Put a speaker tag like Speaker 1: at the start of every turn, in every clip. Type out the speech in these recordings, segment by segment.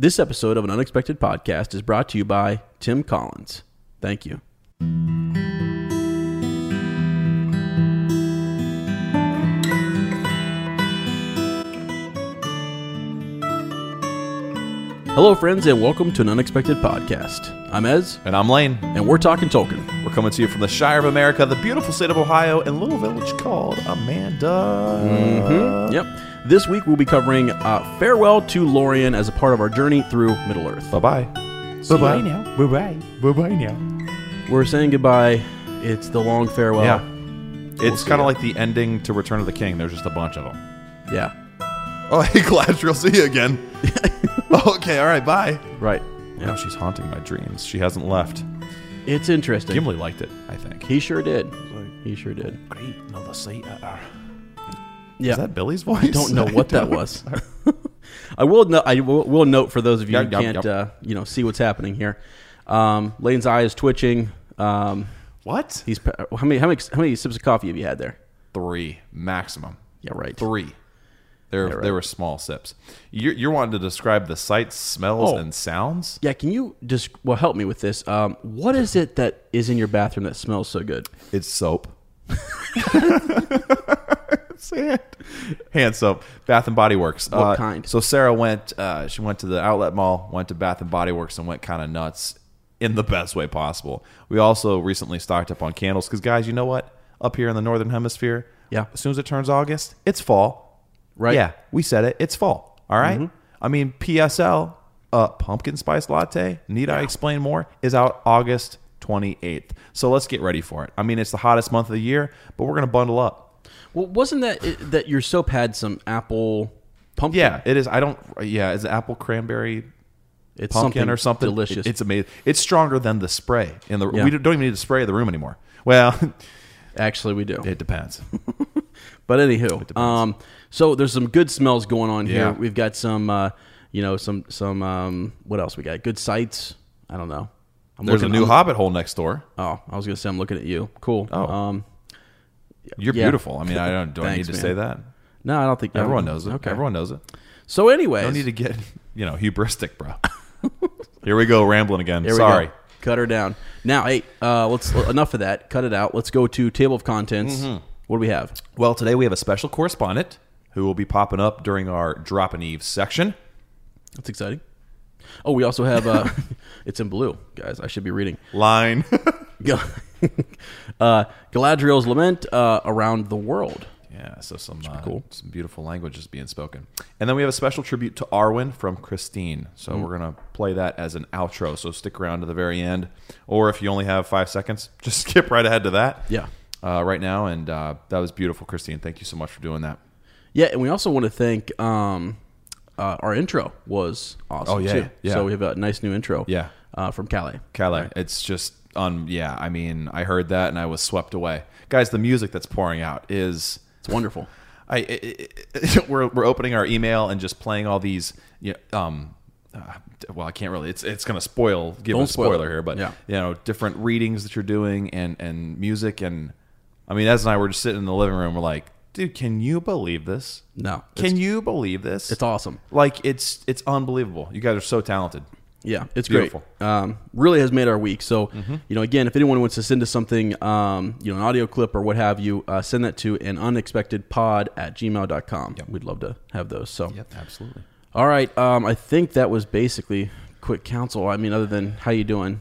Speaker 1: This episode of an unexpected podcast is brought to you by Tim Collins. Thank you. Hello, friends, and welcome to an unexpected podcast. I'm Ez,
Speaker 2: And I'm Lane.
Speaker 1: and we're talking Tolkien.
Speaker 2: We're coming to you from the Shire of America, the beautiful state of Ohio, and a little village called Amanda.
Speaker 1: Mm-hmm. Yep. This week we'll be covering uh, Farewell to Lorien as a part of our journey through Middle Earth.
Speaker 2: Bye bye. Bye bye now. Bye bye. Bye bye now.
Speaker 1: We're saying goodbye. It's the long farewell.
Speaker 2: yeah. it's
Speaker 1: Mm-hmm. see
Speaker 2: kind
Speaker 1: ya.
Speaker 2: of like the ending to Return of the King. There's just a bunch of them.
Speaker 1: Yeah.
Speaker 3: Oh, hey, Galadriel, see you again. okay, all right, bye.
Speaker 1: Right.
Speaker 2: Now
Speaker 1: Yeah.
Speaker 2: she's haunting my dreams. She hasn't left.
Speaker 1: It's interesting.
Speaker 2: Gimli liked it, I think.
Speaker 1: He sure did. He sure did.
Speaker 2: Great, another sea.
Speaker 1: Yeah.
Speaker 2: Is that Billy's voice? I
Speaker 1: don't know what that was. I will. No, I will, will note for those of you
Speaker 2: Yup,
Speaker 1: who
Speaker 2: yup,
Speaker 1: can't,
Speaker 2: yup.
Speaker 1: Uh, you know, see what's happening here. Um, Lane's eye is twitching. Um,
Speaker 2: What?
Speaker 1: he's pa- how many, how many how many sips of coffee have you had there?
Speaker 2: Three maximum.
Speaker 1: Yeah, right.
Speaker 2: Three. There, there were small sips. You're, you're wanting to describe the sights, smells,
Speaker 1: Oh.
Speaker 2: and sounds.
Speaker 1: Yeah, can you just well help me with this? Um, what is it that is in your bathroom that smells so good?
Speaker 2: It's soap. it's hand. hand soap. Bath and Body Works.
Speaker 1: What
Speaker 2: Uh,
Speaker 1: kind?
Speaker 2: So Sarah went. Uh, she went to the outlet mall. Went to Bath and Body Works and went kind of nuts in the best way possible. We also recently stocked up on candles because guys, you know what? Up here in the northern hemisphere,
Speaker 1: Yeah.
Speaker 2: As soon as it turns August, it's fall.
Speaker 1: Right. Mm-hmm.
Speaker 2: Yeah, we said it. It's fall. All right? I mean, PSL, uh, pumpkin spice latte, need I explain more, is out August 28th. So let's get ready for it. I mean, it's the hottest month of the year, but we're going to bundle up.
Speaker 1: Well, wasn't that it, that your soap had some apple pumpkin?
Speaker 2: Yeah, it is. I don't, yeah, it's apple cranberry
Speaker 1: it's
Speaker 2: pumpkin or something.
Speaker 1: delicious.
Speaker 2: It- it's amazing. It's stronger than the spray. In the,
Speaker 1: Yeah.
Speaker 2: We don't even need to spray the room anymore. Well,
Speaker 1: actually we do.
Speaker 2: it depends.
Speaker 1: But anywho, um, so there's some good smells going on here.
Speaker 2: Yeah.
Speaker 1: We've got some, uh, you know, some some um, what else we got? Good sights. I don't know. I'm
Speaker 2: There's a
Speaker 1: looking-
Speaker 2: new
Speaker 1: I'm-
Speaker 2: hobbit hole next door.
Speaker 1: Oh, I was gonna say I'm looking at you. Cool.
Speaker 2: Oh.
Speaker 1: Um,
Speaker 2: You're
Speaker 1: Yeah.
Speaker 2: beautiful. I mean, I don't, do I need
Speaker 1: Thanks,
Speaker 2: to
Speaker 1: man.
Speaker 2: say that?
Speaker 1: no, I don't think
Speaker 2: Everyone knows it.
Speaker 1: Okay.
Speaker 2: Everyone knows it.
Speaker 1: So, anyways,
Speaker 2: No need to get, you know, hubristic, bro. Here we go, rambling again.
Speaker 1: There we go.
Speaker 2: Sorry.
Speaker 1: Cut her down. Now, hey, uh, let's enough of that. Cut it out. Let's go to table of contents.
Speaker 2: Mm-hmm.
Speaker 1: What do we have?
Speaker 2: Well, today we have a special correspondent who will be popping up during our Drop and Eve section.
Speaker 1: That's exciting. Oh, we also have. Uh, it's in blue, guys. I should be reading.
Speaker 2: Line.
Speaker 1: Gal- uh, Galadriel's lament uh, around the world.
Speaker 2: yeah, so some uh,
Speaker 1: cool.
Speaker 2: some beautiful language is being spoken. And then we have a special tribute to Arwen from Christine. So
Speaker 1: Mm.
Speaker 2: we're going to play that as an outro. So stick around to the very end. Or if you only have five seconds, just skip right ahead to that.
Speaker 1: Yeah.
Speaker 2: Uh, right now. And uh, that was beautiful, Christine. Thank you so much for doing that.
Speaker 1: Yeah, and we also want to thank um, uh, our intro was awesome.
Speaker 2: Oh, yeah,
Speaker 1: too.
Speaker 2: yeah.
Speaker 1: So we have a nice new intro.
Speaker 2: Yeah.
Speaker 1: uh, from Calais.
Speaker 2: Calais. It's just um yeah, I mean, I heard that and I was swept away. Guys, the music that's pouring out is
Speaker 1: It's wonderful.
Speaker 2: I i i we're we're opening our email and just playing all these you know, um uh, well, I can't really. It's it's going to spoil. Give
Speaker 1: Don't
Speaker 2: a spoiler
Speaker 1: spoil it.
Speaker 2: here, but
Speaker 1: Yeah.
Speaker 2: you know, different readings that you're doing and and music and I mean, Ez and I were just sitting in the living room. We're like, dude, can you believe this?
Speaker 1: No,
Speaker 2: Can you believe this?
Speaker 1: It's awesome.
Speaker 2: Like it's it's unbelievable. You guys are so talented.
Speaker 1: Yeah, it's
Speaker 2: Beautiful. Mm-hmm.
Speaker 1: great. Um, really has made our week. So, you know, again, if anyone wants to send us something, um, you know, an audio clip or what have you, uh, send that to an unexpected pod at gmail.com. We'd love to have those. So,
Speaker 2: absolutely.
Speaker 1: all right. Um, I think that was basically quick counsel. I mean, other than how you doing?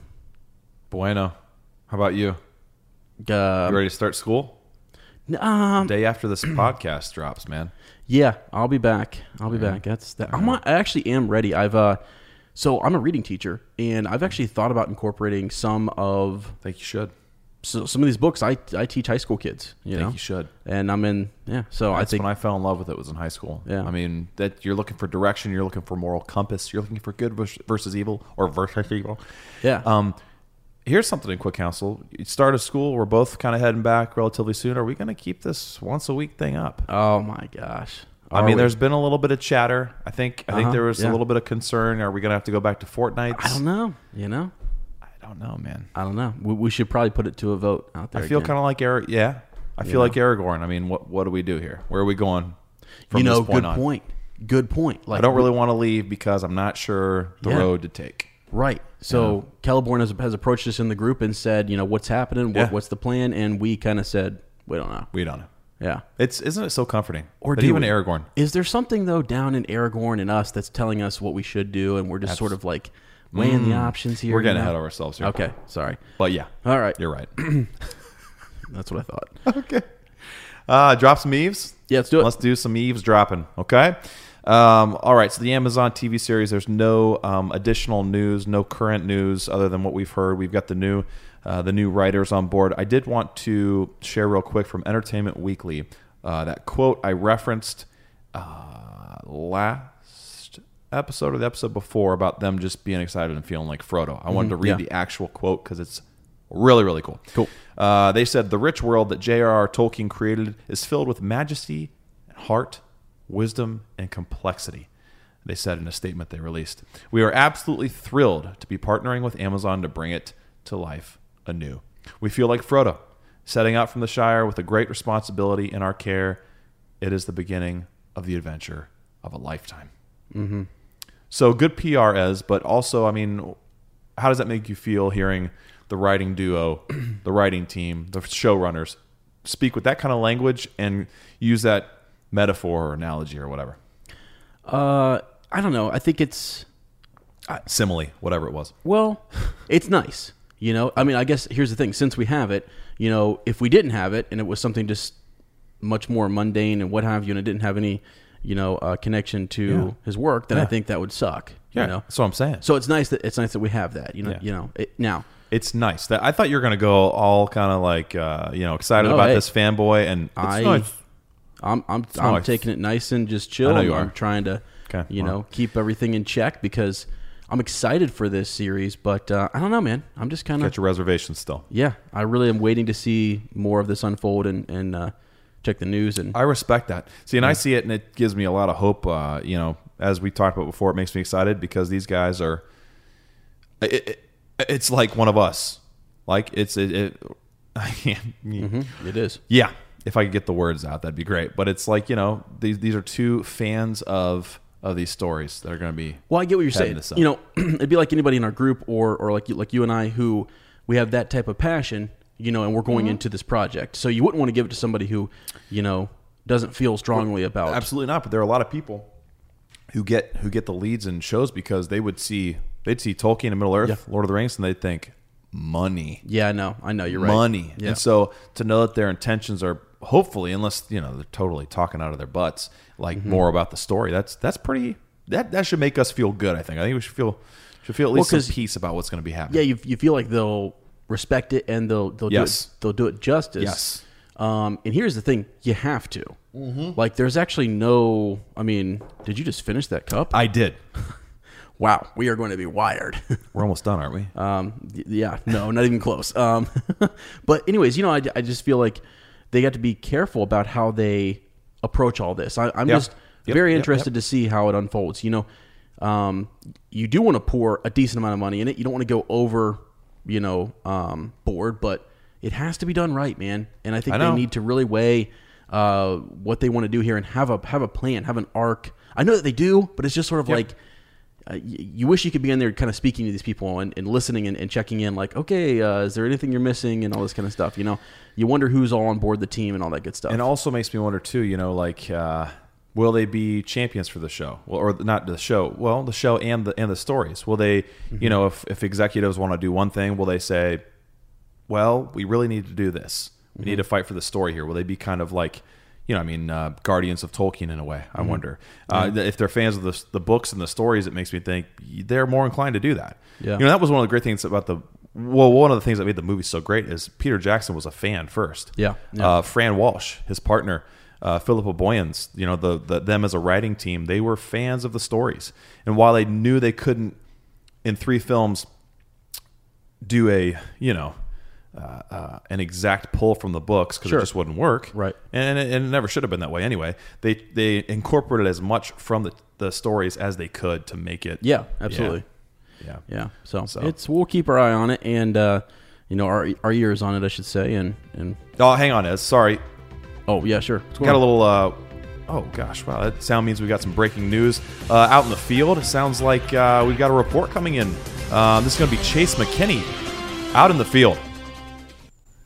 Speaker 2: Bueno. How about you?
Speaker 1: Uh,
Speaker 2: You ready to start school?
Speaker 1: um,
Speaker 2: Day after this podcast drops, man. Uh-huh.
Speaker 1: yeah, I'll be back. I'll be back. That's that. I'm, I actually am ready. I've, uh, so I'm a reading teacher and I've actually thought about incorporating some of
Speaker 2: I think you should.
Speaker 1: so some of these books I, I teach high school kids, you
Speaker 2: I think
Speaker 1: know,
Speaker 2: you should.
Speaker 1: and I'm in. Yeah. So I
Speaker 2: That's
Speaker 1: think
Speaker 2: when I fell in love with it was in high school.
Speaker 1: Yeah.
Speaker 2: I mean that you're looking for direction, you're looking for moral compass, you're looking for good vers- versus evil or versus evil.
Speaker 1: Yeah.
Speaker 2: Um, here's something in quick counsel. You start of school, we're both kind of heading back relatively soon. Are we going to keep this once a week thing up?
Speaker 1: oh my gosh.
Speaker 2: I
Speaker 1: Are
Speaker 2: mean,
Speaker 1: we-
Speaker 2: there's been a little bit of chatter. I think I think
Speaker 1: Uh-huh,
Speaker 2: there was
Speaker 1: yeah.
Speaker 2: a little bit of concern. Are we going to have to go back to Fortnite?
Speaker 1: I don't know. You know.
Speaker 2: I don't know, man.
Speaker 1: I don't know. We, we should probably put it to a vote out there.
Speaker 2: I feel kind of like Eric. Yeah, I feel like Aragorn. I mean, what what do we do here? Where are we going?
Speaker 1: You know. good
Speaker 2: on?
Speaker 1: point. Good point. Like
Speaker 2: I don't really want to leave because I'm not sure the
Speaker 1: Yeah.
Speaker 2: road to take.
Speaker 1: Right. So Caliborn has, has approached us in the group and said, you know, what's happening? What,
Speaker 2: Yeah.
Speaker 1: What's the plan? And we kind of said, we don't know.
Speaker 2: We don't know.
Speaker 1: Yeah.
Speaker 2: It's isn't it so comforting?
Speaker 1: Or
Speaker 2: That
Speaker 1: do
Speaker 2: even
Speaker 1: we?
Speaker 2: Aragorn?
Speaker 1: Is there something though down in Aragorn and us that's telling us what we should do, and we're just sort of like weighing the options here?
Speaker 2: Mm. We're
Speaker 1: you
Speaker 2: getting
Speaker 1: know?
Speaker 2: ahead of ourselves here.
Speaker 1: Okay, sorry.
Speaker 2: but yeah,
Speaker 1: All right.
Speaker 2: you're right.
Speaker 1: That's what I thought.
Speaker 2: okay. Uh, drop some eaves.
Speaker 1: Yeah, let's do it.
Speaker 2: Let's do some eavesdropping. Okay. Um, all right. So the Amazon TV series. There's no um, additional news, no current news other than what we've heard. We've got the new uh, the new writers on board. I did want to share real quick from Entertainment Weekly uh, that quote I referenced uh, last episode or the episode before about them just being excited and feeling like Frodo. I wanted to read
Speaker 1: yeah.
Speaker 2: the actual quote because it's really really cool. Cool. Uh, they said the rich world that J.R.R. Tolkien created is filled with majesty, and heart, wisdom, and complexity. They said in a statement they released, "We are absolutely thrilled to be partnering with Amazon to bring it to life anew. We feel like Frodo, setting out from the Shire with a great responsibility in our care. It is the beginning of the adventure of a lifetime."
Speaker 1: Mm-hmm.
Speaker 2: So good PR as, but also, I mean, how does that make you feel hearing the writing duo, the writing team, the showrunners speak with that kind of language and use that metaphor or analogy or whatever,
Speaker 1: Uh, I don't know. I think it's
Speaker 2: simile, whatever it was?
Speaker 1: well, it's nice. You know, I mean, I guess here's the thing. Since we have it, you know, if we didn't have it and it was something just much more mundane and what have you, and it didn't have any, you know, uh, connection to his work, then I think that would suck. You know,
Speaker 2: that's what I'm saying.
Speaker 1: so it's nice that it's nice that we have that. You know, you know. It, now,
Speaker 2: it's nice that I thought you were gonna go all kind of like uh, you know excited
Speaker 1: No,
Speaker 2: about
Speaker 1: hey.
Speaker 2: this fanboy, and it's
Speaker 1: I-
Speaker 2: nice.
Speaker 1: I'm I'm I'm
Speaker 2: nice.
Speaker 1: taking it nice and just chill.
Speaker 2: I know you
Speaker 1: I'm
Speaker 2: are.
Speaker 1: trying to,
Speaker 2: Okay,
Speaker 1: you
Speaker 2: well.
Speaker 1: know, keep everything in check because I'm excited for this series. But uh, I don't know, man. I'm just kind of
Speaker 2: Got your reservations still.
Speaker 1: yeah, I really am waiting to see more of this unfold and and uh, check the news and
Speaker 2: I respect that. See, and I see it, and it gives me a lot of hope. Uh, you know, as we talked about before, it makes me excited because these guys are. It, it, it's like one of us. Like it's it. it I can't.
Speaker 1: Mm-hmm. it is.
Speaker 2: Yeah, if I could get the words out, that'd be great. But it's like you know, these these are two fans of of these stories that are going to be.
Speaker 1: Well, I get what you're
Speaker 2: Heading
Speaker 1: saying.
Speaker 2: this uh, up.
Speaker 1: You know, it'd be like anybody in our group or or like you, like you and I who we have that type of passion, you know, and we're
Speaker 2: Mm-hmm.
Speaker 1: going into this project. So you wouldn't want to give it to somebody who, you know, doesn't feel strongly about.
Speaker 2: Absolutely not. But there are a lot of people who get who get the leads and shows because they would see they'd see Tolkien and Middle Earth, Lord of the Rings, and they'd think money.
Speaker 1: Yeah, I know. I know. You're right.
Speaker 2: money.
Speaker 1: Yeah.
Speaker 2: And so to know that their intentions are hopefully, unless you know they're totally talking out of their butts, like
Speaker 1: Mm-hmm.
Speaker 2: more about the story. That's that's pretty. That that should make us feel good. I think. I think we should feel should feel at least
Speaker 1: 'cause-
Speaker 2: some peace about what's going to be
Speaker 1: yeah,
Speaker 2: happening.
Speaker 1: you, you feel like they'll respect it and they'll they'll
Speaker 2: Yes.
Speaker 1: do it, they'll do it justice.
Speaker 2: Yes. Mm-hmm.
Speaker 1: Um, and here's the thing: you have to. Like, there's actually no. I mean, did you just finish that cup?
Speaker 2: I did.
Speaker 1: wow, we are going to be wired.
Speaker 2: We're almost done, aren't we?
Speaker 1: um, y- yeah, no, not even close. Um, but anyways, you know, I, I just feel like they got to be careful about how they approach all this. I, I'm
Speaker 2: Yeah.
Speaker 1: just
Speaker 2: Yep,
Speaker 1: very
Speaker 2: yep,
Speaker 1: interested to see how it unfolds. You know, um, you do want to pour a decent amount of money in it. You don't want to go over, you know, um, board, but it has to be done right, man. And I think
Speaker 2: I know.
Speaker 1: they need to really weigh uh, what they want to do here and have a have a plan, have an arc. I know that they do, but it's just sort of like uh, y- you wish you could be in there, kind of speaking to these people and, and listening and, and checking in, like, okay, uh, is there anything you're missing and all this kind of stuff. You know, you wonder who's all on board the team and all that good stuff.
Speaker 2: And also makes me wonder too, you know, like uh, will they be champions for the show? Well, or not the show. Well, the show and the and the stories. Will they, you know, if if executives want to do one thing, will they say, well, we really need to do this. We need to fight for the story here. Will they be kind of like, you know, I mean, uh, guardians of Tolkien in a way? I wonder uh, th- if they're fans of the, the books and the stories. It makes me think they're more inclined to do that.
Speaker 1: Yeah.
Speaker 2: You know, that was one of the great things about the. Well, one of the things that made the movie so great is Peter Jackson was a fan first.
Speaker 1: Yeah.
Speaker 2: Uh, Fran Walsh, his partner, uh, Philippa Boyens, you know, the, the them as a writing team, they were fans of the stories. And while they knew they couldn't, in three films, do a you know uh, uh, an exact pull from the books because
Speaker 1: Sure.
Speaker 2: it just wouldn't work,
Speaker 1: Right.
Speaker 2: And, and it never should have been that way anyway. They they incorporated as much from the, the stories as they could to make it.
Speaker 1: yeah, absolutely.
Speaker 2: yeah.
Speaker 1: Yeah. So,
Speaker 2: So.
Speaker 1: it's we'll keep our eye on it and uh, you know our our ears on it, I should say. And and
Speaker 2: Oh, hang on, Ez. Sorry,
Speaker 1: oh yeah, sure. What's going
Speaker 2: got a
Speaker 1: on?
Speaker 2: little. Uh, oh gosh, wow, that sound means we got some breaking news uh, out in the field. It sounds like uh, we've got a report coming in. Um, this is going to be Chase McKinney out in the field.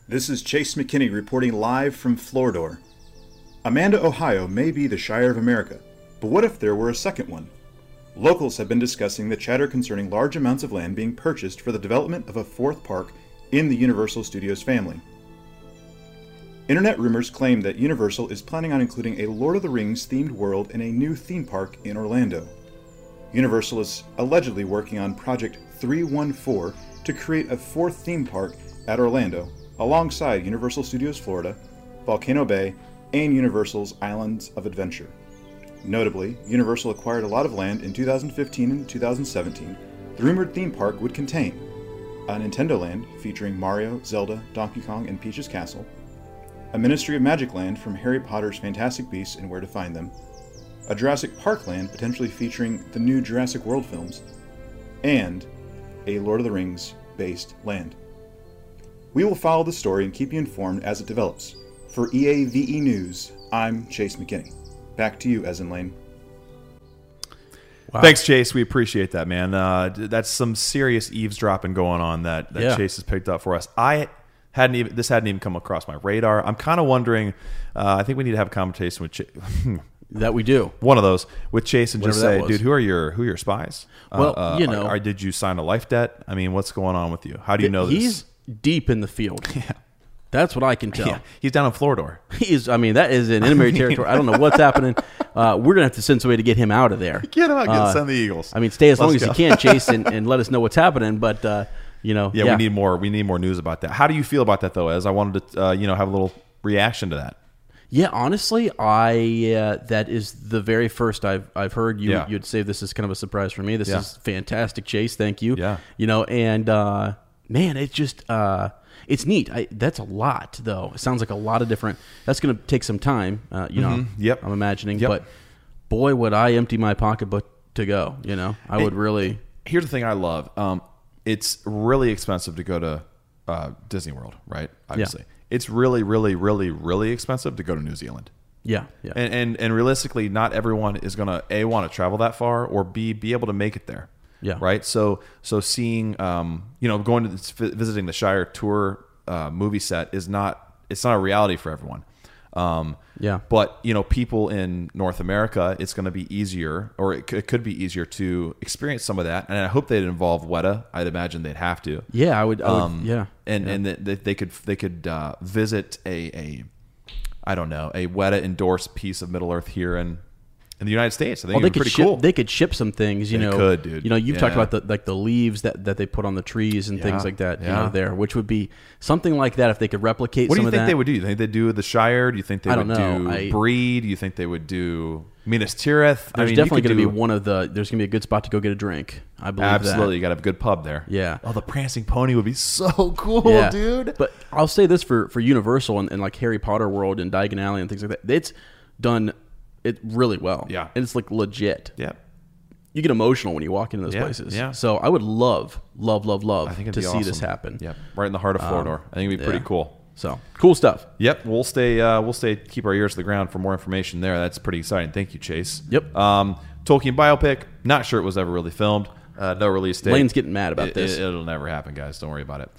Speaker 4: This is Chase McKinney reporting live from Floridor. Amanda, Ohio may be the Shire of America, but what if there were a second one? Locals have been discussing the chatter concerning large amounts of land being purchased for the development of a fourth park in the Universal Studios family. Internet rumors claim that Universal is planning on including a Lord of the Rings themed world in a new theme park in Orlando. Universal is allegedly working on Project 314 to create a fourth theme park at Orlando alongside Universal Studios Florida, Volcano Bay, and Universal's Islands of Adventure. Notably, Universal acquired a lot of land in 2015 and 2017. The rumored theme park would contain a Nintendo Land featuring Mario, Zelda, Donkey Kong, and Peach's Castle, a Ministry of Magic Land from Harry Potter's Fantastic Beasts and Where to Find Them, a Jurassic Park land potentially featuring the new Jurassic World films, and a Lord of the Rings based land. We will follow the story and keep you informed as it develops. For E EAVE News, I'm Chase McKinney. Back to you, Ezen Lane.
Speaker 2: Thanks, Chase. We appreciate that, man. Uh, d- that's some serious eavesdropping going on that, that
Speaker 1: Yeah.
Speaker 2: Chase has picked up for us. I hadn't even this hadn't even come across my radar. I'm kind of wondering. Uh, I think we need to have a conversation with Chase,
Speaker 1: that we do.
Speaker 2: one of those with Chase and just
Speaker 1: Whatever
Speaker 2: say,
Speaker 1: that was.
Speaker 2: dude, who are your who are your spies? Uh,
Speaker 1: Well, you know-
Speaker 2: are, did you sign a life debt? I mean, what's going on with you? How do you know this?
Speaker 1: He's deep in the field. Yeah. That's what I can tell.
Speaker 2: yeah, he's down in Florida.
Speaker 1: He is. I mean, that is in enemy territory. I don't know what's happening. Uh, we're gonna have to send somebody to get him out of there.
Speaker 3: Get him out, get
Speaker 1: Uh,
Speaker 3: send the Eagles.
Speaker 1: I mean, stay as long
Speaker 2: Let's
Speaker 1: as
Speaker 2: go.
Speaker 1: you can, Chase, and, and let us know what's happening. But uh, you know,
Speaker 2: Yeah, we need more. We need more news about that. How do you feel about that though? As I wanted to, uh, you know, have a little reaction to that.
Speaker 1: Yeah, honestly, I uh, that is the very first I've I've heard you
Speaker 2: Yeah.
Speaker 1: you'd say this is kind of a surprise for me. This
Speaker 2: Yeah.
Speaker 1: is fantastic, Chase. Thank you.
Speaker 2: Yeah.
Speaker 1: you know, and uh, man, it's just uh, it's neat. I, that's a lot, though. It sounds like a lot of different. That's going to take some time. Uh, you know,
Speaker 2: Mm-hmm. Yep.
Speaker 1: I'm imagining,
Speaker 2: Yep.
Speaker 1: but boy, would I empty my pocketbook to go. You know, I would really.
Speaker 2: here's the thing I love. Um, it's really expensive to go to uh, Disney World, right? Obviously, it's really, really, really, really expensive to go to New Zealand.
Speaker 1: Yeah, yeah.
Speaker 2: And, and and realistically, not everyone is gonna a want to travel that far, or b be able to make it there.
Speaker 1: Yeah.
Speaker 2: Right. So so seeing um you know going to this, visiting the Shire tour uh, movie set is not it's not a reality for everyone. Um,
Speaker 1: Yeah.
Speaker 2: But you know people in North America, it's going to be easier, or it, c- it could be easier to experience some of that. And I hope they'd involve Weta. I'd imagine they'd have to
Speaker 1: yeah, I would. I would
Speaker 2: um,
Speaker 1: yeah,
Speaker 2: and and that that they could they could uh, visit a a I don't know a Weta endorsed piece of Middle Earth here in in the United States. I think
Speaker 1: Well,
Speaker 2: it'd
Speaker 1: they
Speaker 2: be
Speaker 1: could
Speaker 2: pretty
Speaker 1: ship.
Speaker 2: cool.
Speaker 1: They could ship some things. You
Speaker 2: They
Speaker 1: know,
Speaker 2: could, dude.
Speaker 1: You know, you've talked
Speaker 2: Yeah.
Speaker 1: about the like the leaves that, that they put on the trees and
Speaker 2: Yeah.
Speaker 1: things like that. You
Speaker 2: Yeah.
Speaker 1: know, there, which would be something like that if they could replicate.
Speaker 2: what do
Speaker 1: some
Speaker 2: you
Speaker 1: of
Speaker 2: think
Speaker 1: that.
Speaker 2: they would do? Do you think they'd do the Shire? Do you think they
Speaker 1: I
Speaker 2: would
Speaker 1: don't know.
Speaker 2: do
Speaker 1: I-
Speaker 2: Breed? Do you think they would do Minas Tirith? I
Speaker 1: There's
Speaker 2: mean, you
Speaker 1: definitely
Speaker 2: could
Speaker 1: going to be
Speaker 2: do-
Speaker 1: one of the. There's going to be a good spot to go get a drink. I believe
Speaker 2: Absolutely,
Speaker 1: That.
Speaker 2: you got to have a good pub there.
Speaker 1: Yeah.
Speaker 2: Oh, the prancing pony would be so cool,
Speaker 1: Yeah.
Speaker 2: dude.
Speaker 1: But I'll say this for for Universal and, and like Harry Potter World and Diagon Alley and things like that. It's done it really well.
Speaker 2: Yeah.
Speaker 1: and it's like legit.
Speaker 2: Yeah.
Speaker 1: you get emotional when you walk into those
Speaker 2: Yeah,
Speaker 1: places.
Speaker 2: yeah.
Speaker 1: So I would love, love, love, love
Speaker 2: I think
Speaker 1: to
Speaker 2: it'd be
Speaker 1: see
Speaker 2: awesome.
Speaker 1: this happen. Um,
Speaker 2: Yep, right in the heart of Florida. I think it'd be pretty
Speaker 1: yeah.
Speaker 2: cool.
Speaker 1: So cool stuff.
Speaker 2: Yep, we'll stay. Uh, we'll stay. Keep our ears to the ground for more information there. That's pretty exciting. Thank you, Chase.
Speaker 1: Yep.
Speaker 2: Um, Tolkien biopic. Not sure it was ever really filmed. Uh, no release date.
Speaker 1: Lane's getting mad about
Speaker 2: It-
Speaker 1: this.
Speaker 2: It, will never happen, guys. Don't worry about it.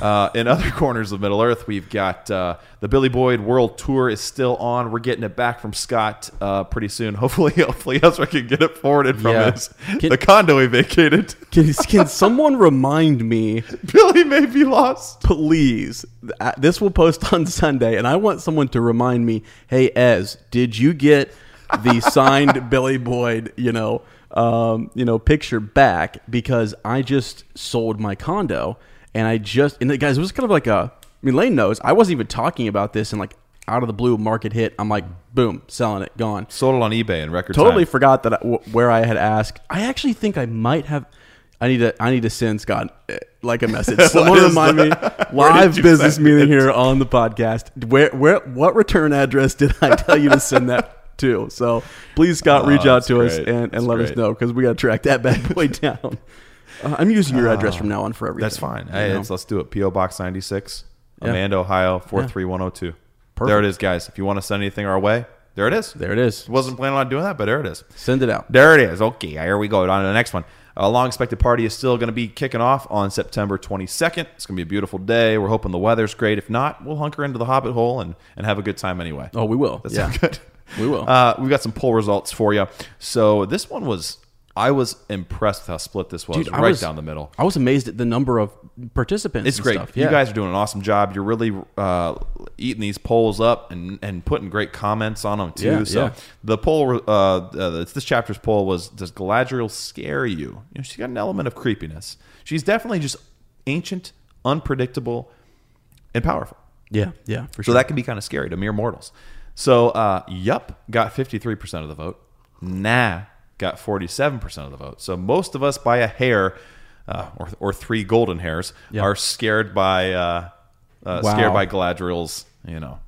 Speaker 2: Uh, in other corners of Middle Earth, we've got uh, the Billy Boyd World Tour is still on. We're getting it back from Scott uh, pretty soon. Hopefully, hopefully, Ezra can get it forwarded from
Speaker 1: Yeah.
Speaker 2: his
Speaker 1: Can-
Speaker 2: the condo he vacated.
Speaker 1: Can, can someone remind me,
Speaker 2: Billy may be lost.
Speaker 1: please? Uh, This will post on Sunday, and I want someone to remind me. Hey, Ez, did you get the signed Billy Boyd, you know, um, you know, picture back? Because I just sold my condo, and I just and guys, it was kind of like a. I mean, Lane knows I wasn't even talking about this, and like out of the blue, market hit. I'm like, boom, selling it, gone.
Speaker 2: Sold it on eBay in record
Speaker 1: totally
Speaker 2: time.
Speaker 1: forgot that I, wh- where I had asked. I actually think I might have. I need to. I need to send Scott eh, like a message. Someone
Speaker 2: is
Speaker 1: remind
Speaker 2: that?
Speaker 1: me.
Speaker 2: Where did
Speaker 1: Live
Speaker 2: you
Speaker 1: business
Speaker 2: send
Speaker 1: meeting
Speaker 2: it?
Speaker 1: here on the podcast. Where where what return address did I tell you to send that to? So please, Scott, reach out
Speaker 2: Oh, that's
Speaker 1: to us
Speaker 2: great.
Speaker 1: and, and
Speaker 2: That's
Speaker 1: let us
Speaker 2: great.
Speaker 1: know because we got to track that bad boy down. Uh, I'm using your address from now on for everything.
Speaker 2: That's fine.
Speaker 1: you
Speaker 2: Hey,
Speaker 1: know?
Speaker 2: it's- let's do it. P.O. Box 96,
Speaker 1: Yeah.
Speaker 2: Amanda, Ohio, 43102. There
Speaker 1: Perfect.
Speaker 2: it is, guys. If you want to send anything our way, there it is.
Speaker 1: there it is.
Speaker 2: Wasn't planning on doing that, but there it is.
Speaker 1: Send it out.
Speaker 2: There it is. Okay, here we go. On to the next one. A long expected party is still going to be kicking off on September 22nd. It's going to be a beautiful day. We're hoping the weather's great. If not, we'll hunker into the Hobbit Hole and, and have a good time anyway.
Speaker 1: Oh, we will.
Speaker 2: That
Speaker 1: yeah,
Speaker 2: sound good?
Speaker 1: we will.
Speaker 2: Uh, we've got some poll results for you. So this one was, I was impressed with how split this was.
Speaker 1: I
Speaker 2: right
Speaker 1: was-
Speaker 2: down the middle.
Speaker 1: I was amazed at the number of participants.
Speaker 2: It's
Speaker 1: and
Speaker 2: great.
Speaker 1: stuff.
Speaker 2: You
Speaker 1: Yeah.
Speaker 2: guys are doing an awesome job. You're really uh, eating these polls up and, and putting great comments on them too.
Speaker 1: Yeah,
Speaker 2: so
Speaker 1: yeah.
Speaker 2: the poll, uh, uh, it's this chapter's poll was: Does Galadriel scare you? You know, she's got an element of creepiness. She's definitely just ancient, unpredictable, and powerful.
Speaker 1: Yeah, yeah, for
Speaker 2: So
Speaker 1: sure.
Speaker 2: that can be kind of scary to mere mortals. So, uh, yup, got 53% of the vote. Nah, got 47% of the vote. So, most of us by a hair uh, or, or three golden hairs
Speaker 1: Yeah.
Speaker 2: are scared by uh, uh,
Speaker 1: Wow.
Speaker 2: scared by Galadriel's, you know,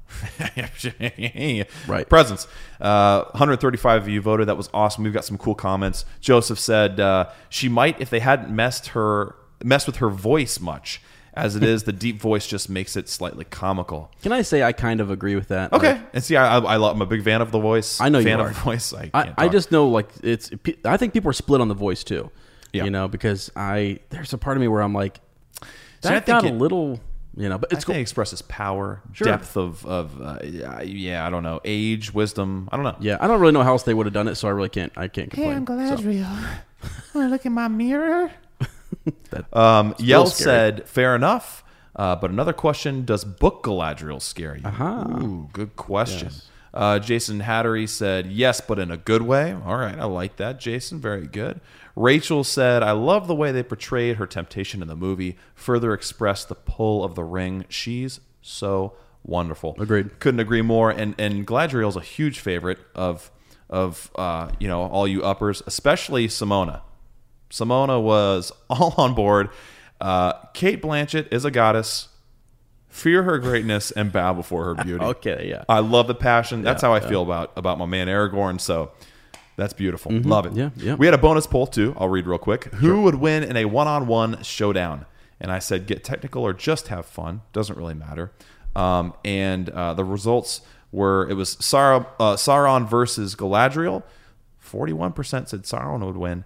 Speaker 1: Right.
Speaker 2: presence. Uh, 135 of you voted. That was awesome. We've got some cool comments. Joseph said uh, she might if they hadn't messed her messed with her voice much. As it is, the deep voice just makes it slightly comical.
Speaker 1: Can I say I kind of agree with that?
Speaker 2: Okay,
Speaker 1: Like,
Speaker 2: and see, I, I, I love, I'm a big fan of the voice.
Speaker 1: I know
Speaker 2: fan
Speaker 1: you
Speaker 2: of
Speaker 1: are.
Speaker 2: the voice. I,
Speaker 1: I,
Speaker 2: can't
Speaker 1: I
Speaker 2: talk.
Speaker 1: just know like it's. pe- I think people are split on the voice too.
Speaker 2: Yeah.
Speaker 1: You know because I there's a part of me where I'm like
Speaker 2: See,
Speaker 1: that
Speaker 2: I
Speaker 1: got
Speaker 2: think
Speaker 1: a
Speaker 2: it-
Speaker 1: little you know, but
Speaker 2: I
Speaker 1: it's
Speaker 2: think
Speaker 1: cool.
Speaker 2: it expresses power,
Speaker 1: Sure.
Speaker 2: depth of of uh, yeah, yeah, I don't know, age, wisdom. I don't know.
Speaker 1: Yeah, I don't really know how else they would have done it, so I really can't. I can't complain. So,
Speaker 2: Wanna look in my mirror? um, Yell
Speaker 1: scary.
Speaker 2: said, "Fair enough." Uh, but another question: Does book Galadriel scare you?
Speaker 1: Uh-huh.
Speaker 2: Ooh, good question. Uh, Jason Hattery said, "Yes, but in a good way." All right, I like that, Jason. Very good. Rachel said, "I love the way they portrayed her temptation in the movie. Further expressed the pull of the ring. She's so wonderful."
Speaker 1: Agreed.
Speaker 2: Couldn't agree more. And and Galadriel's a huge favorite of of uh, you know all you uppers, especially Simona. Simona was all on board. Uh, Kate Blanchett is a goddess. Fear her greatness and bow before her beauty.
Speaker 1: okay, yeah.
Speaker 2: I love the passion. That's how I feel about about my man Aragorn. So that's beautiful. Love it.
Speaker 1: Mm-hmm. Yeah, yeah.
Speaker 2: We had a bonus poll too. I'll read real quick. Who would win in a one-on-one showdown? And I said, get technical or just have fun. Doesn't really matter. Um, and uh, the results were: it was Sar- uh, Sauron versus Galadriel. Forty-one percent said Sauron would win.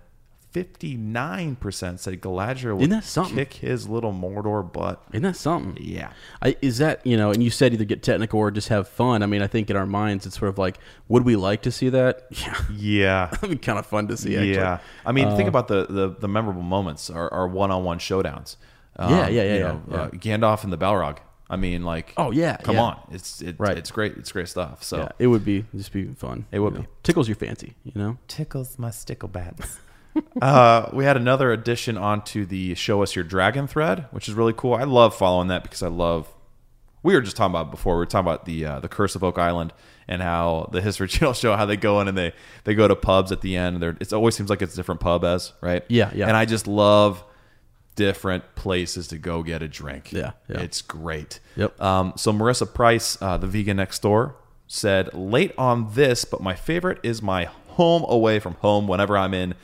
Speaker 2: Fifty-nine percent said Galadriel would
Speaker 1: Isn't that something?
Speaker 2: kick his little Mordor butt.
Speaker 1: Isn't that something?
Speaker 2: Yeah.
Speaker 1: I, is that you know? And you said either get technical or just have fun. I mean, I think in our minds it's sort of like, would we like to see that? Yeah,
Speaker 2: Yeah.
Speaker 1: that'd be kind of fun to see. Actually. Uh,
Speaker 2: Yeah, I mean, think about the the, the memorable moments are, are one-on-one showdowns. Um,
Speaker 1: Yeah, yeah, yeah,
Speaker 2: you
Speaker 1: yeah,
Speaker 2: know, Uh, Gandalf and the Balrog. I mean, like,
Speaker 1: Oh, yeah,
Speaker 2: come
Speaker 1: yeah.
Speaker 2: on, it's it,
Speaker 1: Right.
Speaker 2: it's great, it's great stuff. So
Speaker 1: Yeah, it would be just be fun. It
Speaker 2: would
Speaker 1: you know?
Speaker 2: be.
Speaker 1: tickles your fancy, you know.
Speaker 2: tickles my stickle bats. uh, we had another addition onto the show us your dragon thread, which is really cool. I love following that because I love. We were just talking about before. We were talking about the uh, the Curse of Oak Island and how the History Channel show how they go in and they they go to pubs at the end. And they're, it always seems like it's a different pub as right.
Speaker 1: Yeah, yeah.
Speaker 2: And I just love different places to go get a drink.
Speaker 1: Yeah, yeah.
Speaker 2: it's great.
Speaker 1: Yep.
Speaker 2: Um, so Marissa Price, uh, the vegan next door, said late on this, but my favorite is my home away from home whenever I'm in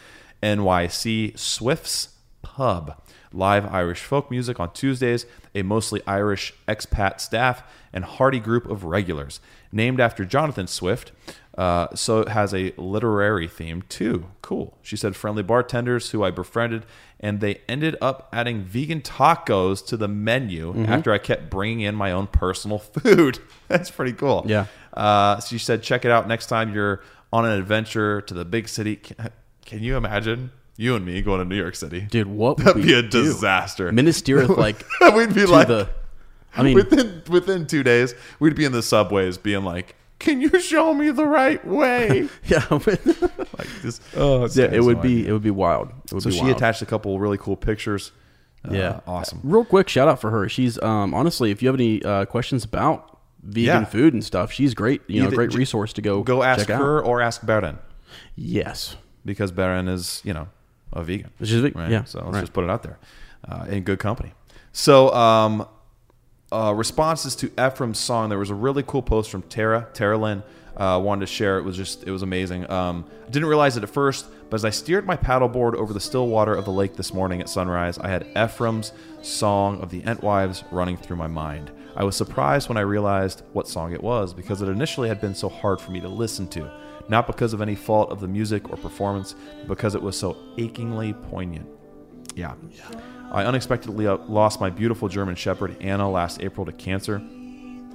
Speaker 2: NYC Swifts Pub. Live Irish folk music on Tuesdays, a mostly Irish expat staff and hearty group of regulars. Named after Jonathan Swift, uh, so it has a literary theme too. Cool. She said friendly bartenders who I befriended, and they ended up adding vegan tacos to the menu Mm-hmm. after I kept bringing in my own personal food. That's pretty cool.
Speaker 1: Yeah.
Speaker 2: Uh, she said, check it out next time you're on an adventure to the big city. Can, can you imagine you and me going to New York City?
Speaker 1: Dude, what would
Speaker 2: That'd
Speaker 1: we
Speaker 2: be a
Speaker 1: do?
Speaker 2: disaster.
Speaker 1: Minister like
Speaker 2: We'd be
Speaker 1: to
Speaker 2: like,
Speaker 1: the. I mean,
Speaker 2: within within two days, we'd be in the subways, being like, "Can you show me the right way?"
Speaker 1: yeah,
Speaker 2: like this.
Speaker 1: yeah, it would be it would be wild. It would
Speaker 2: So
Speaker 1: be
Speaker 2: she
Speaker 1: wild.
Speaker 2: attached a couple really cool pictures. Uh,
Speaker 1: Yeah,
Speaker 2: awesome.
Speaker 1: Real quick shout out for her. She's um, honestly, if you have any uh, questions about vegan
Speaker 2: Yeah.
Speaker 1: food and stuff, she's great. You know,
Speaker 2: Either-
Speaker 1: great
Speaker 2: j-
Speaker 1: resource to go
Speaker 2: Go ask
Speaker 1: check out.
Speaker 2: her or ask Beren
Speaker 1: Yes,
Speaker 2: because Beren is you know a vegan.
Speaker 1: She's ve-
Speaker 2: right?
Speaker 1: yeah,
Speaker 2: So let's
Speaker 1: right.
Speaker 2: just put it out there uh, in good company. So um, uh, responses to Ephraim's song. There was a really cool post from Tara, Tara Lynn. Uh, wanted to share. It was just, it was amazing. Um, I didn't realize it at first, but as I steered my paddleboard over the still water of the lake this morning at sunrise, I had Ephraim's song of the Entwives running through my mind. I was surprised when I realized what song it was because it initially had been so hard for me to listen to, not because of any fault of the music or performance, but because it was so achingly poignant. Yeah. I unexpectedly uh, lost my beautiful German Shepherd, Anna, last April to cancer.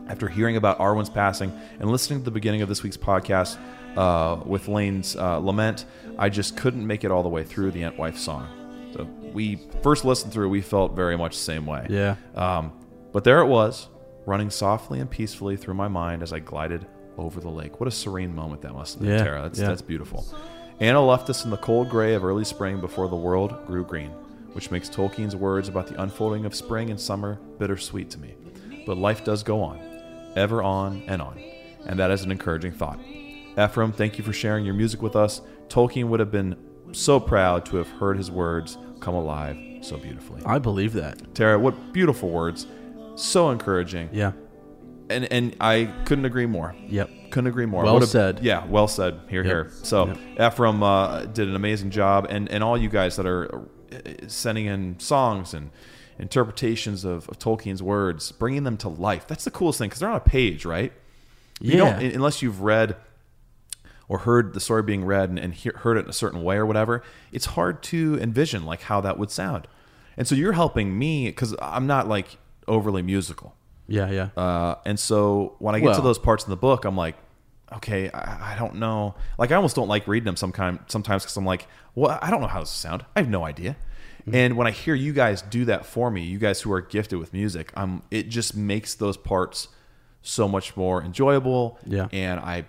Speaker 2: After hearing about Arwen's passing and listening to the beginning of this week's podcast uh, with Lane's uh, lament, I just couldn't make it all the way through the Aunt Wife song. So we first listened through, we felt very much the same way.
Speaker 1: Yeah.
Speaker 2: Um, but there it was, running softly and peacefully through my mind as I glided over the lake. What a serene moment that must have been,
Speaker 1: Yeah,
Speaker 2: Tara. That's,
Speaker 1: yeah.
Speaker 2: that's beautiful. Anna left us in the cold gray of early spring before the world grew green, which makes Tolkien's words about the unfolding of spring and summer bittersweet to me. But life does go on, ever on and on, and that is an encouraging thought. Ephraim, thank you for sharing your music with us. Tolkien would have been so proud to have heard his words come alive so beautifully.
Speaker 1: I believe that.
Speaker 2: Tara, what beautiful words. So encouraging.
Speaker 1: Yeah.
Speaker 2: And and I couldn't agree more.
Speaker 1: Yep.
Speaker 2: Couldn't agree more.
Speaker 1: Well
Speaker 2: What a-
Speaker 1: said.
Speaker 2: Yeah, well said. Here, here. So Ephraim uh, did an amazing job, and and all you guys that are uh, sending in songs and interpretations of, of Tolkien's words, bringing them to life. That's the coolest thing because they're on a page, right? You don't
Speaker 1: Yeah.
Speaker 2: unless you've read or heard the story being read and, and hear, heard it in a certain way or whatever, it's hard to envision like how that would sound. And so you're helping me because I'm not like overly musical.
Speaker 1: Yeah. Yeah.
Speaker 2: Uh, and so when I get to
Speaker 1: Well-
Speaker 2: those parts in the book, I'm like, okay, I, I don't know. Like I almost don't like reading them sometime, sometimes because I'm like, well, I don't know how this will sound. I have no idea.
Speaker 1: Mm-hmm.
Speaker 2: And when I hear you guys do that for me, you guys who are gifted with music, um, it just makes those parts so much more enjoyable.
Speaker 1: Yeah.
Speaker 2: And I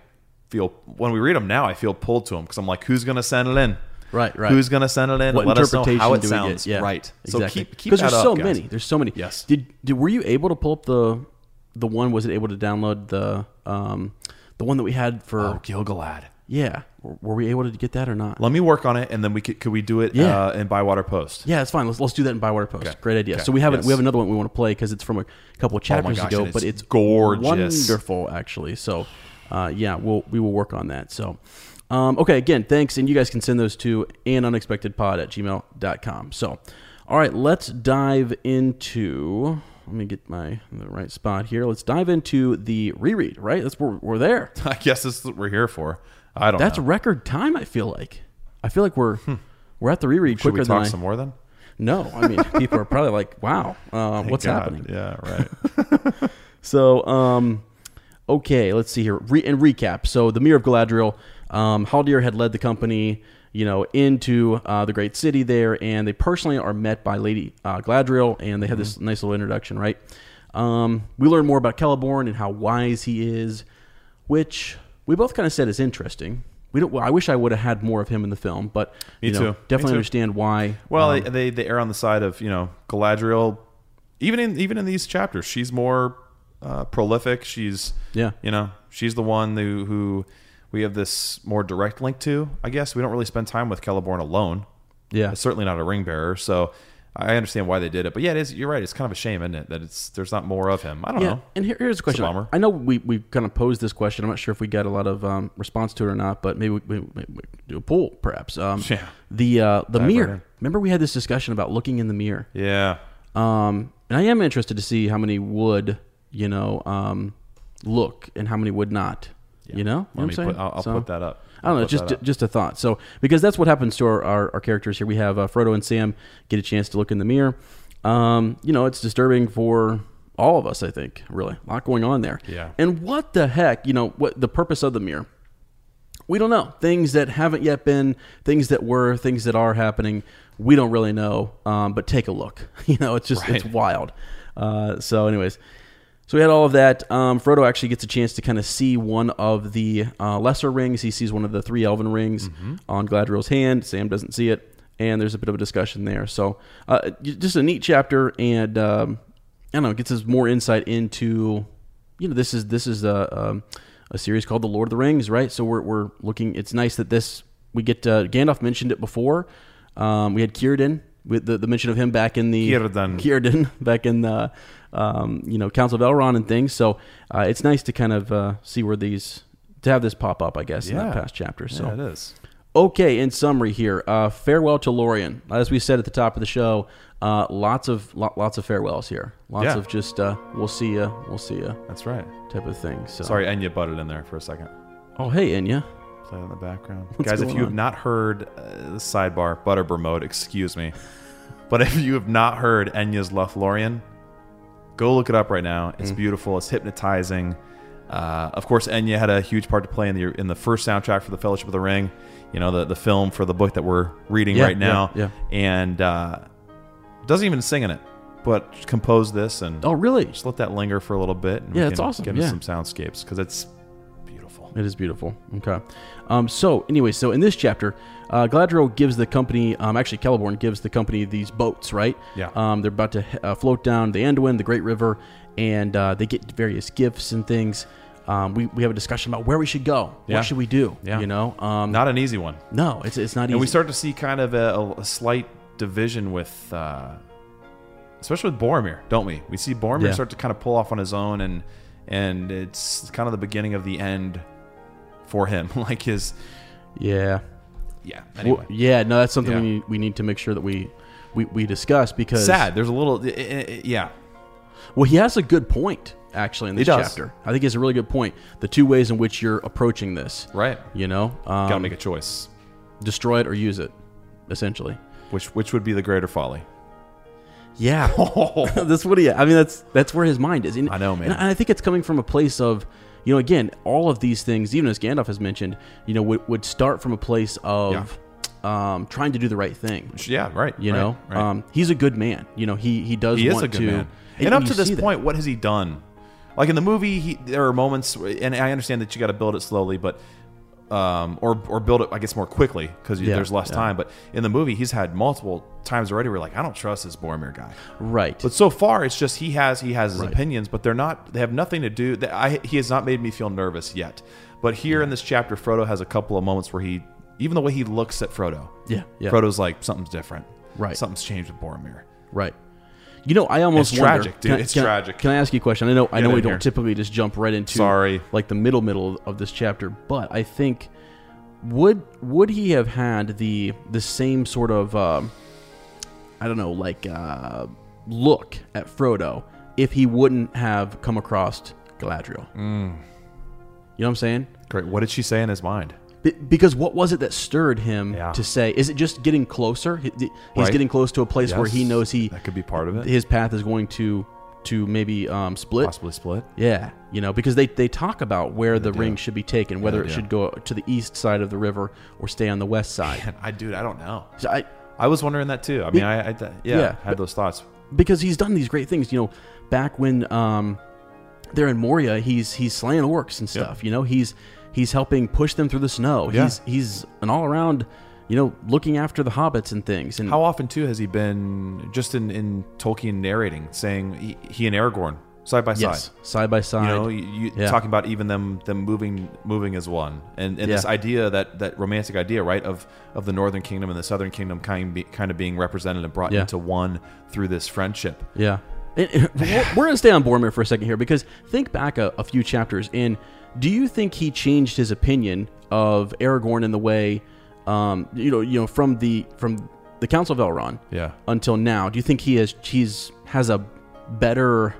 Speaker 2: feel when we read them now, I feel pulled to them because I'm like, who's gonna send it in?
Speaker 1: Right, right.
Speaker 2: Who's gonna send it in?
Speaker 1: what
Speaker 2: and let us know
Speaker 1: interpretation
Speaker 2: how it
Speaker 1: do
Speaker 2: sounds.
Speaker 1: we get? Yeah.
Speaker 2: Right.
Speaker 1: Exactly.
Speaker 2: So keep keep
Speaker 1: because
Speaker 2: that
Speaker 1: there's
Speaker 2: up,
Speaker 1: so
Speaker 2: guys.
Speaker 1: many. There's so many.
Speaker 2: Yes.
Speaker 1: Did, did were you able to pull up the the one? Was it able to download the um the one that we had for?
Speaker 2: Oh, Gilgalad.
Speaker 1: Yeah. Were, were we able to get that or not?
Speaker 2: Let me work on it, and then we could, could we do it
Speaker 1: Yeah.
Speaker 2: uh, in Bywater Post?
Speaker 1: Yeah, it's fine. Let's let's do that in Bywater Post.
Speaker 2: Okay.
Speaker 1: Great idea.
Speaker 2: Okay.
Speaker 1: So we have it
Speaker 2: Yes. Oh
Speaker 1: we have another one we want to play because it's from a couple of chapters
Speaker 2: gosh,
Speaker 1: ago,
Speaker 2: and
Speaker 1: but
Speaker 2: it's
Speaker 1: it's
Speaker 2: gorgeous.
Speaker 1: wonderful actually. So, uh, yeah, we'll we will work on that. So, um, okay, again, thanks, and you guys can send those to an unexpectedpod at gmail.com. So, all right, let's dive into. Let me get my the right spot here. Let's dive into the reread. Right, that's where we're there.
Speaker 2: I guess this is what we're here for. I don't
Speaker 1: That's
Speaker 2: know. Hmm.
Speaker 1: record time. I feel like. I feel like we're we're at the reread
Speaker 2: Should
Speaker 1: quicker
Speaker 2: we
Speaker 1: than
Speaker 2: talk
Speaker 1: I-
Speaker 2: some more then?
Speaker 1: no, I mean people are probably like, "Wow, uh, what's
Speaker 2: God,
Speaker 1: happening?"
Speaker 2: Yeah, right.
Speaker 1: So, um, okay, let's see here. Re- and recap. So, the Mirror of Galadriel, um, Haldir had led the company, you know, into uh, the great city there, and they personally are met by Lady uh, Galadriel, and they have
Speaker 2: Mm-hmm.
Speaker 1: this nice little introduction, right? Um, we learn more about Celeborn and how wise he is, which we both kind of said is interesting. We don't. Well, I wish I would have had more of him in the film, but
Speaker 2: Me
Speaker 1: you know,
Speaker 2: too. Me
Speaker 1: definitely
Speaker 2: too.
Speaker 1: understand why. Um,
Speaker 2: Well, they, they they err on the side of you know Galadriel. Even in even in these chapters, she's more uh, prolific. She's
Speaker 1: Yeah.
Speaker 2: you know, she's the one who who we have this more direct link to. I guess we don't really spend time with Celeborn alone.
Speaker 1: Yeah.
Speaker 2: certainly not a ring bearer. So I understand why they did it, but yeah, it is. You're right. It's kind of a shame, isn't it, that it's there's not more of him. I don't
Speaker 1: Yeah,
Speaker 2: know.
Speaker 1: and here, here's a question.
Speaker 2: bummer.
Speaker 1: I know we, we kind of posed this question. I'm not sure if we got a lot of um, response to it or not, but maybe we, we, we we do a poll, perhaps. Um,
Speaker 2: Yeah.
Speaker 1: The uh, the mirror.
Speaker 2: in.
Speaker 1: Remember we had this discussion about looking in the mirror.
Speaker 2: Yeah,
Speaker 1: Um, and I am interested to see how many would you know um, look and how many would not.
Speaker 2: Let
Speaker 1: You know, you know what I'm
Speaker 2: me
Speaker 1: saying?
Speaker 2: put- I'll- I'll put that up.
Speaker 1: I don't
Speaker 2: I'll
Speaker 1: know,
Speaker 2: put
Speaker 1: just
Speaker 2: that up.
Speaker 1: just a thought. So because that's what happens to our, our, our characters here. We have uh, Frodo and Sam get a chance to look in the mirror. Um, you know, it's disturbing for all of us. I think really a lot going on there.
Speaker 2: Yeah.
Speaker 1: And what the heck? You know, what the purpose of the mirror? we don't know things that haven't yet been things that were things that are happening we don't really know um, but take a look you know it's just it's wild uh, so anyways so we had all of that um, frodo actually gets a chance to kind of see one of the uh, lesser rings he sees one of the three elven rings on gladriel's hand sam doesn't see it and there's a bit of a discussion there so uh, j- just a neat chapter and um, i don't know gets us more insight into you know this is this is a um, a series called The Lord of the Rings, right? So we're we're looking. It's nice that this we get uh, Gandalf mentioned it before. Um, we had Círdan with the, the mention of him back in the
Speaker 2: Círdan.
Speaker 1: Círdan, back in the um, you know Council of Elrond and things. So uh, it's nice to kind of uh, see where these to have this pop up, I guess, in
Speaker 2: Yeah.
Speaker 1: that past chapter. So
Speaker 2: yeah, it is.
Speaker 1: Okay, in summary here, uh, farewell to Lorien. As we said at the top of the show, uh, lots of lo- lots of farewells here. Lots
Speaker 2: Yeah.
Speaker 1: of just uh, we'll see ya, we'll see ya
Speaker 2: That's right.
Speaker 1: type of thing. So
Speaker 2: Sorry, Enya butted in there for a second.
Speaker 1: Oh hey, Enya.
Speaker 2: Play in the background, guys. If
Speaker 1: going
Speaker 2: you have
Speaker 1: on?
Speaker 2: not heard uh, the sidebar Butterbur mode, excuse me, but if you have not heard Enya's Lothlorien, go look it up right now.
Speaker 1: Mm.
Speaker 2: It's beautiful. It's hypnotizing. Uh, of course, Enya had a huge part to play in the in the first soundtrack for the Fellowship of the Ring. You know, the the film for the book that we're reading
Speaker 1: Yeah,
Speaker 2: right now.
Speaker 1: yeah,
Speaker 2: and uh, doesn't even sing in it, but composed this and
Speaker 1: Oh really?
Speaker 2: just let that linger for a little bit. And
Speaker 1: Yeah,
Speaker 2: we
Speaker 1: it's
Speaker 2: can
Speaker 1: awesome.
Speaker 2: Get into
Speaker 1: Yeah.
Speaker 2: some soundscapes because it's beautiful.
Speaker 1: It is beautiful. Okay. Um, so, anyway, so in this chapter, uh, Galadriel gives the company, um, actually, Celeborn gives the company these boats, right?
Speaker 2: Yeah.
Speaker 1: Um, they're about to uh, float down the Anduin, the Great River, and uh, they get various gifts and things. Um, we, we have a discussion about where we should go.
Speaker 2: Yeah.
Speaker 1: What should we do?
Speaker 2: Yeah.
Speaker 1: You know? Um,
Speaker 2: Not an easy one.
Speaker 1: no, it's, it's not easy.
Speaker 2: and we start to see kind of a, a slight division with, uh, especially with Boromir, don't we? We see Boromir
Speaker 1: Yeah.
Speaker 2: start to kind of pull off on his own, and and it's kind of the beginning of the end for him. like his,
Speaker 1: yeah.
Speaker 2: yeah.
Speaker 1: Well,
Speaker 2: Anyway,
Speaker 1: yeah, no, that's something
Speaker 2: Yeah.
Speaker 1: we, need, we need to make sure that we, we, we discuss because.
Speaker 2: sad. There's a little, i- i- i- yeah.
Speaker 1: Well, he has a good point actually in this
Speaker 2: does.
Speaker 1: chapter. I think he has a really good point. The two ways in which you're approaching this,
Speaker 2: Right.
Speaker 1: You know, um,
Speaker 2: Got to make a choice.
Speaker 1: destroy it or use it, essentially.
Speaker 2: Which which would be the greater folly?
Speaker 1: Yeah, that's what he. I mean, that's that's where his mind is. And-
Speaker 2: I know, man.
Speaker 1: And I think it's coming from a place of, you know, again, all of these things, even as Gandalf has mentioned, you know, would, would start from a place of um, trying to do the right thing.
Speaker 2: Yeah. Right.
Speaker 1: You
Speaker 2: right,
Speaker 1: know,
Speaker 2: Right.
Speaker 1: um, he's a good man. You know, he he does.
Speaker 2: he is
Speaker 1: want
Speaker 2: a good
Speaker 1: to,
Speaker 2: man. And up
Speaker 1: you
Speaker 2: to this
Speaker 1: see that.
Speaker 2: point, what has he done? Like in the movie, he, there are moments, and I understand that you got to build it slowly, but um, or or build it, I guess, more quickly because
Speaker 1: Yeah,
Speaker 2: there's less
Speaker 1: yeah.
Speaker 2: time. But in the movie, he's had multiple times already. Where like, I don't trust this Boromir guy.
Speaker 1: right?
Speaker 2: But so far, it's just he has he has his opinions, but they're not they have nothing to do. That I he has not made me feel nervous yet. But here in this chapter, Frodo has a couple of moments where he, even the way he looks at Frodo,
Speaker 1: Yeah, yeah.
Speaker 2: Frodo's like something's different,
Speaker 1: Right.
Speaker 2: Something's changed with Boromir.
Speaker 1: Right. You know, I almost
Speaker 2: It's
Speaker 1: wonder-
Speaker 2: tragic, dude.
Speaker 1: can I-
Speaker 2: It's
Speaker 1: can I-
Speaker 2: tragic.
Speaker 1: Can I ask you a question? I know, I
Speaker 2: Get
Speaker 1: know, we
Speaker 2: in
Speaker 1: don't
Speaker 2: here.
Speaker 1: typically just jump right into
Speaker 2: Sorry.
Speaker 1: like the middle middle of this chapter, but I think would would he have had the the same sort of um, I don't know, like uh, look at Frodo if he wouldn't have come across Galadriel? You know what I'm saying?
Speaker 2: Mm. Great. What did she say in his mind?
Speaker 1: Be- because what was it that stirred him
Speaker 2: Yeah.
Speaker 1: to say? Is it just getting closer? He- He's
Speaker 2: Right.
Speaker 1: getting close to a place where
Speaker 2: Yes.
Speaker 1: he knows he
Speaker 2: That could be part of it.
Speaker 1: his path is going to to maybe um, split.
Speaker 2: possibly split.
Speaker 1: Yeah, you know, because they, they talk about where the ring should be taken, whether
Speaker 2: they
Speaker 1: it
Speaker 2: do.
Speaker 1: should go to the east side of the river or stay on the west side.
Speaker 2: And I, dude, I don't know.
Speaker 1: So I,
Speaker 2: I was wondering that too. I mean, I, I yeah,
Speaker 1: Yeah.
Speaker 2: had those thoughts.
Speaker 1: because he's done these great things, you know, back when um, they're in Moria, he's he's slaying orcs and stuff. You know, he's he's helping push them through the snow.
Speaker 2: Yeah.
Speaker 1: He's he's an all around, you know, looking after the hobbits and things. And
Speaker 2: How often too has he been just in in Tolkien narrating, saying he, he and Aragorn side by
Speaker 1: Yes,
Speaker 2: side.
Speaker 1: side by side.
Speaker 2: You know, you, you
Speaker 1: Yeah.
Speaker 2: talking about even them them moving moving as one, and and this
Speaker 1: Yeah.
Speaker 2: idea that that romantic idea, right, of of the northern kingdom and the southern kingdom kind be, kind of being represented and brought
Speaker 1: Yeah.
Speaker 2: into one through this friendship.
Speaker 1: Yeah. And- and we're we're going to stay on Boromir for a second here because think back a, a few chapters in. Do you think he changed his opinion of Aragorn in the way, um, you know, you know, from the from the Council of Elrond
Speaker 2: Yeah.
Speaker 1: until now? Do you think he has he's has a better,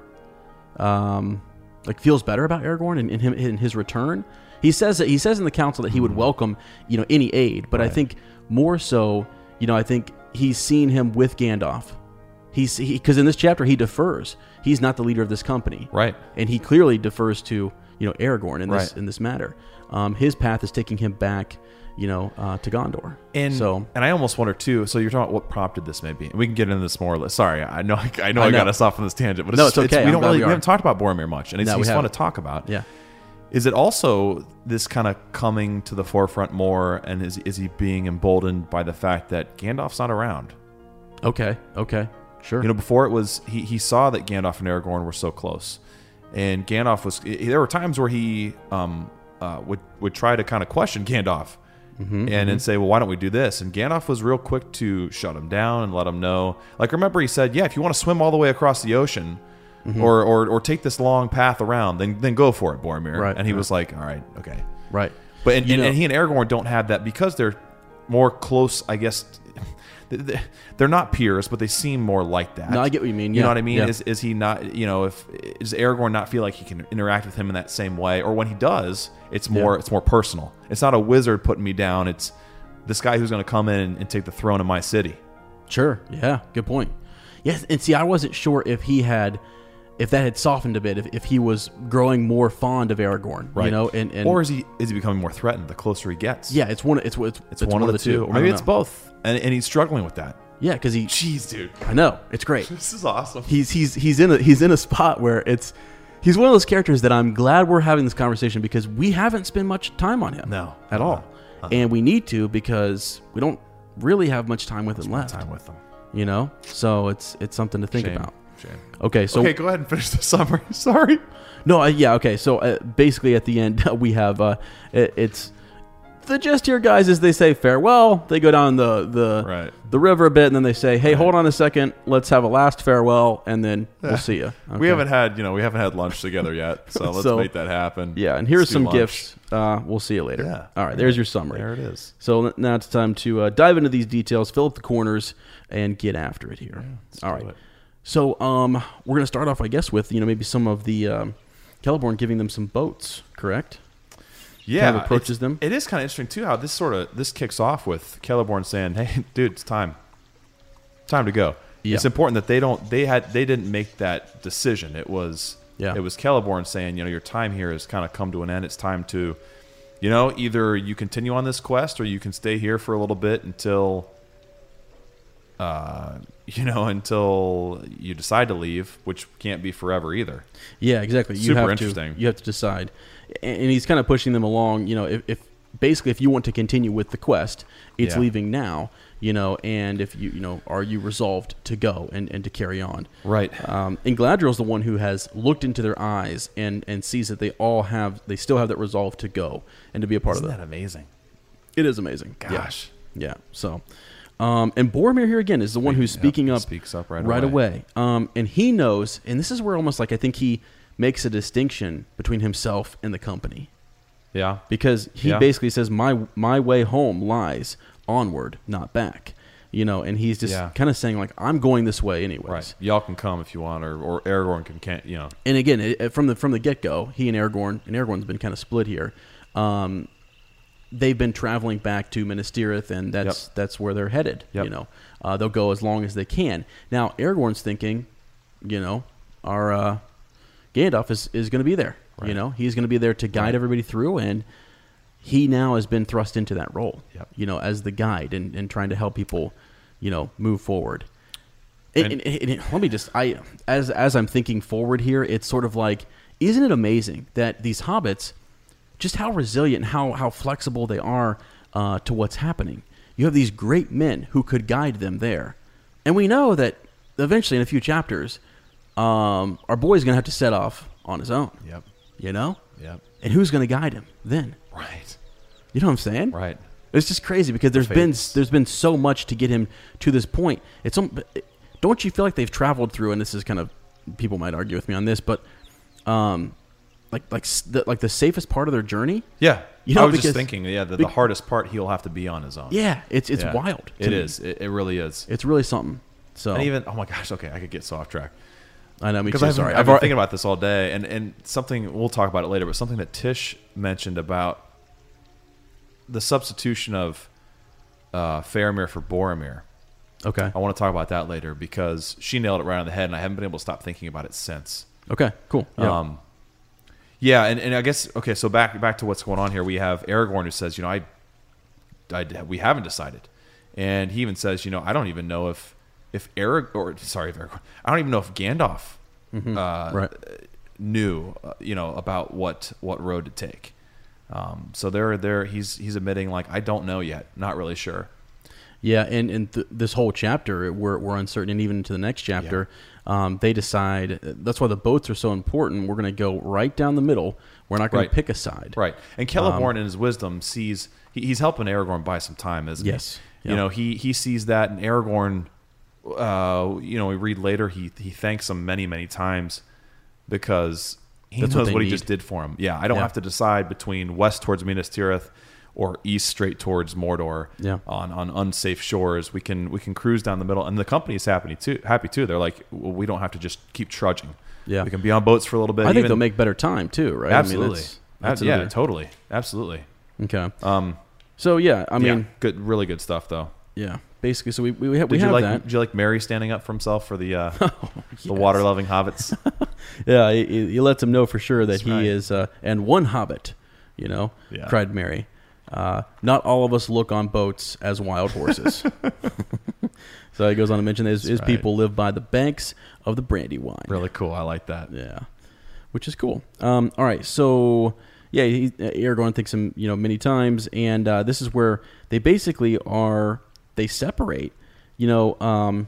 Speaker 1: um, like feels better about Aragorn and, and him in his return? He says that he says in the council that he
Speaker 2: Hmm.
Speaker 1: would welcome you know any aid, but I think more so, you know, I think he's seen him with Gandalf. He's because in this chapter he defers. He's not the leader of this company,
Speaker 2: Right.
Speaker 1: And he clearly defers to you know Aragorn in this
Speaker 2: Right.
Speaker 1: in this matter. Um, his path is taking him back, you know, uh, to Gondor.
Speaker 2: And
Speaker 1: so
Speaker 2: and I almost wonder too. So you're talking about what prompted this, maybe, and we can get into this more. Sorry, I know, I, know, I,
Speaker 1: I know.
Speaker 2: got us off on this tangent, but it's,
Speaker 1: No,
Speaker 2: just-
Speaker 1: it's okay.
Speaker 2: we
Speaker 1: I'm
Speaker 2: don't
Speaker 1: glad
Speaker 2: really
Speaker 1: we
Speaker 2: we
Speaker 1: are.
Speaker 2: haven't talked about Boromir much, and it's,
Speaker 1: No, we
Speaker 2: he's fun to
Speaker 1: haven't.
Speaker 2: talk about.
Speaker 1: yeah.
Speaker 2: Is it also this kind of coming to the forefront more, and is is he being emboldened by the fact that Gandalf's not around?
Speaker 1: Okay. Okay. Sure.
Speaker 2: You know, before it was he he saw that Gandalf and Aragorn were so close, and Gandalf was. i- There were times where he um uh, would would try to kind of question Gandalf,
Speaker 1: Mm-hmm,
Speaker 2: and then say, "Well, why don't we do this?" And Gandalf was real quick to shut him down and let him know. Like remember, he said, "Yeah, if you want to swim all the way across the ocean."
Speaker 1: Mm-hmm.
Speaker 2: Or, or, or take this long path around, then then go for it, Boromir.
Speaker 1: Right,
Speaker 2: and he
Speaker 1: right.
Speaker 2: was like, "All right, okay."
Speaker 1: right.
Speaker 2: But and,
Speaker 1: You
Speaker 2: and,
Speaker 1: know-
Speaker 2: and he and Aragorn don't have that because they're more close. I guess th- th- they're not peers, but they seem more like that.
Speaker 1: No, I get what you mean,
Speaker 2: You know
Speaker 1: yeah,
Speaker 2: what I mean?
Speaker 1: yeah.
Speaker 2: Is is he not? You know, if does Aragorn not feel like he can interact with him in that same way? Or when he does, it's more it's more personal. It's not a wizard putting me down. It's this guy who's going to come in and, and take the throne of my city.
Speaker 1: Sure. Yeah. Good point. Yes. And see, I wasn't sure if he had, if that had softened a bit, if, if he was growing more fond of Aragorn,
Speaker 2: Right.
Speaker 1: you know, and, and
Speaker 2: or is he is he becoming more threatened the closer he gets?
Speaker 1: yeah, it's one. It's it's,
Speaker 2: it's, one, of the two. Or
Speaker 1: I
Speaker 2: maybe
Speaker 1: don't
Speaker 2: it's
Speaker 1: know.
Speaker 2: both. And and he's struggling with that.
Speaker 1: Yeah, because he.
Speaker 2: Jeez, dude,
Speaker 1: I know it's great.
Speaker 2: this is awesome.
Speaker 1: He's he's he's in a he's in a spot where it's he's one of those characters that I'm glad we're having this conversation because we haven't spent much time on him.
Speaker 2: No.
Speaker 1: at all, and we need to because we don't really have much time with him left.
Speaker 2: Time with them.
Speaker 1: You know, so it's it's something to think
Speaker 2: Shame.
Speaker 1: about.
Speaker 2: Shame.
Speaker 1: Okay, so
Speaker 2: okay, go ahead and finish the summary. Sorry.
Speaker 1: No, uh, yeah, okay. So uh, basically, at the end, we have uh, it, it's the gist here, guys. Is they say farewell, they go down the the
Speaker 2: Right.
Speaker 1: the river a bit, and then they say, "Hey, hold on a second, let's have a last farewell, and then we'll see you."
Speaker 2: We haven't had you know we haven't had lunch together yet, so let's
Speaker 1: So-
Speaker 2: make that happen.
Speaker 1: Yeah, and
Speaker 2: Let's
Speaker 1: here's
Speaker 2: do
Speaker 1: some
Speaker 2: lunch.
Speaker 1: gifts. Uh, we'll see you later.
Speaker 2: Yeah.
Speaker 1: All right, there's your summary.
Speaker 2: There it is.
Speaker 1: So n- now it's time to uh, dive into these details, fill up the corners, and get after it here. All right.
Speaker 2: it.
Speaker 1: So um, we're gonna start off, I guess, with you know maybe some of the um, Celeborn giving them some boats, correct?
Speaker 2: Yeah,
Speaker 1: kind of approaches
Speaker 2: it's-
Speaker 1: them.
Speaker 2: It is kind of interesting too how this sort of this kicks off with Celeborn saying, "Hey, dude, it's time, time to go."
Speaker 1: Yeah.
Speaker 2: It's important that they don't they had they didn't make that decision. It was
Speaker 1: Yeah.
Speaker 2: it was Celeborn saying, "You know, your time here has kind of come to an end. It's time to, you know, either you continue on this quest or you can stay here for a little bit until." Uh, you know, until you decide to leave, which can't be forever either.
Speaker 1: Yeah, exactly. You
Speaker 2: Super
Speaker 1: have
Speaker 2: interesting.
Speaker 1: To, you have to decide, and, and he's kind of pushing them along. You know, if, if basically if you want to continue with the quest, it's
Speaker 2: Yeah.
Speaker 1: leaving now. You know, and if you you know, are you resolved to go and, and to carry on?
Speaker 2: Right.
Speaker 1: Um, and Galadriel's the one who has looked into their eyes and and sees that they all have they still have that resolve to go and to be a part of that.
Speaker 2: amazing?
Speaker 1: It is amazing. Yeah.
Speaker 2: Gosh.
Speaker 1: Yeah. So, um, and Boromir here again is the one who's
Speaker 2: Yep,
Speaker 1: speaking
Speaker 2: he
Speaker 1: up.
Speaker 2: speaks up right away.
Speaker 1: away. Um, and he knows, and this is where almost like I think he makes a distinction between himself and the company
Speaker 2: Yeah.
Speaker 1: because he
Speaker 2: Yeah.
Speaker 1: basically says my my way home lies onward, not back. You know, and he's just
Speaker 2: Yeah.
Speaker 1: kind of saying like I'm going this way anyways.
Speaker 2: Right. Y'all can come if you want, or, or Aragorn can, can't, you know.
Speaker 1: and again it, it- from the from the get go, he and Aragorn and Aragorn's been kind of split here. Um, they've been traveling back to Minas Tirith, and that's that's where they're headed.
Speaker 2: Yep.
Speaker 1: You know, uh, they'll go as long as they can. Now Aragorn's thinking, you know, our uh, Gandalf is is going to be there. You know, he's going to be there to guide everybody through and. He now has been thrust into that role,
Speaker 2: Yep.
Speaker 1: you know, as the guide and, and trying to help people, you know, move forward. And, and, and- and let me just I as as I'm thinking forward here, it's sort of like, isn't it amazing that these hobbits, just how resilient, how how flexible they are uh, to what's happening. You have these great men who could guide them there, and we know that eventually in a few chapters, uh, um, our boy's going to have to set off on his own.
Speaker 2: Yep.
Speaker 1: You know?
Speaker 2: Yep.
Speaker 1: And who's going to guide him then?
Speaker 2: Right.
Speaker 1: You know what I'm saying?
Speaker 2: Right.
Speaker 1: It's just crazy because there's been
Speaker 2: fates.
Speaker 1: there's been so much to get him to this point. It's um, don't you feel like they've traveled through? And this is kind of people might argue with me on this, but um, like like s- the, like the safest part of their journey.
Speaker 2: Yeah.
Speaker 1: You know,
Speaker 2: I was
Speaker 1: because-
Speaker 2: just thinking, yeah, the,
Speaker 1: be-
Speaker 2: the hardest part he'll have to be on his own.
Speaker 1: Yeah, it's it's
Speaker 2: Yeah.
Speaker 1: wild. to
Speaker 2: It
Speaker 1: me.
Speaker 2: is. It, it really is.
Speaker 1: It's really something. So
Speaker 2: And even oh my gosh, okay, I could get so off track.
Speaker 1: I know me too.
Speaker 2: Because I've,
Speaker 1: sorry,
Speaker 2: been, I've been
Speaker 1: already-
Speaker 2: thinking about this all day, and and something we'll talk about it later, but something that Tish mentioned about the substitution of uh, Faramir for Boromir.
Speaker 1: okay.
Speaker 2: I want to talk about that later because she nailed it right on the head, and I haven't been able to stop thinking about it since.
Speaker 1: Okay. Cool. Yeah.
Speaker 2: Um, yeah, and, and I guess okay. So back back to what's going on here. We have Aragorn who says, you know, I, I we haven't decided, and he even says, you know, I don't even know if if Arag or sorry, if Aragorn, I don't even know if Gandalf uh,
Speaker 1: right.
Speaker 2: knew, uh, you know, about what what road to take. Um, so there there he's he's admitting like I don't know yet, not really sure.
Speaker 1: Yeah, and and th- this whole chapter, we're we're uncertain, and even into the next chapter, um, they decide. That's why the boats are so important. We're going to go right down the middle. We're not going
Speaker 2: Right.
Speaker 1: to pick a side. Um,
Speaker 2: Right. And Celeborn, in his wisdom, sees he, he's helping Aragorn buy some time, isn't
Speaker 1: Yes.
Speaker 2: he?
Speaker 1: Yeah.
Speaker 2: You know, he he sees that, and Aragorn, uh, you know, we read later he he thanks him many many times because he
Speaker 1: That's what
Speaker 2: knows
Speaker 1: they
Speaker 2: what, he
Speaker 1: need.
Speaker 2: just did for him. Yeah, I don't
Speaker 1: Yeah.
Speaker 2: have to decide between west towards Minas Tirith or east straight towards Mordor.
Speaker 1: Yeah.
Speaker 2: On on unsafe shores, we can we can cruise down the middle, and the company is happy too. Happy too. They're like, well, we don't have to just keep trudging.
Speaker 1: Yeah.
Speaker 2: We can be on boats for a little bit.
Speaker 1: I think
Speaker 2: even-
Speaker 1: they'll make better time too, right? I mean,
Speaker 2: Absolutely.
Speaker 1: that's- that's
Speaker 2: Ab- yeah,
Speaker 1: another-
Speaker 2: totally. Absolutely.
Speaker 1: Okay.
Speaker 2: Um,
Speaker 1: So yeah, I mean,
Speaker 2: good, really good stuff though.
Speaker 1: yeah. Basically, so we we, we have, we
Speaker 2: Did you
Speaker 1: have
Speaker 2: like?
Speaker 1: that. Oh,
Speaker 2: Did you like Mary standing up for himself for the uh, the water loving hobbits?
Speaker 1: Yeah, he- he, he lets him know for sure that he
Speaker 2: right.
Speaker 1: is, uh, and one hobbit, you know,
Speaker 2: Yeah.
Speaker 1: cried Mary. Uh, not all of us look on boats as wild horses. so he goes on to mention his, his
Speaker 2: right.
Speaker 1: people live by the banks of the Brandywine.
Speaker 2: really cool. I like that.
Speaker 1: Yeah, which is cool. Um, all right, so yeah, he, uh, Aragorn thinks him, you know, many times, and uh, this is where they basically are. They separate, you know, um,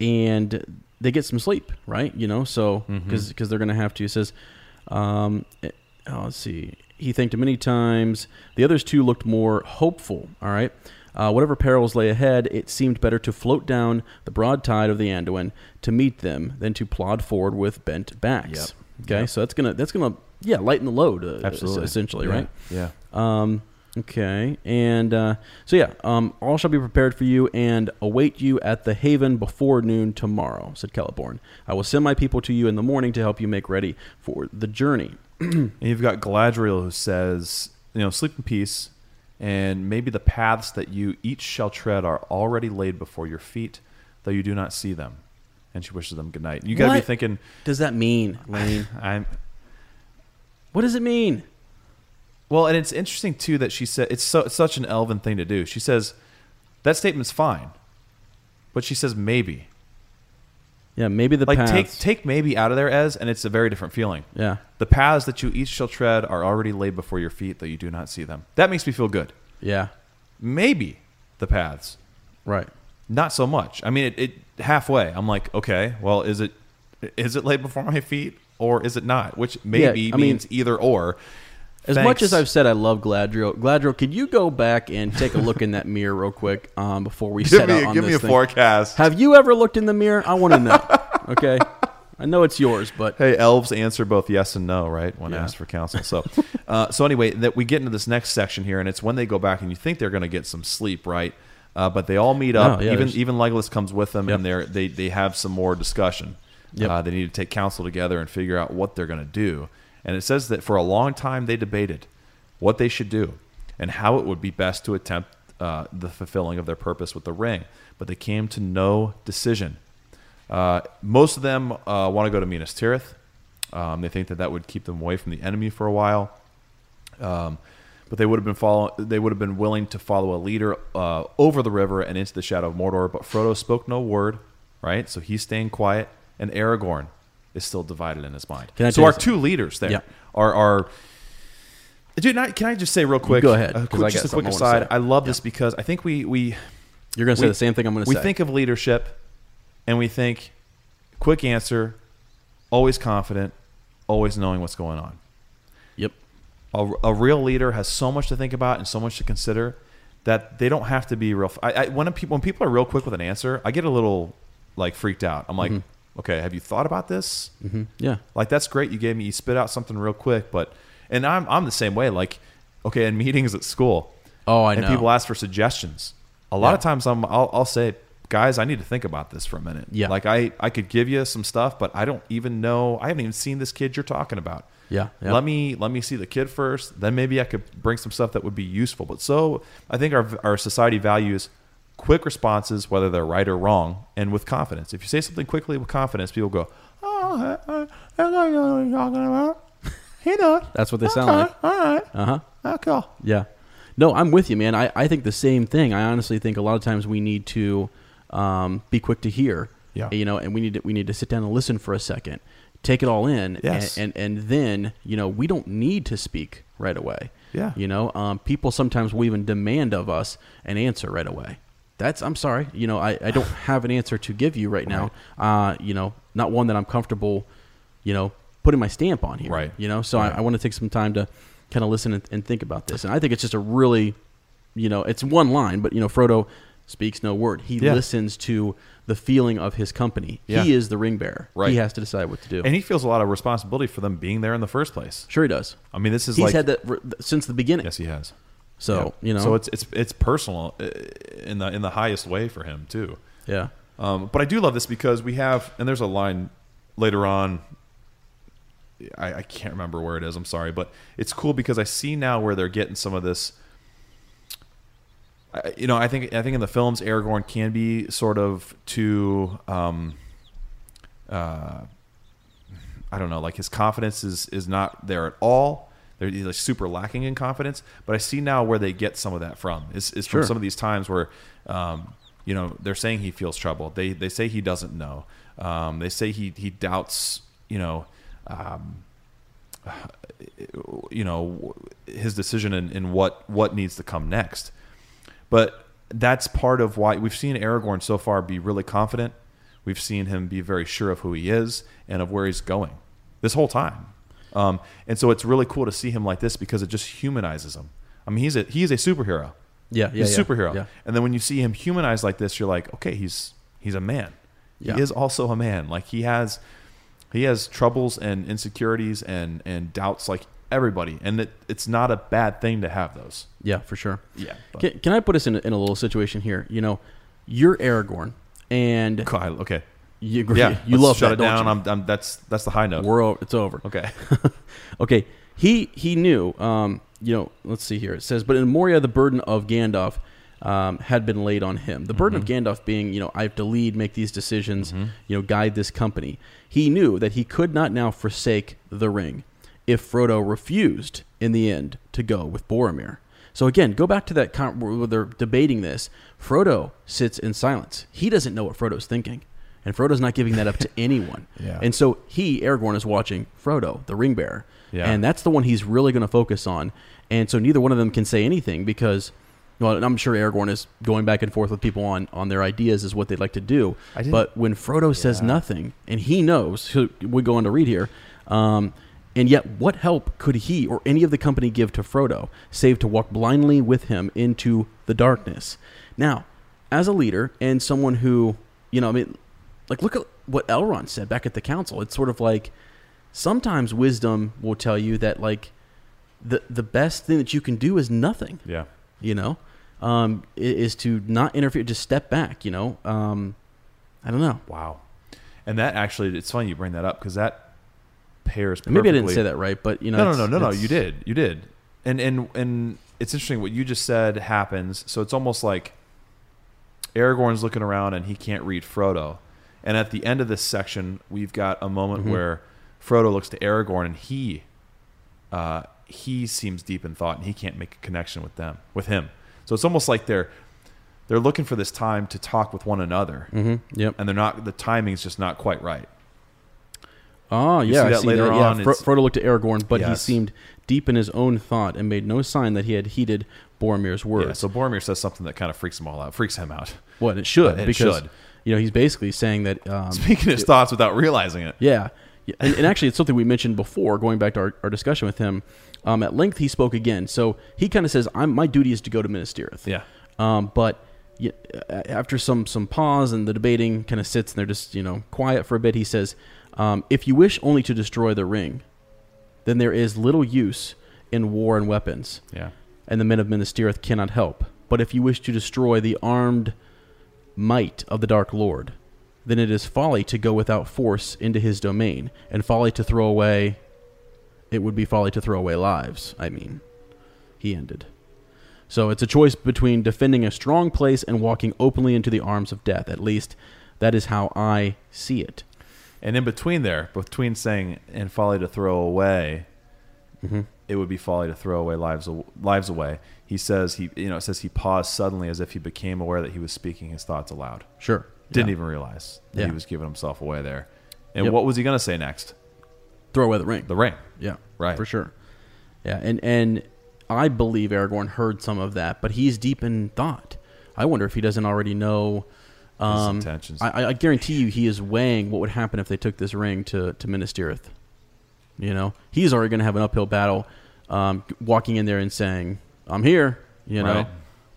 Speaker 1: and they get some sleep, right? You know, so because they're going to have to. He says, um, eh, oh, let's see. He thanked him many times. The others too looked more hopeful. All right. Uh, whatever perils lay ahead, it seemed better to float down the broad tide of the Anduin to meet them than to plod forward with bent backs. Okay, so that's gonna that's gonna yeah lighten the load uh,
Speaker 2: Absolutely.
Speaker 1: essentially
Speaker 2: Yeah.
Speaker 1: right.
Speaker 2: Yeah.
Speaker 1: Um, okay. And uh, so, yeah, um, all shall be prepared for you and await you at the haven before noon tomorrow, said Celeborn. I will send my people to you in the morning to help you make ready for the journey.
Speaker 2: And you've got Galadriel who says, you know, sleep in peace, and maybe the paths that you each shall tread are already laid before your feet, though you do not see them. And she wishes them good night. You got to be
Speaker 1: What?
Speaker 2: thinking,
Speaker 1: Does that mean, Lane?
Speaker 2: I'm
Speaker 1: what does it mean?
Speaker 2: Well, and it's interesting too that she said it's, so, it's such an elven thing to do. She says that statement's fine, but she says maybe.
Speaker 1: Yeah, maybe the
Speaker 2: Like
Speaker 1: paths.
Speaker 2: take take maybe out of there as, and it's a very different feeling.
Speaker 1: Yeah.
Speaker 2: The paths that you each shall tread are already laid before your feet, though you do not see them. That makes me feel good.
Speaker 1: yeah,
Speaker 2: Maybe the paths,
Speaker 1: right.
Speaker 2: not so much. I mean, it, it halfway. I'm like, okay, well, is it is it laid before my feet or is it not? Which maybe
Speaker 1: I mean-
Speaker 2: means either or.
Speaker 1: As much
Speaker 2: Thanks.
Speaker 1: as I've said I love Gladriel, Gladriel, could you go back and take a look in that mirror real quick um, before we
Speaker 2: give
Speaker 1: set out
Speaker 2: me a,
Speaker 1: on
Speaker 2: give
Speaker 1: this
Speaker 2: me a
Speaker 1: thing?
Speaker 2: forecast.
Speaker 1: Have you ever looked in the mirror? I want to know. Okay, I know it's yours, but
Speaker 2: Hey, elves answer both yes and no, right? When
Speaker 1: Yeah.
Speaker 2: asked for counsel. So, uh, so anyway, that we get into this next section here, and it's when they go back, and you think they're going to get some sleep, right? Uh, but they all meet up.
Speaker 1: No, Oh, yeah,
Speaker 2: even
Speaker 1: there's-
Speaker 2: even Legolas comes with them,
Speaker 1: Yep.
Speaker 2: and they they they have some more discussion.
Speaker 1: Yep.
Speaker 2: Uh, they need to take counsel together and figure out what they're going to do. And it says that for a long time they debated what they should do and how it would be best to attempt uh, the fulfilling of their purpose with the ring. But they came to no decision. Uh, most of them uh, want to go to Minas Tirith. Um, they think that that would keep them away from the enemy for a while. Um, but they would have been follow- They would have been willing to follow a leader uh, over the river and into the shadow of Mordor. But Frodo spoke no word, right? So he's staying quiet, and Aragorn is still divided in his mind.
Speaker 1: Can I
Speaker 2: so
Speaker 1: tell
Speaker 2: our
Speaker 1: you
Speaker 2: two leaders there
Speaker 1: Yeah.
Speaker 2: are are. Dude, not, can I just say real quick?
Speaker 1: Go ahead,
Speaker 2: uh,
Speaker 1: 'cause I
Speaker 2: quick, just
Speaker 1: got
Speaker 2: a quick
Speaker 1: something I wanna
Speaker 2: aside.
Speaker 1: say.
Speaker 2: I love this because I think we we
Speaker 1: you're going to say
Speaker 2: we-
Speaker 1: the same thing I'm going to
Speaker 2: we
Speaker 1: say.
Speaker 2: think of leadership and we think quick answer always confident, always knowing what's going on.
Speaker 1: Yep.
Speaker 2: a, a real leader has so much to think about and so much to consider that they don't have to be real. I, I, when, people, when people are real quick with an answer, I get a little like freaked out. I'm like, okay, have you thought about this? Mm-hmm.
Speaker 1: Mm-hmm. Yeah.
Speaker 2: Like that's great. You gave me you spit out something real quick, but and I'm I'm the same way. Like okay, in meetings at school,
Speaker 1: Oh, I
Speaker 2: and
Speaker 1: know.
Speaker 2: people ask for suggestions. A lot of times I'm I'll, I'll say, guys, I need to think about this for a minute.
Speaker 1: Yeah.
Speaker 2: Like I I could give you some stuff, but I don't even know. I haven't even seen this kid you're talking about.
Speaker 1: Yeah, yeah.
Speaker 2: Let me let me see the kid first. Then maybe I could bring some stuff that would be useful. But so I think our our society values quick responses, whether they're right or wrong, and with confidence. If you say something quickly with confidence, people go, "Oh, I, I, I know what you're talking about." He knows.
Speaker 1: That's what they sound
Speaker 2: Okay,
Speaker 1: like.
Speaker 2: All right.
Speaker 1: Uh huh.
Speaker 2: Okay.
Speaker 1: Yeah. No, I'm with you, man. I, I think the same thing. I honestly think a lot of times we need to um, be quick to hear.
Speaker 2: Yeah.
Speaker 1: You know, and we need to, we need to sit down and listen for a second, take it all in,
Speaker 2: Yes.
Speaker 1: and, and and then you know we don't need to speak right away.
Speaker 2: Yeah.
Speaker 1: You know, um, people sometimes will even demand of us an answer right away. That's I'm sorry. You know, I, I don't have an answer to give you right now. Uh, you know, not one that I'm comfortable. You know, putting my stamp on here.
Speaker 2: Right.
Speaker 1: You know, so I, I want to take some time to kind of listen and, and think about this. And I think it's just a really, you know, it's one line, but you know, Frodo speaks no word. He
Speaker 2: Yeah.
Speaker 1: listens to the feeling of his company.
Speaker 2: Yeah.
Speaker 1: He is the ring bearer.
Speaker 2: Right.
Speaker 1: He has to decide what to do.
Speaker 2: And he feels a lot of responsibility for them being there in the first place.
Speaker 1: sure, he does.
Speaker 2: I mean, this is
Speaker 1: He's
Speaker 2: like
Speaker 1: had that r- since the beginning.
Speaker 2: Yes, he has.
Speaker 1: So
Speaker 2: Yeah.
Speaker 1: you know.
Speaker 2: so it's it's it's personal uh, in the in the highest way for him too.
Speaker 1: yeah.
Speaker 2: Um, but I do love this because we have, and there's a line later on. I, I can't remember where it is. I'm sorry, but it's cool because I see now where they're getting some of this. I, you know, I think I think in the films, Aragorn can be sort of too. Um, uh, I don't know, like his confidence is is not there at all. They're, he's like super lacking in confidence. But I see now where they get some of that from. Is is from
Speaker 1: Sure.
Speaker 2: some of these times where, um, you know, they're saying he feels troubled. They they say he doesn't know. Um, they say he he doubts. You know, um, you know his decision in, in what what needs to come next but that's part of why we've seen aragorn so far be really confident we've seen him be very sure of who he is and of where he's going this whole time um, and so it's really cool to see him like this because it just humanizes him i mean he's a he's a superhero
Speaker 1: Yeah. Yeah.
Speaker 2: he's
Speaker 1: yeah,
Speaker 2: a superhero
Speaker 1: Yeah.
Speaker 2: and then when you see him humanized like this you're like okay he's he's a man
Speaker 1: Yeah.
Speaker 2: he is also a man like he has he has troubles and insecurities and and doubts like everybody and it, it's not a bad thing to have those
Speaker 1: Yeah, for sure.
Speaker 2: Yeah, but-
Speaker 1: Can, can I put us in a, in a little situation here? You know, you're Aragorn, and
Speaker 2: okay, okay.
Speaker 1: you
Speaker 2: yeah
Speaker 1: you
Speaker 2: let's
Speaker 1: love
Speaker 2: shut
Speaker 1: that,
Speaker 2: it down
Speaker 1: don't you?
Speaker 2: I'm, I'm that's that's the high note
Speaker 1: We're over. It's over.
Speaker 2: okay
Speaker 1: okay. He he knew. Um, you know, let's see here. It says, but in Moria, the burden of Gandalf um, had been laid on him. The burden
Speaker 2: Mm-hmm.
Speaker 1: of Gandalf being, you know, I have to lead, make these decisions, you know, guide this company. He knew that he could not now forsake the ring if Frodo refused in the end to go with Boromir. So again, go back to that con- where they're debating this. Frodo sits in silence. He doesn't know what Frodo's thinking, and Frodo's not giving that up to anyone.
Speaker 2: Yeah.
Speaker 1: And so he, Aragorn, is watching Frodo, the ring bearer.
Speaker 2: Yeah.
Speaker 1: And that's the one he's really going to focus on. And so neither one of them can say anything because, well, and I'm sure Aragorn is going back and forth with people on, on their ideas is what they'd like to do.
Speaker 2: I didn't-
Speaker 1: But when Frodo says nothing, and he knows, so we go on to read here, um, and yet what help could he or any of the company give to Frodo save to walk blindly with him into the darkness? Now, as a leader and someone who, you know, I mean, like look at what Elrond said back at the council. It's sort of like sometimes wisdom will tell you that like the the best thing that you can do is nothing.
Speaker 2: yeah
Speaker 1: You know, um, i- is to not interfere, just step back. You know, um, I don't know.
Speaker 2: wow and that actually it's funny you bring that up because that pairs
Speaker 1: Maybe I didn't
Speaker 2: perfectly-
Speaker 1: say that right, but you know,
Speaker 2: No, no, no,
Speaker 1: it's-
Speaker 2: no, no.
Speaker 1: it's-
Speaker 2: You did. You did. And and and it's interesting what you just said happens. So it's almost like Aragorn's looking around and he can't read Frodo. And at the end of this section, we've got a moment
Speaker 1: Mm-hmm.
Speaker 2: where Frodo looks to Aragorn and he uh, he seems deep in thought and he can't make a connection with them with him. So it's almost like they're they're looking for this time to talk with one another.
Speaker 1: Mm-hmm. Yep.
Speaker 2: And they're not the timing's just not quite right.
Speaker 1: Oh,
Speaker 2: You
Speaker 1: yeah.
Speaker 2: see
Speaker 1: I
Speaker 2: that
Speaker 1: see
Speaker 2: later
Speaker 1: that.
Speaker 2: on,
Speaker 1: Yeah, Fro-
Speaker 2: it's-
Speaker 1: Frodo looked at Aragorn, but he
Speaker 2: Yes.
Speaker 1: seemed deep in his own thought and made no sign that he had heeded Boromir's words.
Speaker 2: Yeah, so Boromir says something that kind of freaks them all out, freaks him out.
Speaker 1: what it should
Speaker 2: It
Speaker 1: because
Speaker 2: should.
Speaker 1: you know he's basically saying that um,
Speaker 2: Speaking his thoughts without realizing it.
Speaker 1: Yeah. Yeah, and, and actually, it's something we mentioned before, going back to our, our discussion with him. Um, at length, he spoke again. So he kind of says, I'm, My duty is to go to Ministereth.
Speaker 2: Yeah.
Speaker 1: Um, but y- a- after some, some pause and the debating kind of sits and they're just, you know, quiet for a bit, he says, um, If you wish only to destroy the ring, then there is little use in war and weapons,
Speaker 2: Yeah.
Speaker 1: and the men of Ministereth cannot help. But if you wish to destroy the armed might of the Dark Lord, then it is folly to go without force into his domain, and folly to throw away. It would be folly to throw away lives, I mean. He ended. So it's a choice between defending a strong place and walking openly into the arms of death. At least that is how I see it.
Speaker 2: And in between there, between saying and folly to throw away,
Speaker 1: Mm-hmm.
Speaker 2: it would be folly to throw away lives lives away. He says he you know it says he paused suddenly as if he became aware that he was speaking his thoughts aloud.
Speaker 1: Sure.
Speaker 2: Didn't even realize that he
Speaker 1: Yeah.
Speaker 2: was giving himself away there. And
Speaker 1: Yep.
Speaker 2: what was he going to say next?
Speaker 1: Throw away the ring.
Speaker 2: The ring.
Speaker 1: Yeah,
Speaker 2: Right.
Speaker 1: for sure. Yeah, and and I believe Aragorn heard some of that, but he's deep in thought. I wonder if he doesn't already know um,
Speaker 2: intentions.
Speaker 1: I, I- I guarantee you, he is weighing what would happen if they took this ring to to Minas Tirith. You know, he's already going to have an uphill battle, um, walking in there and saying, "I'm here," you know,
Speaker 2: Right.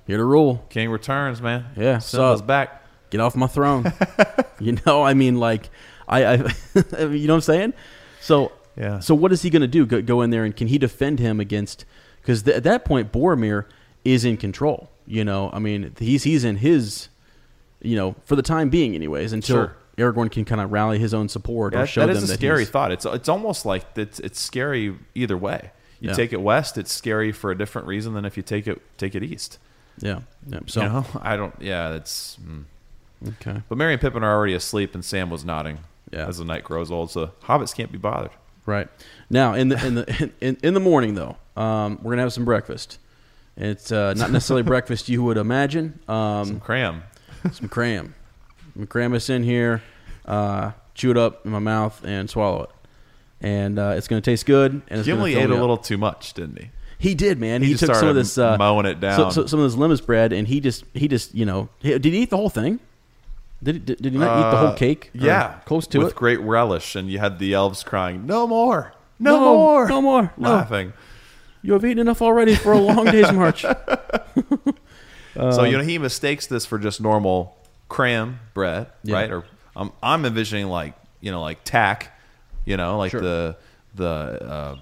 Speaker 1: here to rule.
Speaker 2: King returns, man.
Speaker 1: Yeah,
Speaker 2: Simba's
Speaker 1: sup?
Speaker 2: back.
Speaker 1: Get off my throne. you know, I mean, like, I, I you know what I'm saying? So,
Speaker 2: Yeah.
Speaker 1: So, what is he going to do? Go, go in there and can he defend him against? Because th- at that point, Boromir is in control. You know, I mean, he's he's in his, you know, for the time being, anyways, until
Speaker 2: Sure.
Speaker 1: Aragorn can kind of rally his own support or
Speaker 2: That-
Speaker 1: show
Speaker 2: that
Speaker 1: them
Speaker 2: is a
Speaker 1: that
Speaker 2: scary
Speaker 1: he's-
Speaker 2: thought. It's it's almost like it's it's scary either way. You
Speaker 1: Yeah.
Speaker 2: take it west, it's scary for a different reason than if you take it take it east.
Speaker 1: Yeah. yeah. So
Speaker 2: You know, I don't. Yeah, that's. mm.
Speaker 1: okay.
Speaker 2: But Mary and Pippin are already asleep, and Sam was nodding.
Speaker 1: Yeah.
Speaker 2: As the night grows old, so hobbits can't be bothered.
Speaker 1: Right now, in the in the in, in the morning though, um, we're gonna have some breakfast. It's uh, not necessarily breakfast you would imagine. Um,
Speaker 2: Cram.
Speaker 1: some cram, some cramus in here, uh, chew it up in my mouth and swallow it, and uh, it's gonna taste good. And it's gonna
Speaker 2: Gimli
Speaker 1: fill
Speaker 2: ate
Speaker 1: me
Speaker 2: a
Speaker 1: up.
Speaker 2: little too much, didn't he?
Speaker 1: He did, man.
Speaker 2: He
Speaker 1: He,
Speaker 2: just
Speaker 1: took some
Speaker 2: started
Speaker 1: of this uh,
Speaker 2: mowing it down.
Speaker 1: So, so- some of this lemons bread, and he just he just you know he- did he eat the whole thing? Did he, did, did he not eat the whole
Speaker 2: Uh,
Speaker 1: cake? Or
Speaker 2: Yeah,
Speaker 1: close to
Speaker 2: with
Speaker 1: it.
Speaker 2: great relish, and you had the elves crying, "No more, no,
Speaker 1: No,
Speaker 2: more,
Speaker 1: no more, no."
Speaker 2: laughing."
Speaker 1: You have eaten enough already for a long day's march. Uh,
Speaker 2: so you know he mistakes this for just normal cram bread,
Speaker 1: Yeah.
Speaker 2: right? Or um, I'm envisioning like you know like tack, you know like
Speaker 1: Sure.
Speaker 2: the the uh,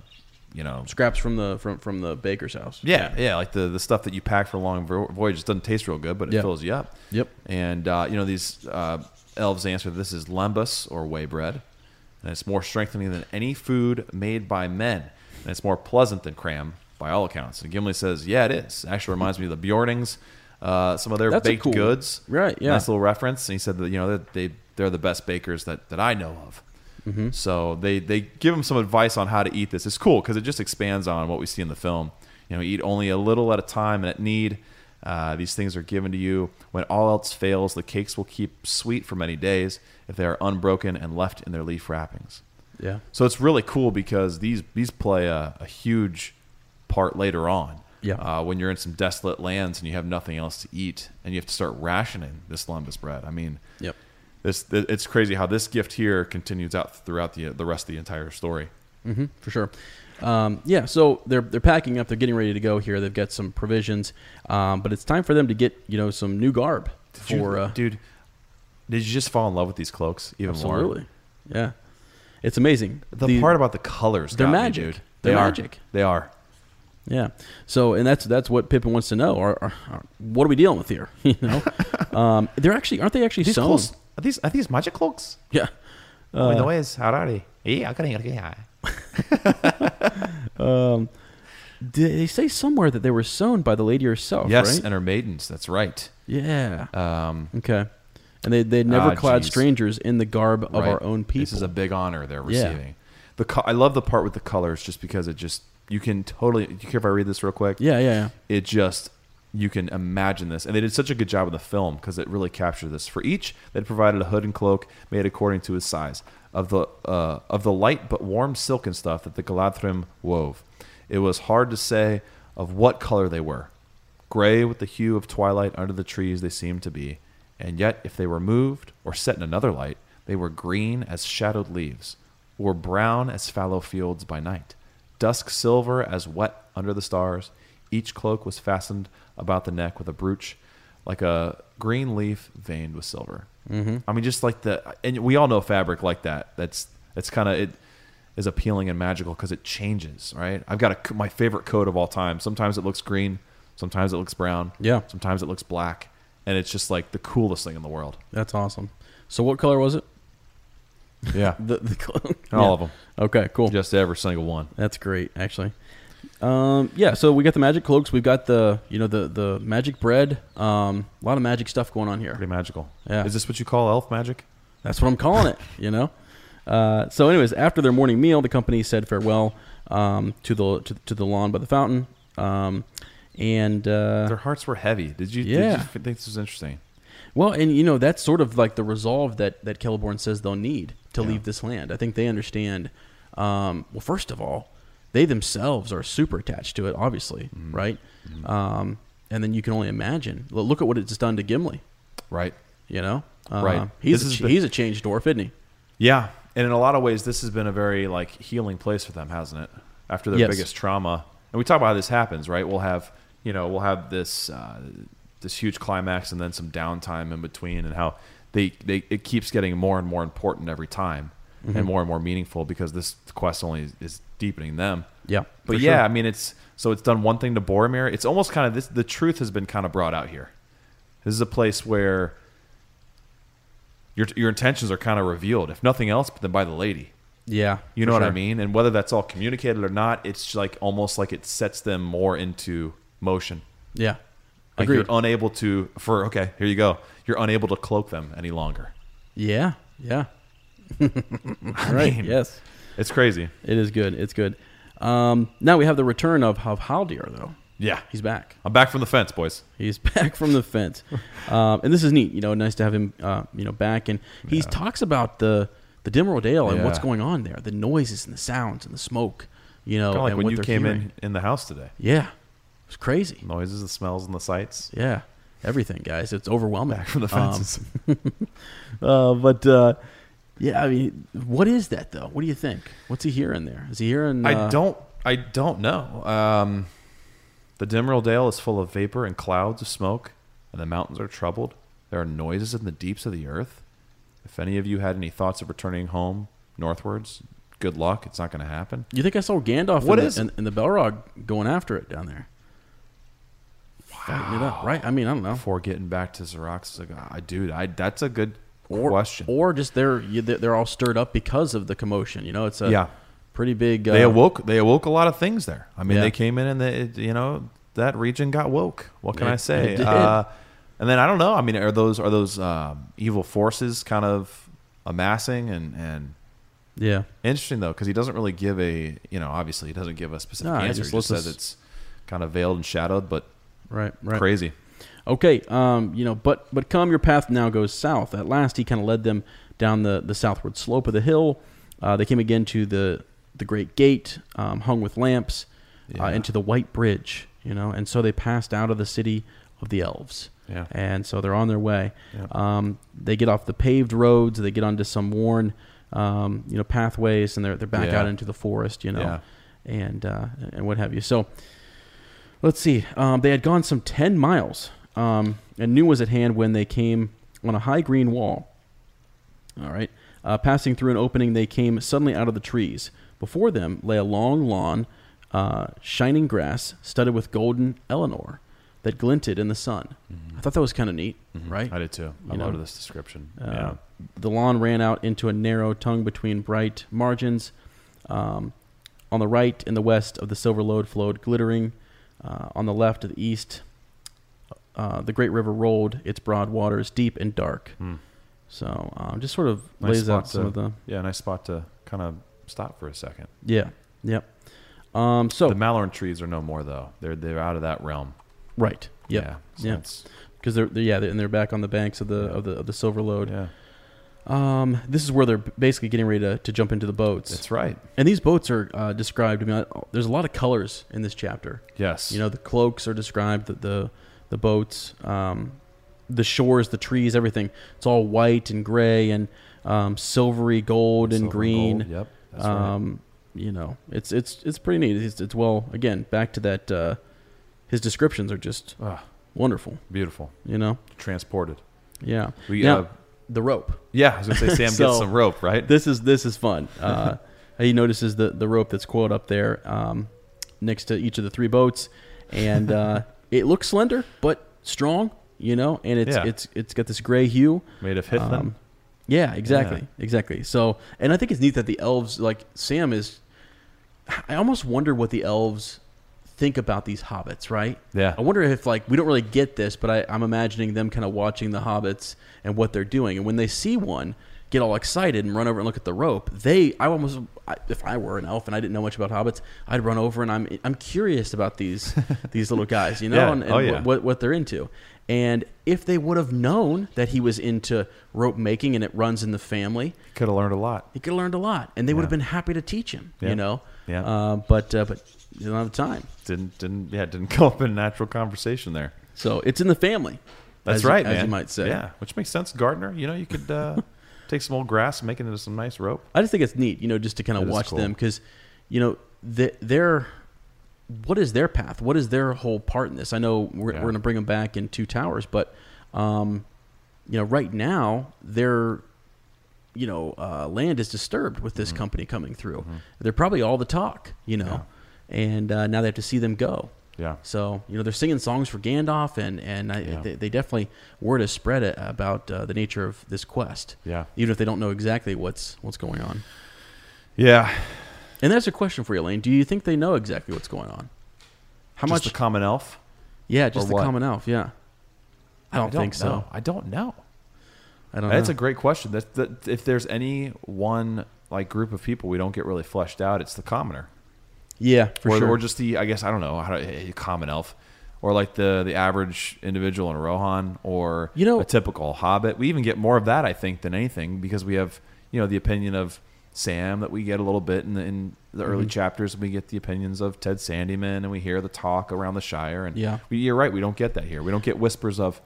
Speaker 2: you know
Speaker 1: Scraps from the from from the baker's house.
Speaker 2: yeah, yeah, like the, the stuff that you pack for long vo- voyages doesn't taste real good, but it
Speaker 1: Yeah.
Speaker 2: fills you up.
Speaker 1: Yep.
Speaker 2: And uh, you know these uh, elves answer this is lembus or whey bread, and it's more strengthening than any food made by men, and it's more pleasant than cram by all accounts. And Gimli says, yeah, it is. Actually, reminds me of the Bjornings, uh, some of their
Speaker 1: That's a
Speaker 2: baked
Speaker 1: cool-
Speaker 2: goods.
Speaker 1: Right, yeah.
Speaker 2: Nice little reference. And he said that you know that they they're the best bakers that that I know of. So they they give him some advice on how to eat this. It's cool because it just expands on what we see in the film. You know, eat only a little at a time and at need. Uh, these things are given to you when all else fails. The cakes will keep sweet for many days if they are unbroken and left in their leaf wrappings.
Speaker 1: yeah.
Speaker 2: So it's really cool because these these play a, a huge part later on.
Speaker 1: Yeah.
Speaker 2: Uh, when you're in some desolate lands and you have nothing else to eat, and you have to start rationing this lumbus bread. I mean,
Speaker 1: Yep.
Speaker 2: This th- it's crazy how this gift here continues out throughout the the rest of the entire story.
Speaker 1: for sure. Um, yeah, so they're they're packing up. They're getting ready to go here. They've got some provisions, um, but it's time for them to get you know some new garb
Speaker 2: Did you-
Speaker 1: for uh,
Speaker 2: dude, did you just fall in love with these cloaks even more?
Speaker 1: absolutely. Yeah, it's amazing.
Speaker 2: The, part about the colors,
Speaker 1: They're
Speaker 2: got me,
Speaker 1: magic.
Speaker 2: dude.
Speaker 1: They're
Speaker 2: They are.
Speaker 1: magic.
Speaker 2: They are.
Speaker 1: yeah. So and that's that's what Pippin wants to know. Are, are, are- what are we dealing with here? You know, um, they're actually aren't they actually
Speaker 2: These
Speaker 1: sewn?
Speaker 2: cloaks are these are these magic cloaks?
Speaker 1: Yeah.
Speaker 2: By
Speaker 1: Uh,
Speaker 2: the way, is Oh, how are they? Yeah, I couldn't yeah.
Speaker 1: Did Um, they say somewhere that they were sewn by the lady herself?
Speaker 2: Yes,
Speaker 1: Right?
Speaker 2: and her maidens. That's right.
Speaker 1: Oh, yeah.
Speaker 2: Um,
Speaker 1: okay. And they they never
Speaker 2: Ah,
Speaker 1: clad
Speaker 2: geez.
Speaker 1: strangers in the garb of
Speaker 2: right.
Speaker 1: our own people.
Speaker 2: This is a big honor they're
Speaker 1: Yeah.
Speaker 2: receiving. The co- I love the part with the colors just because it just you can totally. You care if I read this real quick?
Speaker 1: yeah, yeah, yeah.
Speaker 2: It just you can imagine this, and they did such a good job in the film because it really captured this. For each, they provided a hood and cloak made according to his size of the uh, of the light but warm silk and stuff that the Galadhrim wove. It was hard to say of what color they were. Gray with the hue of twilight under the trees they seemed to be, and yet if they were moved or set in another light, they were green as shadowed leaves, or brown as fallow fields by night, dusk silver as wet under the stars. Each cloak was fastened about the neck with a brooch, like a green leaf veined with silver. Mm-hmm. I mean, just like the, and we all know fabric like that. That's that's kind of it is appealing and magical because it changes, right? I've got a, my favorite coat of all time. Sometimes it looks green, sometimes it looks brown,
Speaker 1: Yeah.
Speaker 2: sometimes it looks black, and it's just like the coolest thing in the world.
Speaker 1: That's awesome. So what color was it?
Speaker 2: Yeah,
Speaker 1: The, the color?
Speaker 2: all of them,
Speaker 1: Okay, cool.
Speaker 2: just every single one.
Speaker 1: That's great, actually. Um, yeah, so we got the magic cloaks. We've got the you know the the magic bread. Um, a lot of magic stuff going on here.
Speaker 2: Pretty magical.
Speaker 1: Yeah.
Speaker 2: Is this what you call elf magic?
Speaker 1: That's what I'm calling it. You know. Uh, so, anyways, after their morning meal, the company said farewell um, to the to, to the lawn by the fountain, um, and uh,
Speaker 2: Their hearts were heavy. Did you?
Speaker 1: Yeah.
Speaker 2: Did you think this was interesting?
Speaker 1: Well, and you know that's sort of like the resolve that that Celeborn says they'll need to leave this land. I think they understand. Um, well, first of all, they themselves are super attached to it, obviously,
Speaker 2: Mm-hmm.
Speaker 1: right? Um, and then you can only imagine. Lo- Look at what it's done to Gimli.
Speaker 2: Right.
Speaker 1: You know, uh,
Speaker 2: Right.
Speaker 1: He's
Speaker 2: This
Speaker 1: a,
Speaker 2: has
Speaker 1: ch-
Speaker 2: been-
Speaker 1: he's a changed dwarf, isn't he?
Speaker 2: Yeah, and in a lot of ways, this has been a very like healing place for them, hasn't it? After their
Speaker 1: Yes.
Speaker 2: biggest trauma, and we talk about how this happens, right? We'll have you know we'll have this uh, this huge climax and then some downtime in between, and how they they it keeps getting more and more important every time,
Speaker 1: Mm-hmm.
Speaker 2: and more and more meaningful because this quest only is, is deepening them.
Speaker 1: Yeah,
Speaker 2: but
Speaker 1: for
Speaker 2: yeah,
Speaker 1: sure.
Speaker 2: I mean it's so it's done one thing to Boromir. It's almost kind of this. The truth has been kind of brought out here. This is a place where your your intentions are kind of revealed, if nothing else, but then by the lady.
Speaker 1: Yeah,
Speaker 2: You
Speaker 1: for
Speaker 2: know what I
Speaker 1: sure.
Speaker 2: mean? And whether that's all communicated or not, it's like almost like it sets them more into motion.
Speaker 1: Yeah,
Speaker 2: Like
Speaker 1: agreed.
Speaker 2: you're unable to for okay, here you go. You're unable to cloak them any longer.
Speaker 1: yeah, yeah. right. yes.
Speaker 2: It's crazy.
Speaker 1: It is good. It's good. Um, now we have the return of, of Haldir, though.
Speaker 2: Yeah.
Speaker 1: He's back.
Speaker 2: I'm back from the fence, boys.
Speaker 1: He's back from the fence, um, and this is neat. You know, nice to have him. Uh, you know, back and he talks about the the Dimmerald Ale and what's
Speaker 2: Yeah.
Speaker 1: going on there, the noises and the sounds and the smoke. You know,
Speaker 2: Kind of like
Speaker 1: and
Speaker 2: when
Speaker 1: what
Speaker 2: you
Speaker 1: they're
Speaker 2: came
Speaker 1: hearing.
Speaker 2: in in the house today.
Speaker 1: Yeah, it's crazy.
Speaker 2: Noises, the smells, and the sights.
Speaker 1: Yeah, everything, guys. It's overwhelming.
Speaker 2: Back from the
Speaker 1: Um,
Speaker 2: fences.
Speaker 1: uh, but uh, yeah, I mean, what is that though? What do you think? What's he hearing there? Is he hearing?
Speaker 2: I
Speaker 1: uh,
Speaker 2: don't I don't know. Um, the Dimmerald Dale is full of vapor and clouds of smoke, and the mountains are troubled. There are noises in the deeps of the earth. If any of you had any thoughts of returning home northwards, good luck. It's not going to happen.
Speaker 1: You think I saw Gandalf
Speaker 2: What
Speaker 1: in,
Speaker 2: is-
Speaker 1: the, in, in the Belrog going after it down there? Wow. right? I mean, I don't know.
Speaker 2: Before getting back to Xerox, like, I dude, I that's a good
Speaker 1: or,
Speaker 2: question.
Speaker 1: Or just they're you- they're they're all stirred up because of the commotion. You know, it's a
Speaker 2: Yeah.
Speaker 1: pretty big. Uh,
Speaker 2: they awoke. They awoke a lot of things there. I mean,
Speaker 1: Yeah.
Speaker 2: they came in and they, it- you know, that region got woke. What can
Speaker 1: It-
Speaker 2: I say?
Speaker 1: it did.
Speaker 2: Uh, and then I don't know. I mean, are those are those um, evil forces kind of amassing and and
Speaker 1: Yeah,
Speaker 2: interesting though because he doesn't really give a you know obviously he doesn't give a specific
Speaker 1: No, he
Speaker 2: answer.
Speaker 1: just
Speaker 2: he just
Speaker 1: lets
Speaker 2: says
Speaker 1: us-
Speaker 2: it's kind of veiled and shadowed, but
Speaker 1: right, right.
Speaker 2: crazy.
Speaker 1: Okay, um, you know, but but come, your path now goes south. At last, he kind of led them down the the southward slope of the hill. Uh, they came again to the the great gate, um, hung with lamps, uh, into the white bridge. You know, and so they passed out of the city of the elves.
Speaker 2: Yeah.
Speaker 1: and so they're on their way. Um, they get off the paved roads. They get onto some worn, um, you know, pathways, and they're they're back
Speaker 2: Yeah.
Speaker 1: out into the forest. You know,
Speaker 2: Yeah.
Speaker 1: and uh, and what have you. So. Let's see. Um, they had gone some 10 miles, um, and noon was at hand when they came on a high green wall. All right. Uh, passing through an opening, they came suddenly out of the trees. Before them lay a long lawn, uh, shining grass studded with golden Eleanor that glinted in the sun. I thought that was kind of neat, right?
Speaker 2: Mm-hmm. I did too. I
Speaker 1: You know?
Speaker 2: love this description.
Speaker 1: Uh,
Speaker 2: yeah.
Speaker 1: The lawn ran out into a narrow tongue between bright margins. Um, on the right and the west of the silver load flowed glittering. Uh, on the left of the east, uh, the great river rolled its broad waters deep and dark. So um, just sort of
Speaker 2: Hmm. Nice
Speaker 1: lays out
Speaker 2: spot
Speaker 1: some
Speaker 2: to-
Speaker 1: of the
Speaker 2: yeah, nice spot to kind of stop for a second.
Speaker 1: yeah yep. Um, so
Speaker 2: The Malorn trees are no more though. They're they're out of that realm.
Speaker 1: right yep.
Speaker 2: Yeah. so
Speaker 1: yeah
Speaker 2: it's-
Speaker 1: because they're, they're yeah they're, and they're back on the banks of the of the of the silver load.
Speaker 2: yeah.
Speaker 1: Um, this is where they're basically getting ready to, to jump into the boats.
Speaker 2: That's right.
Speaker 1: And these boats are uh, described. I mean, I- there's a lot of colors in this chapter.
Speaker 2: Yes.
Speaker 1: You know, the cloaks are described, the the, the boats, um, the shores, the trees, everything. It's all white and gray and um, silvery gold and
Speaker 2: Silver
Speaker 1: green.
Speaker 2: gold, yep.
Speaker 1: um, You know, it's it's it's pretty neat. It's, it's well again back to that. Uh, his descriptions are just
Speaker 2: Ah.
Speaker 1: wonderful.
Speaker 2: Beautiful.
Speaker 1: You know,
Speaker 2: Transported.
Speaker 1: yeah.
Speaker 2: We,
Speaker 1: now,
Speaker 2: uh,
Speaker 1: the rope.
Speaker 2: Yeah, I was gonna say Sam
Speaker 1: So-
Speaker 2: gets some rope, right?
Speaker 1: This is this is fun. Uh, he notices the the rope that's coiled up there um, next to each of the three boats, and uh, it looks slender but strong. You know, and it's
Speaker 2: Yeah.
Speaker 1: it's it's got this gray hue. Um,
Speaker 2: Made of Hithlin.
Speaker 1: Yeah, exactly, exactly. So, and I think it's neat that the elves, like Sam, is. I almost wonder what the elves think about these hobbits, right?
Speaker 2: Yeah.
Speaker 1: I wonder if like we don't really get this, but I, I'm imagining them kind of watching the hobbits and what they're doing, and when they see one get all excited and run over and look at the rope, they I almost I- if I were an elf and I didn't know much about hobbits, I'd run over and I'm I'm curious about these these little guys, you know,
Speaker 2: Yeah.
Speaker 1: and, and
Speaker 2: Oh,
Speaker 1: what-
Speaker 2: yeah.
Speaker 1: what, what they're into. And if they would have known that he was into rope making and it runs in the family,
Speaker 2: Could have learned a lot.
Speaker 1: he could have learned a lot, and they would have been happy to teach him.
Speaker 2: Yeah.
Speaker 1: You know,
Speaker 2: Yeah.
Speaker 1: Uh, but uh, but he didn't have time,
Speaker 2: Didn't didn't yeah didn't come up in natural conversation there.
Speaker 1: so it's in the family.
Speaker 2: That's
Speaker 1: as-
Speaker 2: right,
Speaker 1: as
Speaker 2: man.
Speaker 1: you might say.
Speaker 2: Yeah, which makes sense. Gardener, you know, you could uh, take some old grass and make it into some nice rope.
Speaker 1: I just think it's neat, you know, just to kind
Speaker 2: That
Speaker 1: of
Speaker 2: is
Speaker 1: watch
Speaker 2: cool.
Speaker 1: them because, you know, the, their what is their path? What is their whole part in this? I know we're,
Speaker 2: Yeah.
Speaker 1: we're going to bring them back in Two Towers, but, um, you know, right now their, you know, uh, land is disturbed with
Speaker 2: Mm-hmm.
Speaker 1: this company coming through. They're probably all the talk, you know, and uh, now they have to see them go.
Speaker 2: Yeah.
Speaker 1: So you know they're singing songs for Gandalf, and and I, they, they definitely word is spread a- about uh, the nature of this quest.
Speaker 2: Yeah.
Speaker 1: Even if they don't know exactly what's what's going on.
Speaker 2: Yeah,
Speaker 1: And that's a question for you, Elaine. Do you think they know exactly what's going on? How
Speaker 2: just
Speaker 1: much?
Speaker 2: the common elf?
Speaker 1: yeah, just
Speaker 2: or
Speaker 1: the
Speaker 2: what?
Speaker 1: common elf. Yeah. I don't, think
Speaker 2: know.
Speaker 1: so.
Speaker 2: Oh, I don't know.
Speaker 1: I don't.
Speaker 2: That's
Speaker 1: know.
Speaker 2: a great question. That, that if there's any one like group of people we don't get really fleshed out, it's the commoner,
Speaker 1: yeah, for
Speaker 2: or,
Speaker 1: sure.
Speaker 2: or just the I guess I don't know how to, a common elf, or like the the average individual in Rohan, or
Speaker 1: You know-
Speaker 2: a typical hobbit. We even get more of that I think than anything because we have you know the opinion of Sam that we get a little bit in the, in the
Speaker 1: Mm-hmm.
Speaker 2: early chapters, and we get the opinions of Ted Sandyman, and we hear the talk around the Shire, and
Speaker 1: Yeah.
Speaker 2: we, you're right. We don't get that here. We don't get whispers of.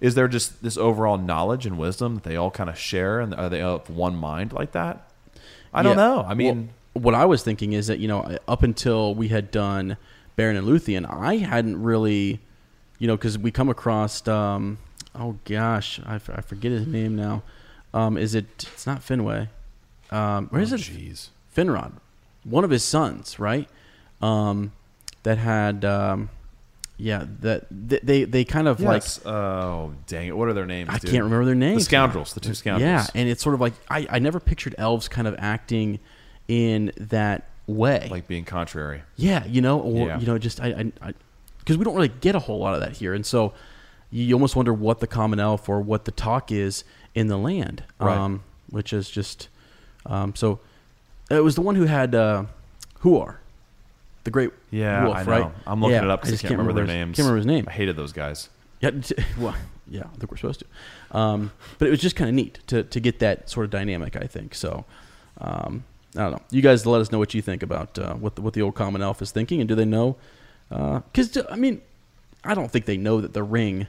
Speaker 2: Is there just this overall knowledge and wisdom that they all kind of share, and are they of one mind like that? I don't
Speaker 1: Yeah.
Speaker 2: know. I mean,
Speaker 1: Well, what I was thinking is that you know, up until we had done Baron and Luthien, I hadn't really, you know, because we come across, um, oh gosh, I, f- I forget his name now. Um, is it? It's not Finway. Um, where is it?
Speaker 2: jeez.
Speaker 1: Finrod, one of his sons, right? Um, that had, um, yeah, that th- they they kind of like
Speaker 2: Yes. oh dang it! What are their names?
Speaker 1: I
Speaker 2: dude?
Speaker 1: can't remember their names.
Speaker 2: The scoundrels, the two scoundrels.
Speaker 1: Yeah, and it's sort of like I, I never pictured elves kind of acting in that way.
Speaker 2: like being contrary.
Speaker 1: Yeah, you know, or
Speaker 2: Yeah.
Speaker 1: you know, just I, I, because we don't really get a whole lot of that here, and so you you almost wonder what the common elf or what the talk is in the land,
Speaker 2: Right.
Speaker 1: um, which is just, um, so it was the one who had uh, who are the great
Speaker 2: Yeah,
Speaker 1: wolf,
Speaker 2: I know.
Speaker 1: right?
Speaker 2: I'm looking
Speaker 1: Yeah,
Speaker 2: it up because I, can't, remember, their
Speaker 1: his-
Speaker 2: names.
Speaker 1: Can't remember his name.
Speaker 2: I hated those guys.
Speaker 1: Yeah, t- well, yeah, I think we're supposed to. Um, but it was just kind of neat to, to get that sort of dynamic, I think. So, um, I don't know. You guys let us know what you think about uh, what, the, what the old common elf is thinking, and do they know? Because, I mean, I don't think they know that the ring,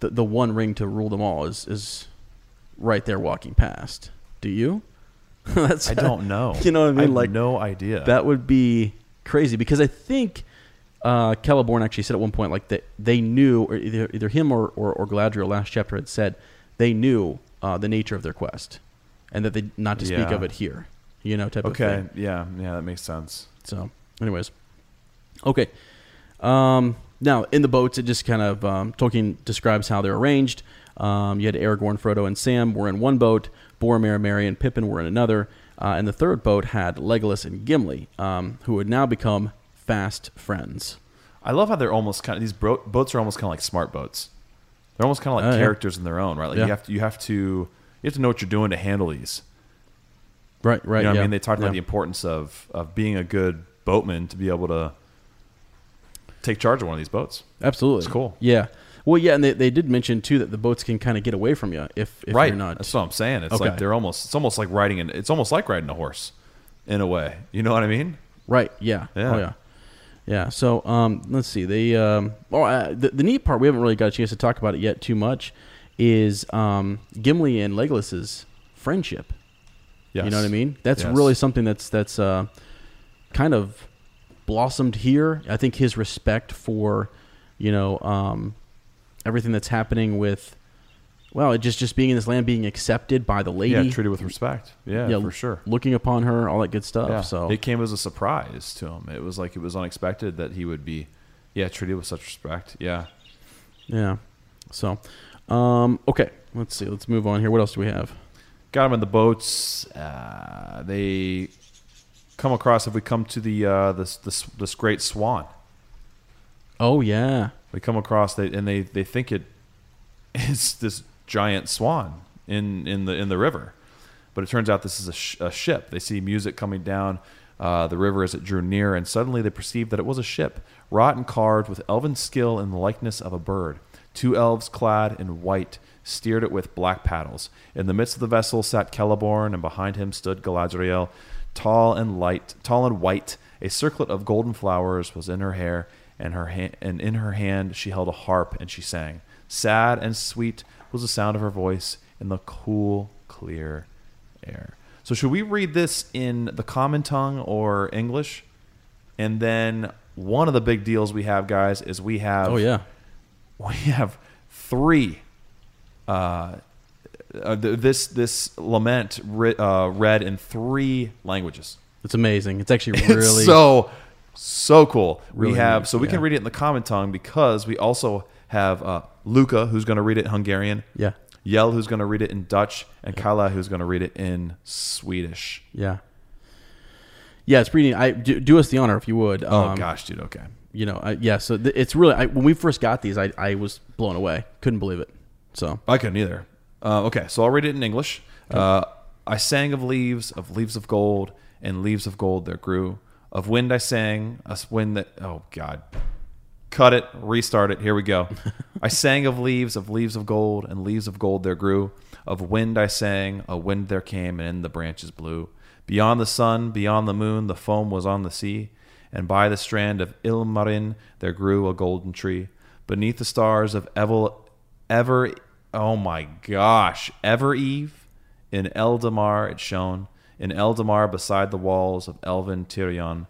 Speaker 1: the, the one ring to rule them all, is, is right there walking past. Do you? That's,
Speaker 2: I don't know.
Speaker 1: You know what I mean?
Speaker 2: have
Speaker 1: like,
Speaker 2: no idea.
Speaker 1: that would be crazy because I think uh, Celeborn actually said at one point like that they knew, or either, either him or, or or Galadriel last chapter had said they knew uh, the nature of their quest, and that they not to speak
Speaker 2: Yeah.
Speaker 1: of it here, you know, type of
Speaker 2: okay.
Speaker 1: thing.
Speaker 2: Yeah. Yeah. That makes sense.
Speaker 1: So, anyways, okay. Um, now in the boats, it just kind of um, Tolkien describes how they're arranged. Um, you had Aragorn, Frodo, and Sam were in one boat. Boromir, Merry, and Pippin were in another, uh, and the third boat had Legolas and Gimli, um, who would now become fast friends.
Speaker 2: I love how they're almost kind of these bro- boats are almost kind of like smart boats. They're almost kind of
Speaker 1: Oh,
Speaker 2: like
Speaker 1: yeah.
Speaker 2: characters in their own, right? Like
Speaker 1: Yeah.
Speaker 2: you have to, you have to you have to know what you're doing to handle these.
Speaker 1: Right, right.
Speaker 2: You know what
Speaker 1: yeah.
Speaker 2: I mean? They talked
Speaker 1: yeah.
Speaker 2: about the importance of of being a good boatman to be able to take charge of one of these boats.
Speaker 1: absolutely.
Speaker 2: It's cool.
Speaker 1: Yeah. Well, yeah, and they, they did mention too that the boats can kind of get away from you if, if
Speaker 2: right.
Speaker 1: you're not
Speaker 2: That's what I'm saying. It's
Speaker 1: Okay.
Speaker 2: like they're almost it's almost like riding an it's almost like riding a horse in a way. You know what I mean?
Speaker 1: Right. Yeah.
Speaker 2: Yeah.
Speaker 1: Oh, yeah. Yeah. So um, let's see. They um, oh, uh, the, the neat part we haven't really got a chance to talk about it yet too much is um, Gimli and Legolas's friendship. You
Speaker 2: Yes.
Speaker 1: know what I mean? That's
Speaker 2: Yes.
Speaker 1: really something that's that's uh, kind of blossomed here. I think his respect for you know um, everything that's happening with well, it just just being in this land, being accepted by the lady,
Speaker 2: Yeah, treated with respect. Yeah, for sure.
Speaker 1: looking upon her, all that good stuff.
Speaker 2: Yeah.
Speaker 1: So
Speaker 2: it came as a surprise to him. It was like it was unexpected that he would be, yeah, treated with such respect. Yeah,
Speaker 1: yeah, so um, okay, let's see, let's move on here. What else do we have?
Speaker 2: got him in the boats. Uh, they come across. If we come to the uh, this this this great swan,
Speaker 1: Oh yeah,
Speaker 2: we come across they, and they they think it is this giant swan in in the in the river, but it turns out this is a, sh- a ship. They see music coming down. Uh, the river as it drew near, and suddenly they perceived that it was a ship, wrought and carved with elven skill and the likeness of a bird. Two elves clad in white steered it with black paddles. In the midst of the vessel sat Celeborn, and behind him stood Galadriel, tall and light, tall and white. A circlet of golden flowers was in her hair, and her hand, and in her hand she held a harp, and she sang. Sad and sweet was the sound of her voice in the cool, clear air. So, should we read this in the common tongue or English? And then one of the big deals we have, guys, is we have
Speaker 1: oh yeah,
Speaker 2: we have three. Uh, uh, th- this this lament re- uh, read in three languages.
Speaker 1: it's amazing. It's actually
Speaker 2: It's
Speaker 1: really
Speaker 2: so so cool.
Speaker 1: Really
Speaker 2: we have
Speaker 1: neat,
Speaker 2: so we can
Speaker 1: yeah.
Speaker 2: read it in the common tongue because we also have uh, Luca who's going to read it in Hungarian.
Speaker 1: yeah
Speaker 2: Yell who's going to read it in Dutch and Kala who's going to read it in Swedish.
Speaker 1: yeah. Yeah, it's pretty. neat. I do, do us the honor if you would.
Speaker 2: Oh
Speaker 1: um,
Speaker 2: gosh, dude. Okay.
Speaker 1: you know, I, yeah. So th- it's really I, when we first got these, I, I was blown away. Couldn't believe it. So
Speaker 2: I couldn't either. Uh, okay, so I'll read it in English. Uh, I sang of leaves, of leaves of gold, and leaves of gold there grew. Of wind I sang, a s- wind that. Oh, God. Cut it, restart it. Here we go. I sang of leaves, of leaves of gold, and leaves of gold there grew. Of wind I sang, a wind there came, and in the branches blew. Beyond the sun, beyond the moon, the foam was on the sea. And by the strand of Ilmarin there grew a golden tree. Beneath the stars of Evel, ever oh my gosh ever eve in eldamar it shone in eldamar beside the walls of elven tyrion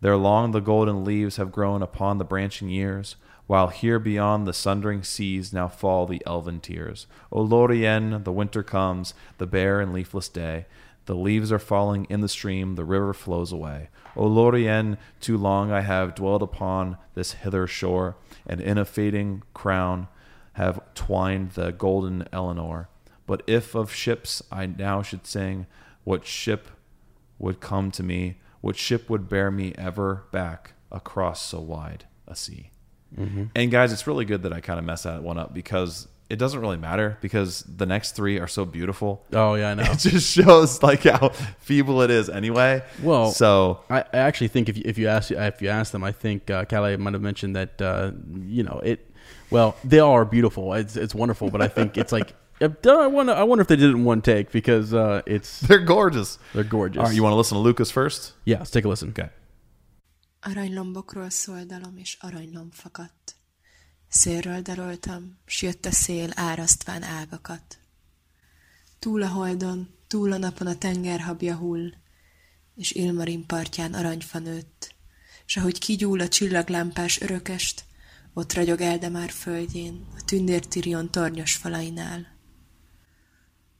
Speaker 2: there long the golden leaves have grown upon the branching years while here beyond the sundering seas now fall the elven tears o lorien the winter comes the bare and leafless day the leaves are falling in the stream, the river flows away. O Lorien, too long I have dwelled upon this hither shore, and in a fading crown have twined the golden Eleanor. But if of ships I now should sing, what ship would come to me? What ship would bear me ever back across so wide a sea?
Speaker 1: Mm-hmm.
Speaker 2: And guys, it's really good that I kind of messed that one up because it doesn't really matter because the next three are so beautiful
Speaker 1: oh yeah, I know.
Speaker 2: it just shows like how feeble it is anyway.
Speaker 1: Well,
Speaker 2: so
Speaker 1: I, I actually think if you, if you ask if you ask them, I think uh, Calais might have mentioned that uh, you know it. Well, they are beautiful. It's it's wonderful, but I think it's like I wonder I wonder if they did it in one take because uh, it's
Speaker 2: they're gorgeous.
Speaker 1: they're gorgeous.
Speaker 2: All right, you want to listen to Lucas first?
Speaker 1: yeah, let's take a listen.
Speaker 2: Okay.
Speaker 5: Aranylombokról szoldalam, és aranylomb fakadt. Szélről daroltam, s jött a szél árasztván ágakat. Túl a holdon, túl a napon a tenger habja hull, és Ilmarin partján aranyfa nőtt, s ahogy kigyúl a csillaglámpás örökest, ott ragyog Eldemár földjén, a tündértirion tornyos falainál.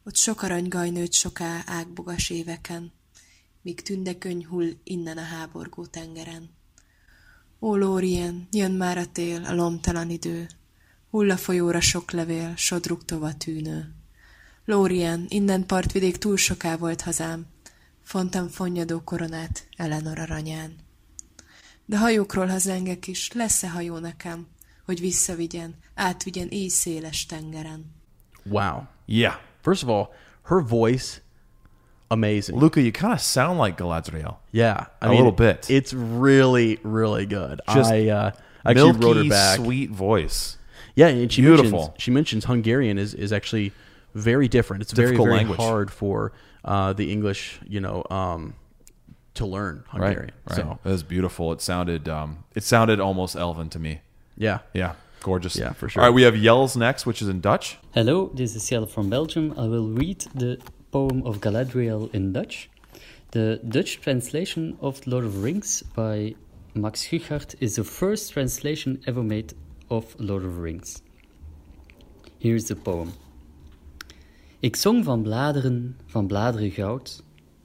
Speaker 5: Ott sok aranygaj nőtt soká ágbogas éveken, míg tündekönyv hull innen a háborgó tengeren. Ó, Lórien, jön már a tél, a lomtalan idő, hull a folyóra sok levél, sodruk tova tűnő. Lórien, innen partvidék túl soká volt hazám, fontam fonnyadó koronát Eleanor aranyán. De hajókról hazengek is, lesz-e hajó nekem, hogy visszavigyen, átvigyen éj széles tengeren.
Speaker 1: Wow.
Speaker 2: Yeah,
Speaker 1: First of all, her voice amazing.
Speaker 2: Luca, you kind of sound like Galadriel.
Speaker 1: Yeah, I
Speaker 2: A little bit.
Speaker 1: It's really really good.
Speaker 2: Just
Speaker 1: I uh, actually
Speaker 2: Milky,
Speaker 1: wrote her back.
Speaker 2: sweet voice.
Speaker 1: Yeah, and she
Speaker 2: Beautiful.
Speaker 1: mentions she mentions Hungarian is, is actually very different. It's very
Speaker 2: Difficult
Speaker 1: very
Speaker 2: language.
Speaker 1: hard for uh, the English, you know, um, to learn Hungarian.
Speaker 2: right.
Speaker 1: So
Speaker 2: it was beautiful. It sounded, um, it sounded almost Elven to me.
Speaker 1: yeah,
Speaker 2: Yeah, gorgeous.
Speaker 1: Yeah, for sure.
Speaker 2: All right, we have Yells next, which is in Dutch.
Speaker 6: Hello, this is Yel from Belgium. I will read the Poem of Galadriel in Dutch. The Dutch translation of Lord of the Rings by Max Guchard is the first translation ever made of Lord of the Rings. Here's the poem. Ik zong van bladeren, van bladeren goud,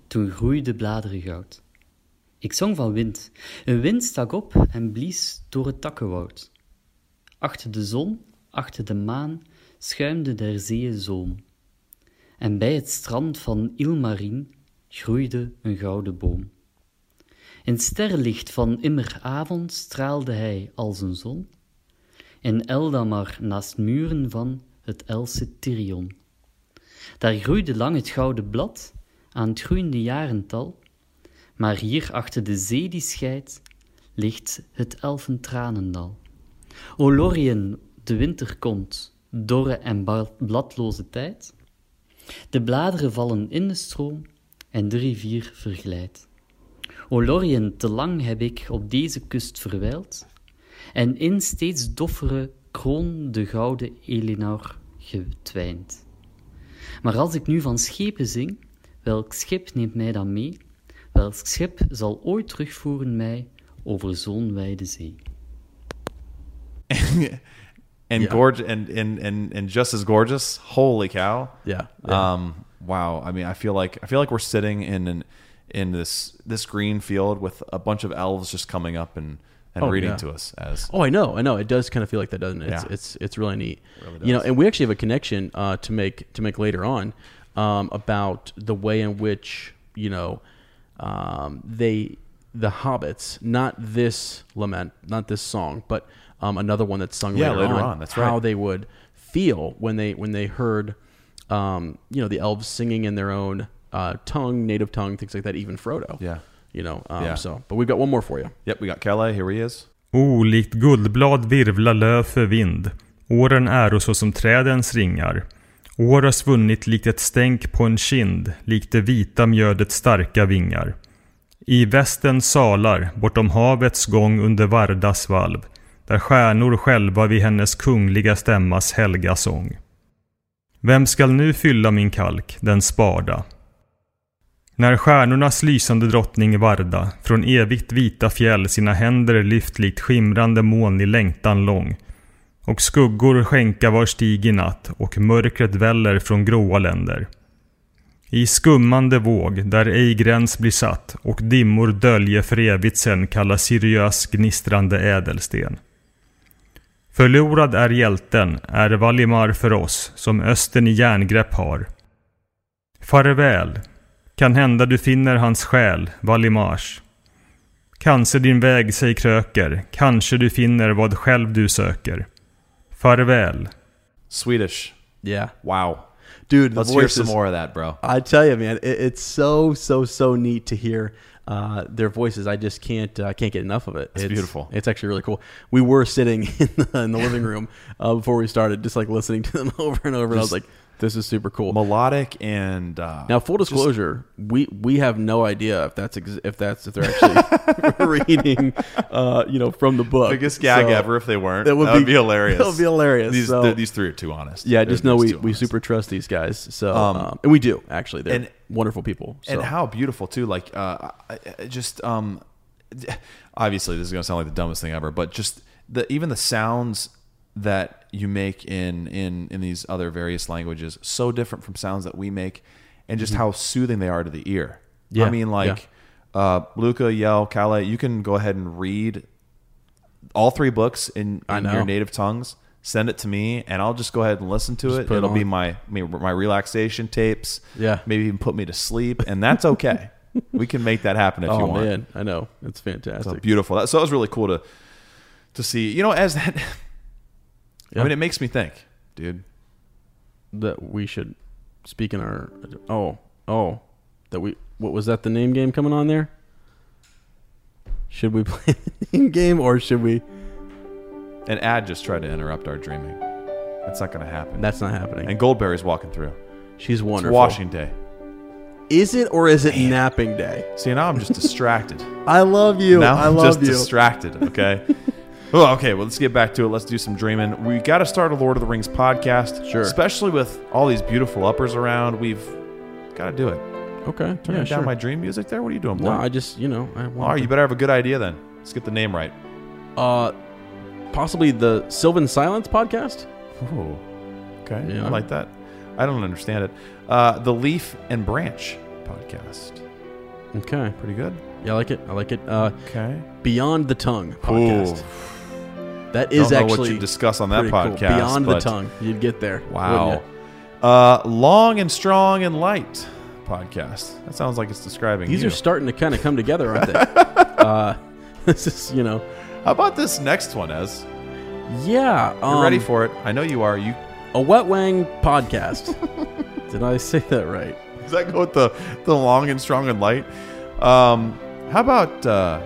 Speaker 6: toen groeide bladeren goud. Ik zong van wind, een wind stak op en blies door het takkenwoud. Achter de zon, achter de maan, schuimde der zeeën zoom. En bij het strand van Ilmarin groeide een gouden boom. In sterrenlicht van immeravond straalde hij als een zon. In Eldamar naast muren van het Else Tirion. Daar groeide lang het gouden blad aan het groeiende jarental. Maar hier achter de zee die scheidt, ligt het elfentranendal. O Lorien, de winter komt, dorre en ba- bladloze tijd. De bladeren vallen in de stroom en de rivier verglijdt. O Lorien, te lang heb ik op deze kust verwijld en in steeds doffere kroon de gouden Elinor getwijnd. Maar als ik nu van schepen zing, welk schip neemt mij dan mee? Welk schip zal ooit terugvoeren mij over zo'n wijde zee?
Speaker 2: and
Speaker 1: Yeah.
Speaker 2: gorgeous and, and and and just as gorgeous. Holy cow!
Speaker 1: Yeah,
Speaker 2: Um. Wow. I mean, I feel like I feel like we're sitting in an in this this green field with a bunch of elves just coming up and and
Speaker 1: Oh,
Speaker 2: reading
Speaker 1: yeah.
Speaker 2: to us as
Speaker 1: Oh, I know, I know. It does kind of feel like that, doesn't it? It's
Speaker 2: Yeah.
Speaker 1: it's, it's really neat. You know, and we actually have a connection uh, to make to make later on um, about the way in which you know um, they the hobbits, not this lament, not this song, but um, another one that's sung
Speaker 2: Yeah,
Speaker 1: later,
Speaker 2: later
Speaker 1: on.
Speaker 2: on, that's
Speaker 1: How
Speaker 2: right.
Speaker 1: they would feel when they when they heard um, you know the elves singing in their own uh, tongue, native tongue, things like that. Even Frodo.
Speaker 2: Yeah.
Speaker 1: You know. Um,
Speaker 2: Yeah.
Speaker 1: So, but we've got one more for you.
Speaker 2: Yep, we got Kelle. Here he is.
Speaker 7: Olikt guldblad virvlar löv för vind. Åren äro såsom trädens ringar. År har svunnit likt ett stänk på en kind, likt det vita mjödets starka vingar. I västens salar, bortom havets gång under Vardas valv, där stjärnor själva vid hennes kungliga stämmas helga sång. Vem skall nu fylla min kalk, den spada? När stjärnornas lysande drottning Varda från evigt vita fjäll sina händer lyft likt skimrande moln i längtan lång och skuggor skänka var stig i natt och mörkret väller från gråa länder. I skummande våg, där ej gräns blir satt och dimmor dölje för evigt sen kalla Sirius gnistrande ädelsten. Förlorad är hjälten, är Valimar för oss, som östen i järngrepp har. Farväl, kan hända du finner hans själ, Valimars. Kanske din väg sig kröker, kanske du finner vad själv du söker. Farväl.
Speaker 2: Swedish.
Speaker 1: Yeah.
Speaker 2: Wow.
Speaker 1: Dude, the
Speaker 2: Let's hear
Speaker 1: voice
Speaker 2: some
Speaker 1: is-
Speaker 2: more of that, bro.
Speaker 1: I tell you, man, it, it's so so so neat to hear uh, their voices. I just can't uh, can't get enough of it. It's,
Speaker 2: beautiful.
Speaker 1: It's actually really cool. We were sitting in the, in the living room uh, before we started, just like listening to them over and over. and I was like, this is super cool.
Speaker 2: Melodic and uh,
Speaker 1: now, full disclosure, we we have no idea if that's ex- if that's if they're actually reading, uh, you know, from the book.
Speaker 2: biggest gag
Speaker 1: So-
Speaker 2: ever. If they weren't,
Speaker 1: that
Speaker 2: that
Speaker 1: would
Speaker 2: would,
Speaker 1: be-
Speaker 2: be, hilarious.
Speaker 1: that would be hilarious,
Speaker 2: These
Speaker 1: so-
Speaker 2: th- these three are too honest.
Speaker 1: Yeah, just
Speaker 2: They're
Speaker 1: know we,
Speaker 2: just too
Speaker 1: we
Speaker 2: honest.
Speaker 1: super trust these guys. So, um,
Speaker 2: Um,
Speaker 1: and we do actually. They're
Speaker 2: and-
Speaker 1: wonderful people. So.
Speaker 2: and how beautiful too like uh I- I- just um obviously this is gonna sound like the dumbest thing ever but just the even the sounds that you make in in in these other various languages so different from sounds that we make and just how soothing they are to the ear
Speaker 1: Mm-hmm. Yeah,
Speaker 2: i mean like uh luca yell kale you can go ahead and read all three books in, in
Speaker 1: know.
Speaker 2: your native tongues send it to me and i'll just go ahead and listen to it
Speaker 1: put it
Speaker 2: it'll be
Speaker 1: on.
Speaker 2: my my my relaxation tapes
Speaker 1: Yeah.
Speaker 2: maybe even put me to sleep, and that's okay. we can make that happen if you
Speaker 1: oh
Speaker 2: want.
Speaker 1: man, I know it's
Speaker 2: So
Speaker 1: fantastic.
Speaker 2: beautiful. That, so that was really cool to to see. You know, as that,
Speaker 1: Yeah.
Speaker 2: I mean, it makes me think, dude.
Speaker 1: that we should speak in our oh oh that we what was that the name game coming on there should we play the name game or should we
Speaker 2: And Ad just tried to interrupt our dreaming. That's not going to happen.
Speaker 1: that's not happening
Speaker 2: and Goldberry's walking through.
Speaker 1: she's
Speaker 2: It's
Speaker 1: wonderful
Speaker 2: washing day.
Speaker 1: is it or is it napping day
Speaker 2: See, now I'm just distracted.
Speaker 1: i love you
Speaker 2: now
Speaker 1: i
Speaker 2: I'm
Speaker 1: love
Speaker 2: just
Speaker 1: you
Speaker 2: distracted. Okay. Oh, okay. Well, let's get back to it. Let's do some dreaming. We got to start a Lord of the Rings podcast,
Speaker 1: Sure.
Speaker 2: Especially with all these beautiful uppers around. We've Gotta do it.
Speaker 1: Okay.
Speaker 2: Turn
Speaker 1: yeah,
Speaker 2: down
Speaker 1: sure.
Speaker 2: my dream music there? What are you doing, boy?
Speaker 1: no, I just you know I want.
Speaker 2: All right, you better have a good idea then. Let's get the name right.
Speaker 1: Uh, possibly the Sylvan Silence podcast.
Speaker 2: Oh, okay.
Speaker 1: Yeah.
Speaker 2: I like that. I don't understand it. Uh, the Leaf and Branch podcast.
Speaker 1: Okay.
Speaker 2: Pretty good.
Speaker 1: Yeah, I like it. I like it. Uh,
Speaker 2: Okay.
Speaker 1: Beyond the Tongue podcast. That is
Speaker 2: Don't know
Speaker 1: actually
Speaker 2: what you discuss on that
Speaker 1: pretty cool.
Speaker 2: podcast.
Speaker 1: Beyond the
Speaker 2: but-
Speaker 1: Tongue, you'd get there.
Speaker 2: Wow.
Speaker 1: wouldn't ya?
Speaker 2: Uh, long and strong and light podcast. That sounds like it's describing
Speaker 1: These
Speaker 2: you.
Speaker 1: are starting to kind of come together, aren't they? uh, this is you know.
Speaker 2: How about this next one, Ez?
Speaker 1: Yeah.
Speaker 2: You're
Speaker 1: um,
Speaker 2: ready for it? I know you are. You
Speaker 1: a Wet Wang podcast? Did I say that right?
Speaker 2: does that go with the the long and strong and light? Um, how about uh,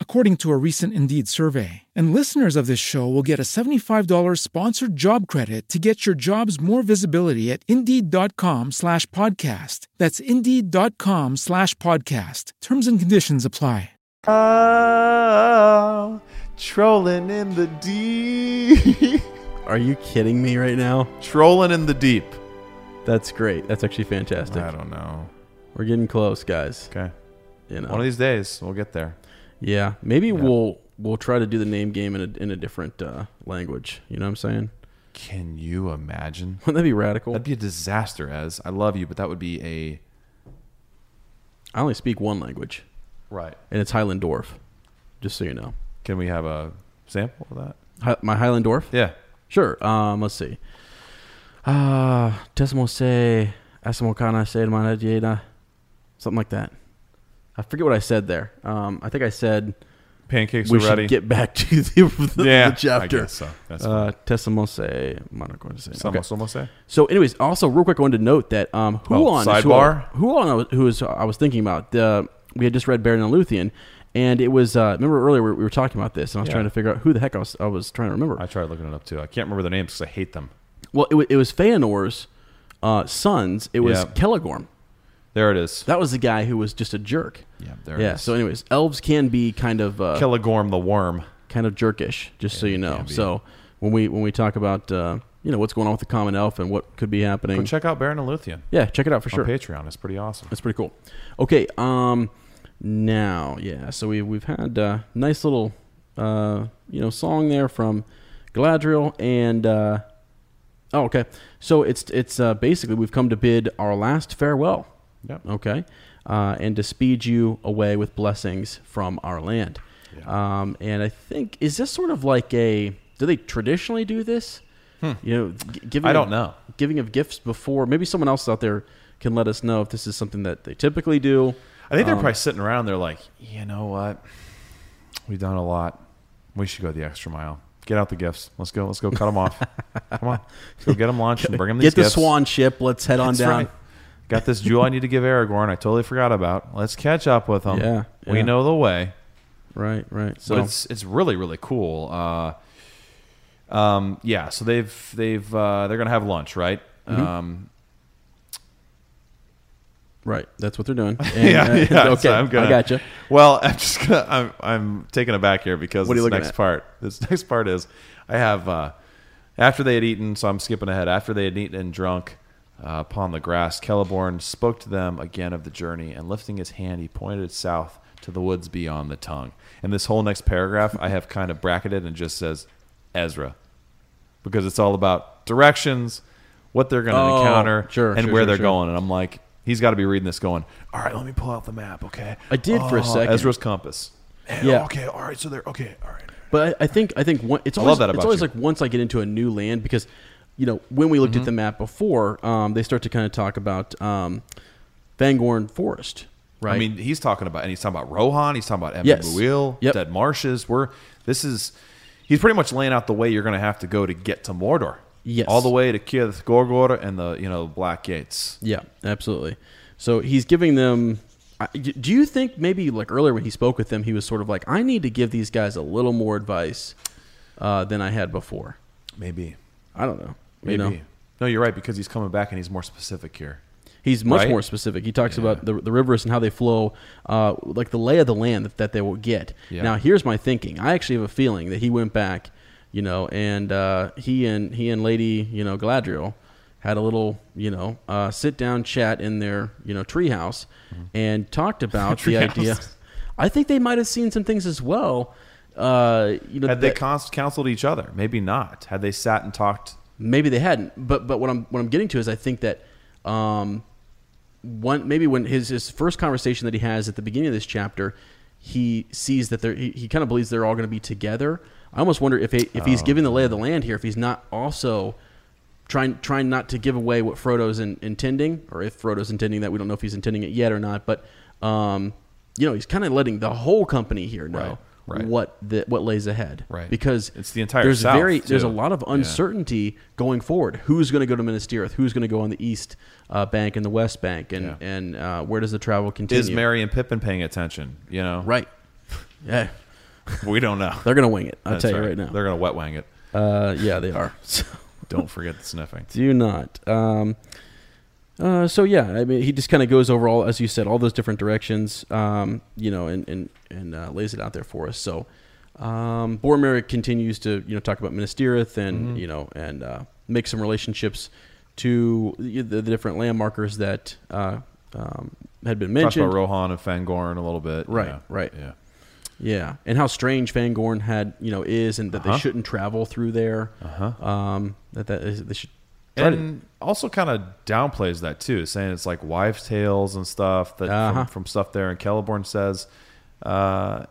Speaker 8: according to a recent Indeed survey. And listeners of this show will get a $75 sponsored job credit to get your jobs more visibility at Indeed.com slash podcast. That's Indeed.com slash podcast. Terms and conditions apply.
Speaker 2: Oh, trolling in the deep.
Speaker 1: Are you kidding me right now?
Speaker 2: trolling in the deep.
Speaker 1: That's great. That's actually fantastic.
Speaker 2: I don't know.
Speaker 1: We're getting close, guys.
Speaker 2: Okay.
Speaker 1: You know.
Speaker 2: One of these days, we'll get there.
Speaker 1: Yeah, maybe we'll we'll try to do the name game in a in a different uh, language. You know what I'm saying?
Speaker 2: Can you imagine?
Speaker 1: Wouldn't that be radical?
Speaker 2: That'd be a disaster, Ez. I love you, but that would be a.
Speaker 1: I only speak one language,
Speaker 2: Right.
Speaker 1: and it's Highland Dwarf. Just so you know,
Speaker 2: Can we have a sample of that?
Speaker 1: Hi, my Highland Dwarf.
Speaker 2: Yeah.
Speaker 1: Sure. Um, let's see. Ah, Tesmo se asamokana se manajeda, something like that. I forget what I said there. Um, I think I said
Speaker 2: Pancakes
Speaker 1: we
Speaker 2: are ready.
Speaker 1: should get back to the, the,
Speaker 2: yeah,
Speaker 1: the chapter.
Speaker 2: I guess so. That's uh,
Speaker 1: Uh, Tesmose Monocorn.
Speaker 2: some, some will say.
Speaker 1: So, anyways, also real quick, I wanted to note that um, who
Speaker 2: Oh,
Speaker 1: on
Speaker 2: sidebar?
Speaker 1: who on who, is I was thinking about. The, we had just read Baron and Luthien, and it was uh, remember earlier we, we were talking about this, and I was
Speaker 2: Yeah.
Speaker 1: trying to figure out who the heck I was I was trying to remember.
Speaker 2: I tried looking it up too. I can't remember their names because I hate them.
Speaker 1: well, it, wa- it was Feanor's uh, sons. It was
Speaker 2: Yeah.
Speaker 1: Kelligorm.
Speaker 2: There it is.
Speaker 1: That was the guy who was just a jerk.
Speaker 2: Yeah, there it
Speaker 1: yeah.
Speaker 2: is.
Speaker 1: So, anyways, elves can be kind of uh,
Speaker 2: Killigorm the worm.
Speaker 1: kind of jerkish, just so you know.
Speaker 2: can be.
Speaker 1: So when we when we talk about uh, you know what's going on with the common elf and what could be happening,
Speaker 2: Go check out Baron and Luthien
Speaker 1: yeah, check it out for
Speaker 2: on
Speaker 1: sure.
Speaker 2: Patreon. It's pretty awesome.
Speaker 1: That's pretty cool. Okay, um, now yeah, so we we've had uh, nice little uh, you know song there from Galadriel and uh, oh okay, so it's it's uh, basically we've come to bid our last farewell.
Speaker 2: Yep.
Speaker 1: Okay, uh, and to speed you away with blessings from our land. Um, and I think is this sort of like a do they traditionally do this? You know, g- giving
Speaker 2: Hmm. I don't
Speaker 1: of-
Speaker 2: know.
Speaker 1: giving of gifts before. Maybe someone else out there can let us know if this is something that they typically do. Um,
Speaker 2: I think they're probably sitting around. They're like, you know what? We've done a lot. We should go the extra mile. Get out the gifts. Let's go. Let's go. Cut them off. Come on. Let's go get them lunch and bring them these
Speaker 1: Get the
Speaker 2: gifts.
Speaker 1: swan ship. Let's head on
Speaker 2: That's
Speaker 1: down.
Speaker 2: right. Got this jewel I need to give Aragorn. I totally forgot about. Let's catch up with them.
Speaker 1: Yeah, yeah.
Speaker 2: We know the way.
Speaker 1: Right, right.
Speaker 2: So it's it's really really cool. Uh, um, yeah. So they've they've uh, they're gonna have lunch, right?
Speaker 1: Mm-hmm.
Speaker 2: Um,
Speaker 1: right. That's what they're doing.
Speaker 2: yeah,
Speaker 1: And, uh,
Speaker 2: yeah.
Speaker 1: okay,
Speaker 2: so I'm gonna,
Speaker 1: I gotcha.
Speaker 2: Well, I'm just gonna. I'm, I'm taken aback here because
Speaker 1: What are you
Speaker 2: this
Speaker 1: looking
Speaker 2: next
Speaker 1: at?
Speaker 2: part. This next part is I have uh, after they had eaten. So I'm skipping ahead. After they had eaten and drunk, Uh, upon the grass, Celeborn spoke to them again of the journey, and lifting his hand, he pointed south to the woods beyond the tongue. And this whole next paragraph I have kind of bracketed and just says Ezra, because it's all about directions, what they're going to
Speaker 1: Oh,
Speaker 2: encounter,
Speaker 1: sure,
Speaker 2: and
Speaker 1: sure,
Speaker 2: where
Speaker 1: sure,
Speaker 2: they're
Speaker 1: sure.
Speaker 2: going. And I'm like, he's got to be reading this, going, "All right, let me pull out the map." Okay,
Speaker 1: I did for a second.
Speaker 2: Oh, Ezra's compass.
Speaker 3: Man,
Speaker 1: Yeah.
Speaker 3: Okay. All right. So they're okay. All right.
Speaker 1: But I, I think I think one, it's
Speaker 2: I
Speaker 1: always,
Speaker 2: love that
Speaker 1: it's
Speaker 2: about
Speaker 1: always
Speaker 2: you. Mm-hmm.
Speaker 1: like once I get into a new land because you know when we looked at the map before um, they start to kind of talk about um, Fangorn Forest, right?
Speaker 2: I mean, he's talking about, and he's talking about Rohan. He's talking about Ebon
Speaker 1: Yes.
Speaker 2: Buil,
Speaker 1: Yep.
Speaker 2: Dead Marshes. We're this is he's pretty much laying out the way you're going to have to go to get to Mordor.
Speaker 1: Yes.
Speaker 2: all the way to Kirith Gorgor and the you know Black Gates.
Speaker 1: yeah, absolutely. So he's giving them. I- Do you think maybe like earlier when he spoke with them, he was sort of like, "I need to give these guys a little more advice uh, than I had before."
Speaker 2: Maybe,
Speaker 1: I don't know.
Speaker 2: maybe.
Speaker 1: You know?
Speaker 2: No, you're right because he's coming back and he's more specific here.
Speaker 1: He's much
Speaker 2: Right?
Speaker 1: more specific. He talks about the, the rivers and how they flow, uh, like the lay of the land that, that they will get.
Speaker 2: Yeah.
Speaker 1: Now, here's my thinking. I actually have a feeling that he went back, you know, and uh, he and he and Lady, you know, Galadriel had a little, you know, uh, sit down chat in their, you know, treehouse,
Speaker 2: Mm-hmm.
Speaker 1: and talked about the idea. I think they might have seen some things as well. Uh, you know,
Speaker 2: Had they
Speaker 1: that-
Speaker 2: cons- counseled each other? Maybe not. Had they sat and talked?
Speaker 1: maybe they hadn't. But but what I'm what I'm getting to is I think that um, one maybe when his his first conversation that he has at the beginning of this chapter, he sees that they're he, he kind of believes they're all going to be together. I almost wonder if he, if
Speaker 2: Oh.
Speaker 1: he's giving the lay of the land here, if he's not also trying trying not to give away what Frodo's in, intending, or if Frodo's intending that we don't know if he's intending it yet or not. But um, you know, he's kind of letting the whole company here know.
Speaker 2: right.
Speaker 1: What the, what lays ahead?
Speaker 2: Right.
Speaker 1: because
Speaker 2: It's the entire
Speaker 1: There's
Speaker 2: South,
Speaker 1: very there's a
Speaker 2: too.
Speaker 1: lot of
Speaker 2: Yeah.
Speaker 1: uncertainty going forward. Who's going to go to Minas Tirith? Who's going to go on the east uh, bank and the west bank? And
Speaker 2: Yeah.
Speaker 1: and uh, where does the travel continue?
Speaker 2: Is Mary and Pippin paying attention? You know,
Speaker 1: right? Yeah,
Speaker 2: We don't know.
Speaker 1: they're going to wing it. I'll
Speaker 2: That's
Speaker 1: tell you right, now.
Speaker 2: They're going to wet wang it.
Speaker 1: Uh, yeah, they are. So
Speaker 2: Don't forget the sniffing.
Speaker 1: do not. Um, uh, so yeah, I mean, he just kind of goes over all, as you said, all those different directions, um, you know, and and and uh, lays it out there for us. So um, Boromir continues to you know talk about Minas Tirith and
Speaker 2: Mm-hmm.
Speaker 1: you know and uh, make some relationships to the, the different landmarkers that uh, um, had been
Speaker 2: Talked
Speaker 1: mentioned.
Speaker 2: about Rohan and Fangorn a little bit.
Speaker 1: Right,
Speaker 2: Yeah.
Speaker 1: right.
Speaker 2: Yeah.
Speaker 1: Yeah, and how strange Fangorn had you know is, and that
Speaker 2: Uh-huh.
Speaker 1: they shouldn't travel through there. Uh-huh. Um, that that is, they should. try to-
Speaker 2: and also kind of downplays that too, saying it's like wives' tales and stuff that
Speaker 1: Uh-huh.
Speaker 2: from, from stuff there. And Celeborn says, uh,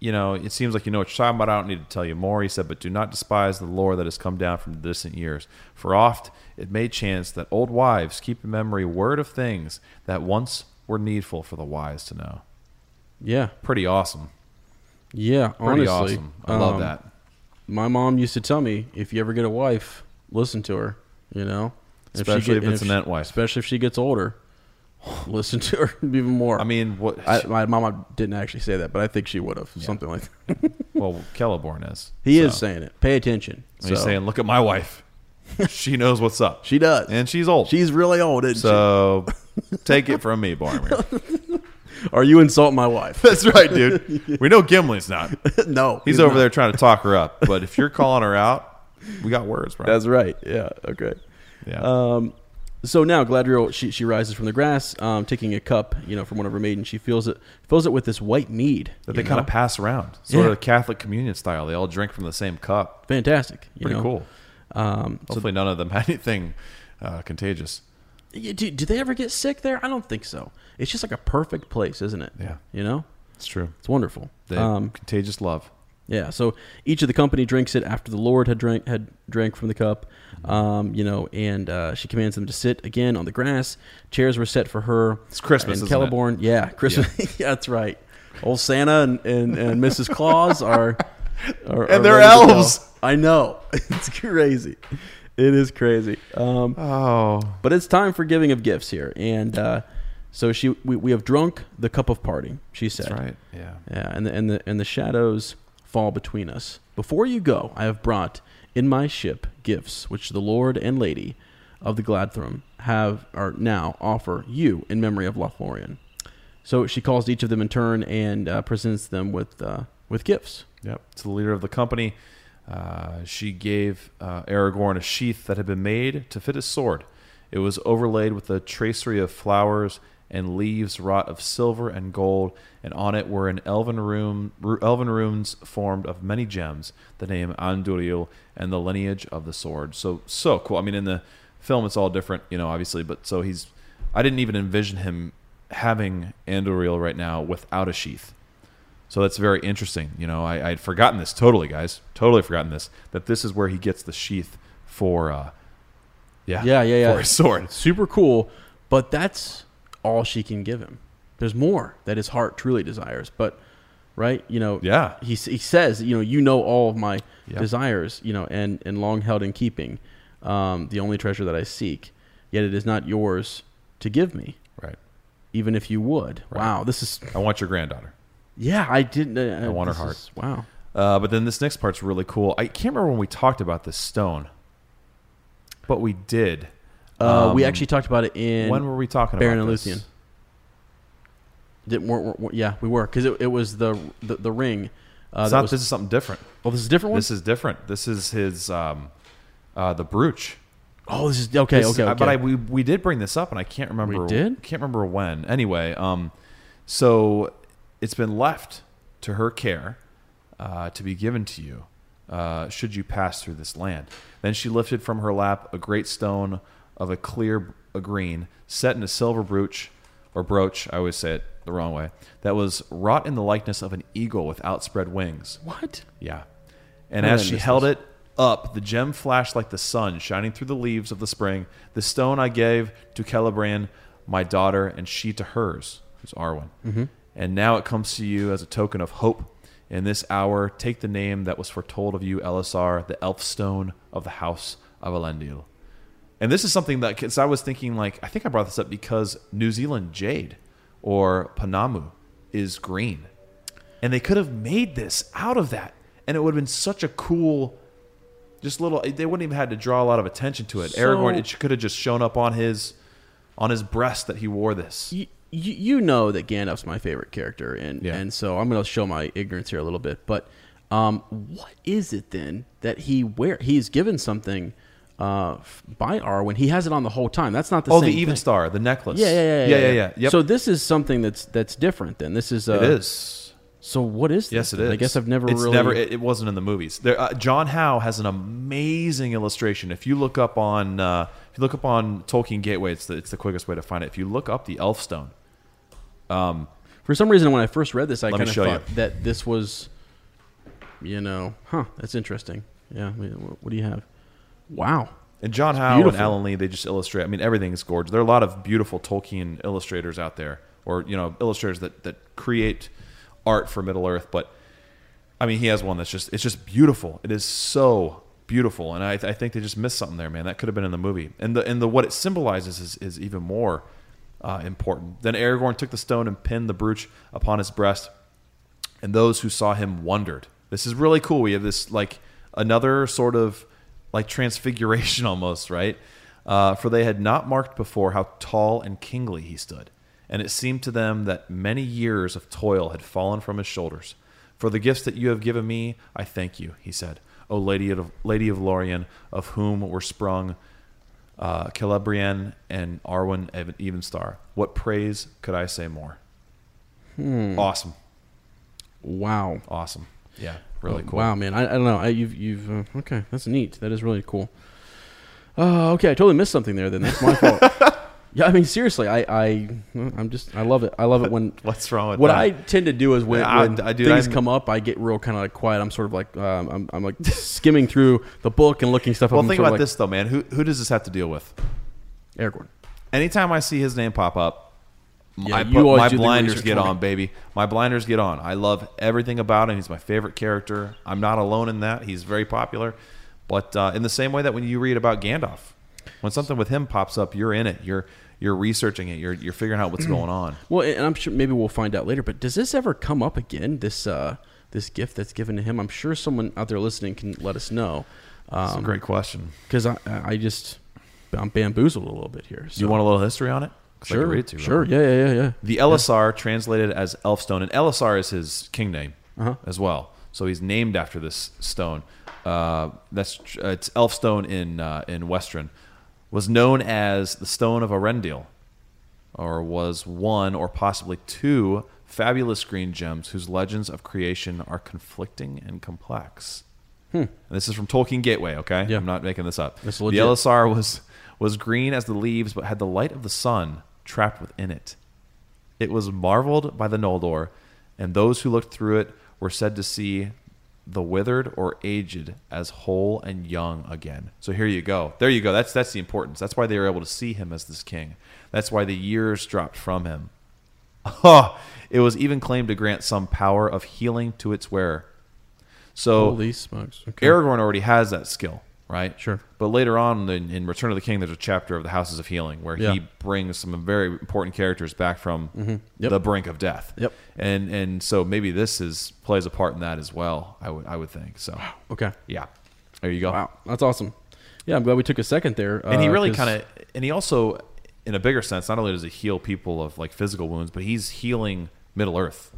Speaker 2: you know, it seems like you know what you're talking about. I don't need to tell you more. He said, but do not despise the lore that has come down from distant years. For oft it may chance that old wives keep in memory word of things that once were needful for the wise to know.
Speaker 1: yeah,
Speaker 2: Pretty awesome.
Speaker 1: yeah.
Speaker 2: Pretty
Speaker 1: honestly,
Speaker 2: awesome. I love
Speaker 1: Um,
Speaker 2: that.
Speaker 1: my mom used to tell me if you ever get a wife, listen to her. You know, she
Speaker 2: Especially if
Speaker 1: and
Speaker 2: it's an
Speaker 1: she-
Speaker 2: ant wife.
Speaker 1: Especially if she gets older, listen to her even more.
Speaker 2: I mean, what?
Speaker 1: I, my mama didn't actually say that, but I think she would have something like that.
Speaker 2: well, Celeborn is.
Speaker 1: He
Speaker 2: so.
Speaker 1: is saying it. Pay attention.
Speaker 2: And he's
Speaker 1: So-
Speaker 2: saying, "Look at my wife. she knows what's up.
Speaker 1: she does,
Speaker 2: and she's old.
Speaker 1: she's really old, isn't
Speaker 2: so take it from me, Boromir.
Speaker 1: she? Or you insult my wife?
Speaker 2: That's right, dude. We know Gimli's not.
Speaker 1: no,
Speaker 2: He's over
Speaker 1: not.
Speaker 2: there trying to talk her up. But if you're calling her out, we got words, bro.
Speaker 1: That's right. Yeah. Okay.
Speaker 2: yeah.
Speaker 1: Um, so now Gladriel, she, she rises from the grass, um, taking a cup, you know, from one of her maidens. She fills it, fills it with this white mead
Speaker 2: that they
Speaker 1: you
Speaker 2: kind
Speaker 1: know?
Speaker 2: of pass around, sort
Speaker 1: Yeah.
Speaker 2: of Catholic communion style. They all drink from the same cup.
Speaker 1: fantastic. You
Speaker 2: Pretty
Speaker 1: know?
Speaker 2: cool.
Speaker 1: Um,
Speaker 2: Hopefully, none of them had anything uh, contagious.
Speaker 1: Yeah, do, do they ever get sick there? I don't think so. It's just like a perfect place, isn't it?
Speaker 2: Yeah.
Speaker 1: You know,
Speaker 2: It's true.
Speaker 1: it's wonderful.
Speaker 2: They
Speaker 1: um,
Speaker 2: contagious love.
Speaker 1: yeah. So each of the company drinks it after the Lord had drank had drank from the cup.
Speaker 2: Mm-hmm.
Speaker 1: Um, you know, and uh, she commands them to sit again on the grass. Chairs were set for her.
Speaker 2: It's Christmas,
Speaker 1: And
Speaker 2: isn't it?
Speaker 1: Celeborn, yeah, Christmas. Yeah. that's right. Old Santa and, and, and Mrs. Claus are, are
Speaker 2: And
Speaker 1: are
Speaker 2: they're
Speaker 1: ready to go.
Speaker 2: elves.
Speaker 1: I know. It's crazy. It is crazy. Um,
Speaker 2: Oh,
Speaker 1: but it's time for giving of gifts here, and uh, so she we, we have drunk the cup of parting. She said,
Speaker 2: that's right. Yeah.
Speaker 1: Yeah, and the, and the and the shadows fall between us. Before you go, I have brought in my ship gifts which the Lord and Lady of the Gladthrum have are now offer you in memory of Lothlorien. So she calls each of them in turn and uh, presents them with uh, with gifts.
Speaker 2: Yep, to the leader of the company. Uh, she gave uh, Aragorn a sheath that had been made to fit his sword, It was overlaid with a tracery of flowers and leaves wrought of silver and gold, and on it were an elven room, ru- elven runes formed of many gems. The name Anduril and the lineage of the sword. So so cool. I mean, in the film, it's all different, you know, obviously. But so he's, I didn't even envision him having Anduril right now without a sheath. So that's very interesting. You know, I, I had forgotten this totally, guys. Totally forgotten this. That this is where he gets the sheath for, uh, yeah,
Speaker 1: Yeah, yeah, yeah.
Speaker 2: for his sword.
Speaker 1: Super cool, but that's all she can give him. There's more that his heart truly desires, but right, you know,
Speaker 2: Yeah.
Speaker 1: He s- he says, you know, you know all of my
Speaker 2: Yeah.
Speaker 1: desires, you know, and and long held in keeping, um, the only treasure that I seek. Yet it is not yours to give me,
Speaker 2: Right.
Speaker 1: even if you would. Wow, this is
Speaker 2: I want your granddaughter.
Speaker 1: yeah. I didn't. Uh,
Speaker 2: I want her
Speaker 1: this
Speaker 2: heart.
Speaker 1: is- wow.
Speaker 2: Uh, but then this next part's really cool. I can't remember when we talked about this stone, but we did.
Speaker 1: Uh, we
Speaker 2: Um,
Speaker 1: actually talked about it in
Speaker 2: when were we talking
Speaker 1: Baron
Speaker 2: about
Speaker 1: and
Speaker 2: this?
Speaker 1: Luthien. Didn't, weren't, weren't- yeah, we were because it, it was the the, the ring. Uh,
Speaker 2: It's
Speaker 1: that
Speaker 2: not,
Speaker 1: was,
Speaker 2: this is something different.
Speaker 1: oh, this is a different one.
Speaker 2: This is different. This is his um, uh, the brooch.
Speaker 1: oh, this is okay.
Speaker 2: This is- uh,
Speaker 1: okay, okay.
Speaker 2: But I, we we did bring this up, and I can't remember.
Speaker 1: We did?
Speaker 2: Can't remember when. Anyway, um, so it's been left to her care uh, to be given to you, uh, should you pass through this land. Then she lifted from her lap a great stone of a clear a green, set in a silver brooch or brooch. I always say it the wrong way. That was wrought in the likeness of an eagle with outspread wings.
Speaker 1: what?
Speaker 2: Yeah. And
Speaker 1: Oh,
Speaker 2: as
Speaker 1: I
Speaker 2: she
Speaker 1: missed
Speaker 2: held it up, the gem flashed like the sun shining through the leaves of the spring. The stone I gave to Celebran, my daughter, and she to hers, who's Arwen. And now it comes to you as a token of hope. In this hour, take the name that was foretold of you, Elisar, the elf stone of the house of Elendil. And this is something that, because I was thinking, like, I think I brought this up because New Zealand jade or Panamu is green. And they could have made this out of that. And it would have been such a cool, just little, they wouldn't even had to draw a lot of attention to it.
Speaker 1: So-
Speaker 2: Aragorn, it could have just shown up on his. On his breast that he wore this.
Speaker 1: You, you you know that Gandalf's my favorite character, and
Speaker 2: Yeah.
Speaker 1: and so I'm going to show my ignorance here a little bit. But um, what is it then that he wear? He's given something uh, f- by Arwen. He has it on the whole time. That's not the
Speaker 2: oh,
Speaker 1: same
Speaker 2: the even
Speaker 1: thing.
Speaker 2: star, the necklace.
Speaker 1: Yeah, yeah, yeah,
Speaker 2: yeah, yeah. Yep.
Speaker 1: So this is something that's that's different. Then this is uh,
Speaker 2: it is.
Speaker 1: So what is this?
Speaker 2: Yes, it
Speaker 1: then?
Speaker 2: is.
Speaker 1: I guess I've never
Speaker 2: it's
Speaker 1: really.
Speaker 2: Never, it, it wasn't in the movies. There, uh, John Howe has an amazing illustration. If you look up on uh, if you look up on Tolkien Gateway, it's the, it's the quickest way to find it. If you look up the Elfstone, um,
Speaker 1: for some reason, when I first read this, I
Speaker 2: Let me
Speaker 1: kind of
Speaker 2: show you.
Speaker 1: thought that this was, you know, huh? That's interesting. Yeah. I mean, wh- What do you have? Wow.
Speaker 2: and John Howe
Speaker 1: beautiful.
Speaker 2: and Alan Lee, they just illustrate. I mean, everything is gorgeous. There are a lot of beautiful Tolkien illustrators out there, or you know, illustrators that that create art for Middle Earth, but I mean, he has one that's just it's just beautiful. It is so beautiful, and I, I think they just missed something there, man. That could have been in the movie, and the and the what it symbolizes is is even more uh, important. Then Aragorn took the stone and pinned the brooch upon his breast, and those who saw him wondered. This is really cool. We have this like another sort of like transfiguration almost, right? Uh, for they had not marked before how tall and kingly he stood, and it seemed to them that many years of toil had fallen from his shoulders. For the gifts that you have given me, I thank you, he said. O Lady of, Lady of Lorien, of whom were sprung uh, Celebrian and Arwen Ev- Evenstar, what praise could I say more? Awesome.
Speaker 1: Wow.
Speaker 2: Awesome. Yeah, really
Speaker 1: Oh,
Speaker 2: cool.
Speaker 1: Wow, man. I, I don't know. I, you've you've uh, okay. That's neat. That is really cool. Uh, okay, I totally missed something there. Then that's my fault. Yeah, I mean seriously, I, I I'm just I love it. I love it when
Speaker 2: What's wrong with
Speaker 1: what
Speaker 2: that?
Speaker 1: I tend to do is when,
Speaker 2: Yeah, I-
Speaker 1: when
Speaker 2: I- dude,
Speaker 1: things
Speaker 2: I'm-
Speaker 1: come up, I get real kind of like quiet. I'm sort of like um, I'm I'm like skimming through the book and looking stuff up.
Speaker 2: Well,
Speaker 1: I'm
Speaker 2: think
Speaker 1: sort
Speaker 2: about
Speaker 1: of
Speaker 2: this though, man. Who who does this have to deal with?
Speaker 1: like, Aragorn.
Speaker 2: Anytime I see his name pop up,
Speaker 1: Yeah,
Speaker 2: I
Speaker 1: you
Speaker 2: put-
Speaker 1: always
Speaker 2: my
Speaker 1: do the
Speaker 2: blinders
Speaker 1: research
Speaker 2: get
Speaker 1: for me.
Speaker 2: on, baby. My blinders get on. I love everything about him. He's my favorite character. I'm not alone in that. He's very popular. But uh, in the same way that when you read about Gandalf, when something with him pops up, you're in it. You're you're researching it. You're you're figuring out what's going on.
Speaker 1: Mm. Well, and I'm sure maybe we'll find out later. But does this ever come up again? This uh this gift that's given to him. I'm sure someone out there listening can let us know.
Speaker 2: That's a great question.
Speaker 1: because I, I just I'm bamboozled a little bit here.
Speaker 2: Do you want a little history on it? 'Cause I can
Speaker 1: sure,
Speaker 2: read it to you real
Speaker 1: sure,
Speaker 2: quick.
Speaker 1: yeah, yeah, yeah, yeah.
Speaker 2: The Elisar, translated as Elfstone, and Elisar is his king name
Speaker 1: Uh-huh.
Speaker 2: as well. So he's named after this stone. Uh, that's tr- uh, it's Elfstone in uh, in Western. was known as the Stone of Arendil, or was one or possibly two fabulous green gems whose legends of creation are conflicting and complex. And this is from Tolkien Gateway, okay?
Speaker 1: Hmm. Yeah.
Speaker 2: I'm not making this up.
Speaker 1: That's
Speaker 2: the
Speaker 1: legit.
Speaker 2: Elisar was, was green as the leaves, but had the light of the sun trapped within it. It was marveled by the Noldor, and those who looked through it were said to see the withered or aged as whole and young again. So here you go. There you go. That's that's the importance. That's why they were able to see him as this king. That's why the years dropped from him. Oh, it was even claimed to grant some power of healing to its wearer. So
Speaker 1: Holy smokes. Okay.
Speaker 2: Aragorn already has that skill, right?
Speaker 1: Sure.
Speaker 2: But later on in, in Return of the King, there's a chapter of the Houses of Healing where
Speaker 1: Yeah. Mm-hmm.
Speaker 2: he brings some very important characters back from
Speaker 1: Yep.
Speaker 2: the brink of death.
Speaker 1: Yep.
Speaker 2: And and so maybe this is plays a part in that as well. I would I would think so.
Speaker 1: Okay.
Speaker 2: Yeah. There you go.
Speaker 1: Wow. That's awesome. Yeah, I'm glad we took a second there.
Speaker 2: And he
Speaker 1: uh,
Speaker 2: really
Speaker 1: 'cause-
Speaker 2: kind of and he also in a bigger sense not only does he heal people of like physical wounds, but he's healing Middle Earth.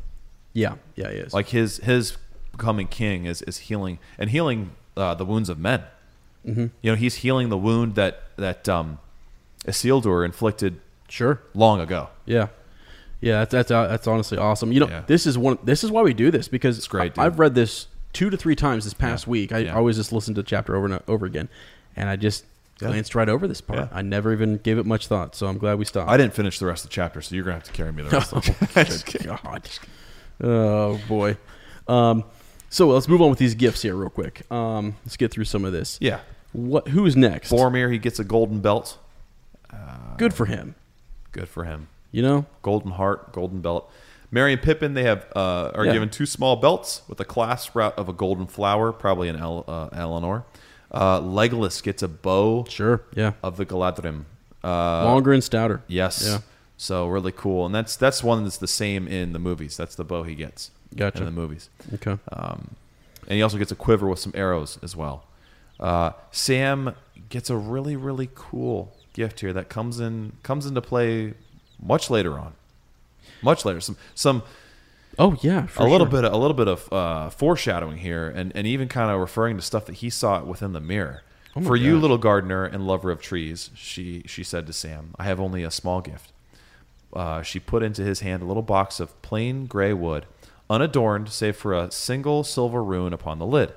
Speaker 1: Yeah. Yeah, he is.
Speaker 2: Like his his becoming king is is healing and healing uh, the wounds of men. Mm-hmm. You know, he's healing the wound that that um, Isildur inflicted
Speaker 1: sure.
Speaker 2: long ago.
Speaker 1: Yeah, yeah, that's that's, uh, that's honestly awesome. You know,
Speaker 2: Yeah.
Speaker 1: this is one. This is why we do this because it's
Speaker 2: great, dude.
Speaker 1: I, have read this two to three times this past week. I
Speaker 2: Yeah.
Speaker 1: always just listened to the chapter over and over again, and I just glanced right over this part.
Speaker 2: Yeah.
Speaker 1: I never even gave it much thought, so I'm glad we stopped.
Speaker 2: I didn't finish the rest of the chapter, so you're gonna have to carry me the rest. of the
Speaker 1: God. Oh boy. Um, so let's move on with these gifts here real quick. Um, let's get through some of this.
Speaker 2: Yeah,
Speaker 1: What? Who's next?
Speaker 2: Boromir he gets a golden belt.
Speaker 1: Good for him.
Speaker 2: Good for him.
Speaker 1: You know.
Speaker 2: Golden heart, golden belt. Mary and Pippin they have uh, are
Speaker 1: Yeah.
Speaker 2: given two small belts with a clasp route of a golden flower, probably an El- uh, Eleanor. Uh, Legolas gets a bow
Speaker 1: Sure. Yeah.
Speaker 2: of the Galadrim. Uh,
Speaker 1: Longer and stouter.
Speaker 2: Yes.
Speaker 1: Yeah.
Speaker 2: So really cool, and that's that's one that's the same in the movies. That's the bow he gets.
Speaker 1: Gotcha.
Speaker 2: In the movies,
Speaker 1: Okay.
Speaker 2: Um, and he also gets a quiver with some arrows as well. Uh, Sam gets a really really cool gift here that comes in comes into play much later on, much later. Some some
Speaker 1: oh yeah. for
Speaker 2: a little
Speaker 1: sure.
Speaker 2: bit a little bit of uh, foreshadowing here, and and even kind of referring to stuff that he saw within the mirror.
Speaker 1: Oh
Speaker 2: For you, little gardener and lover of trees, she she said to Sam, "I have only a small gift." Uh, she put into his hand a little box of plain gray wood, unadorned save for a single silver rune upon the lid.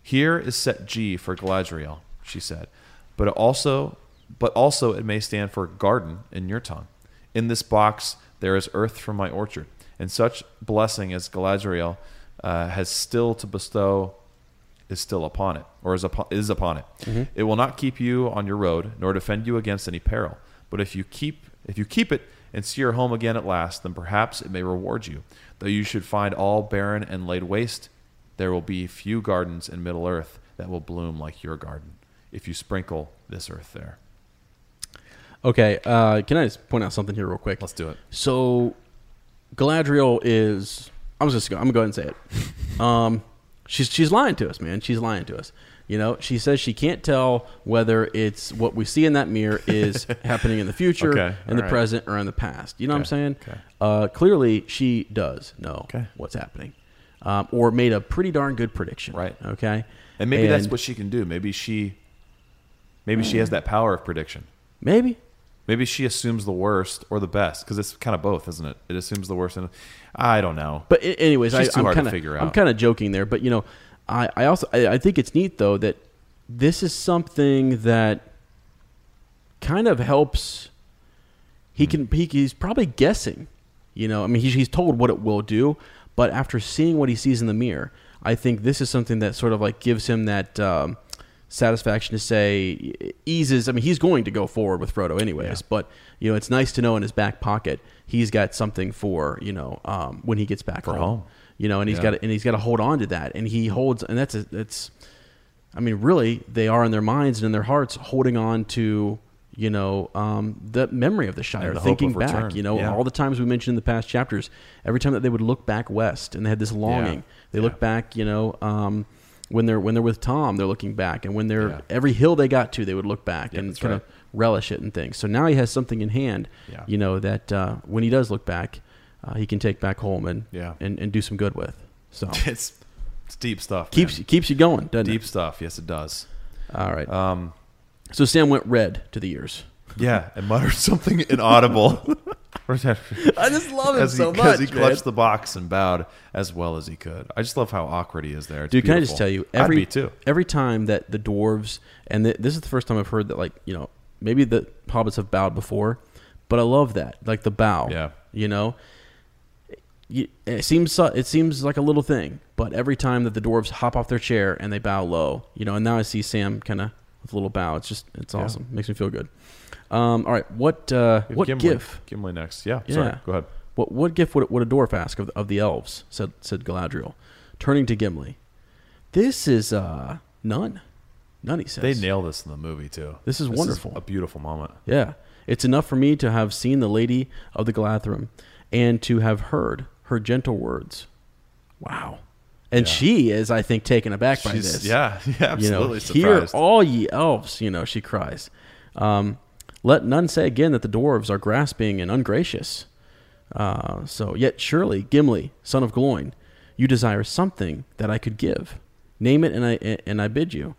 Speaker 2: Here is set G for Galadriel, she said, but it also, but also it may stand for garden in your tongue. In this box there is earth from my orchard, and such blessing as Galadriel uh, has still to bestow is still upon it, or is upon, is upon it. It will not keep you on your road, nor defend you against any peril. But if you keep if you keep it and see your home again at last, then perhaps it may reward you. Though you should find all barren and laid waste, there will be few gardens in Middle Earth that will bloom like your garden if you sprinkle this earth there.
Speaker 1: Okay, uh, can I just point out something here real quick?
Speaker 2: Let's do it.
Speaker 1: So, Galadriel is. I'm just gonna. I'm gonna go ahead and say it. Um, she's she's lying to us, man. She's lying to us. You know, she says she can't tell whether it's what we see in that mirror is happening in the future,
Speaker 2: Okay,
Speaker 1: in the
Speaker 2: alright.
Speaker 1: present, or in the past. You know what I'm
Speaker 2: Okay,
Speaker 1: saying?
Speaker 2: okay.
Speaker 1: Uh, clearly, she does know
Speaker 2: Okay.
Speaker 1: what's happening, um, or made a pretty darn good prediction.
Speaker 2: Right.
Speaker 1: Okay.
Speaker 2: And maybe that's what she can do. Maybe she maybe she has that power of prediction.
Speaker 1: Mm. maybe.
Speaker 2: Maybe she assumes the worst or the best because it's kind of both, isn't it? It assumes the worst and I don't know.
Speaker 1: But a- anyways, I,
Speaker 2: She's too
Speaker 1: I'm
Speaker 2: hard to
Speaker 1: kind
Speaker 2: figure
Speaker 1: I'm
Speaker 2: out.
Speaker 1: kind of joking there, but you know, I, I also I, I think it's neat though that this is something that kind of helps. He
Speaker 2: Hmm.
Speaker 1: can he, he's probably guessing, you know. I mean, he's he's told what it will do, but after seeing what he sees in the mirror, I think this is something that sort of like gives him that. Um, satisfaction to say e-, eases i mean he's going to go forward with frodo anyways but you know it's nice to know in his back pocket he's got something for you know um, when he gets back
Speaker 2: For home.
Speaker 1: you know, and he's
Speaker 2: Yeah.
Speaker 1: got and he's got to hold on to that, and he holds, and that's a, that's, I mean, really, they are in their minds and in their hearts holding on to you know um, the memory of the Shire,
Speaker 2: And the hope
Speaker 1: thinking
Speaker 2: of
Speaker 1: back,
Speaker 2: return.
Speaker 1: you know,
Speaker 2: Yeah.
Speaker 1: all the times we mentioned in the past chapters, every time that they would look back west, and they had this longing, they
Speaker 2: Yeah.
Speaker 1: look back, you know. Um, when they're when they're with Tom, they're looking back, and when they're
Speaker 2: Yeah.
Speaker 1: every hill they got to, they would look back and
Speaker 2: that's
Speaker 1: kind
Speaker 2: right.
Speaker 1: of relish it and things. So now he has something in hand,
Speaker 2: Yeah.
Speaker 1: you know, that uh, when he does look back, uh, he can take back home and
Speaker 2: Yeah.
Speaker 1: and, and do some good with. So
Speaker 2: it's, it's deep stuff.
Speaker 1: keeps
Speaker 2: man.
Speaker 1: keeps you going, doesn't
Speaker 2: deep stuff. Yes, it does.
Speaker 1: it? All right.
Speaker 2: Um,
Speaker 1: So Sam went red to the ears.
Speaker 2: Yeah, and muttered something inaudible.
Speaker 1: I just love him
Speaker 2: as he,
Speaker 1: so
Speaker 2: as
Speaker 1: much.
Speaker 2: he
Speaker 1: man.
Speaker 2: clutched the box and bowed as well as he could. I just love how awkward he is there. It's
Speaker 1: Dude, can I
Speaker 2: beautiful.
Speaker 1: just tell you
Speaker 2: I'd
Speaker 1: every
Speaker 2: be too.
Speaker 1: every time that the dwarves and th- this is the first time I've heard that like you know maybe the hobbits have bowed before, but I love that like the bow.
Speaker 2: Yeah.
Speaker 1: you know, You- it seems so- it seems like a little thing, but every time that the dwarves hop off their chair and they bow low, you know, and now I see Sam kind of with a little bow. It's just it's awesome. Makes me feel good. Um, all right, what uh, what
Speaker 2: Gimli,
Speaker 1: gif?
Speaker 2: Gimli next. Yeah,
Speaker 1: Yeah.
Speaker 2: sorry. Go ahead.
Speaker 1: What what gift would, would a dwarf ask of, of the elves? said said Galadriel, turning to Gimli. This is uh none. None he says.
Speaker 2: They nail this in the movie too.
Speaker 1: This is wonderful.
Speaker 2: a beautiful moment.
Speaker 1: Yeah. It's enough for me to have seen the lady of the Galathrim and to have heard her gentle words. Wow. And she is, I think, taken aback by
Speaker 2: She's-
Speaker 1: this.
Speaker 2: yeah, yeah,
Speaker 1: You know,
Speaker 2: absolutely
Speaker 1: hear
Speaker 2: surprised.
Speaker 1: all ye elves, you know, she cries. Um, let none say again that the dwarves are grasping and ungracious. Uh, so, yet surely, Gimli, son of Gloin, you desire something that I could give. Name it, and I and I bid you.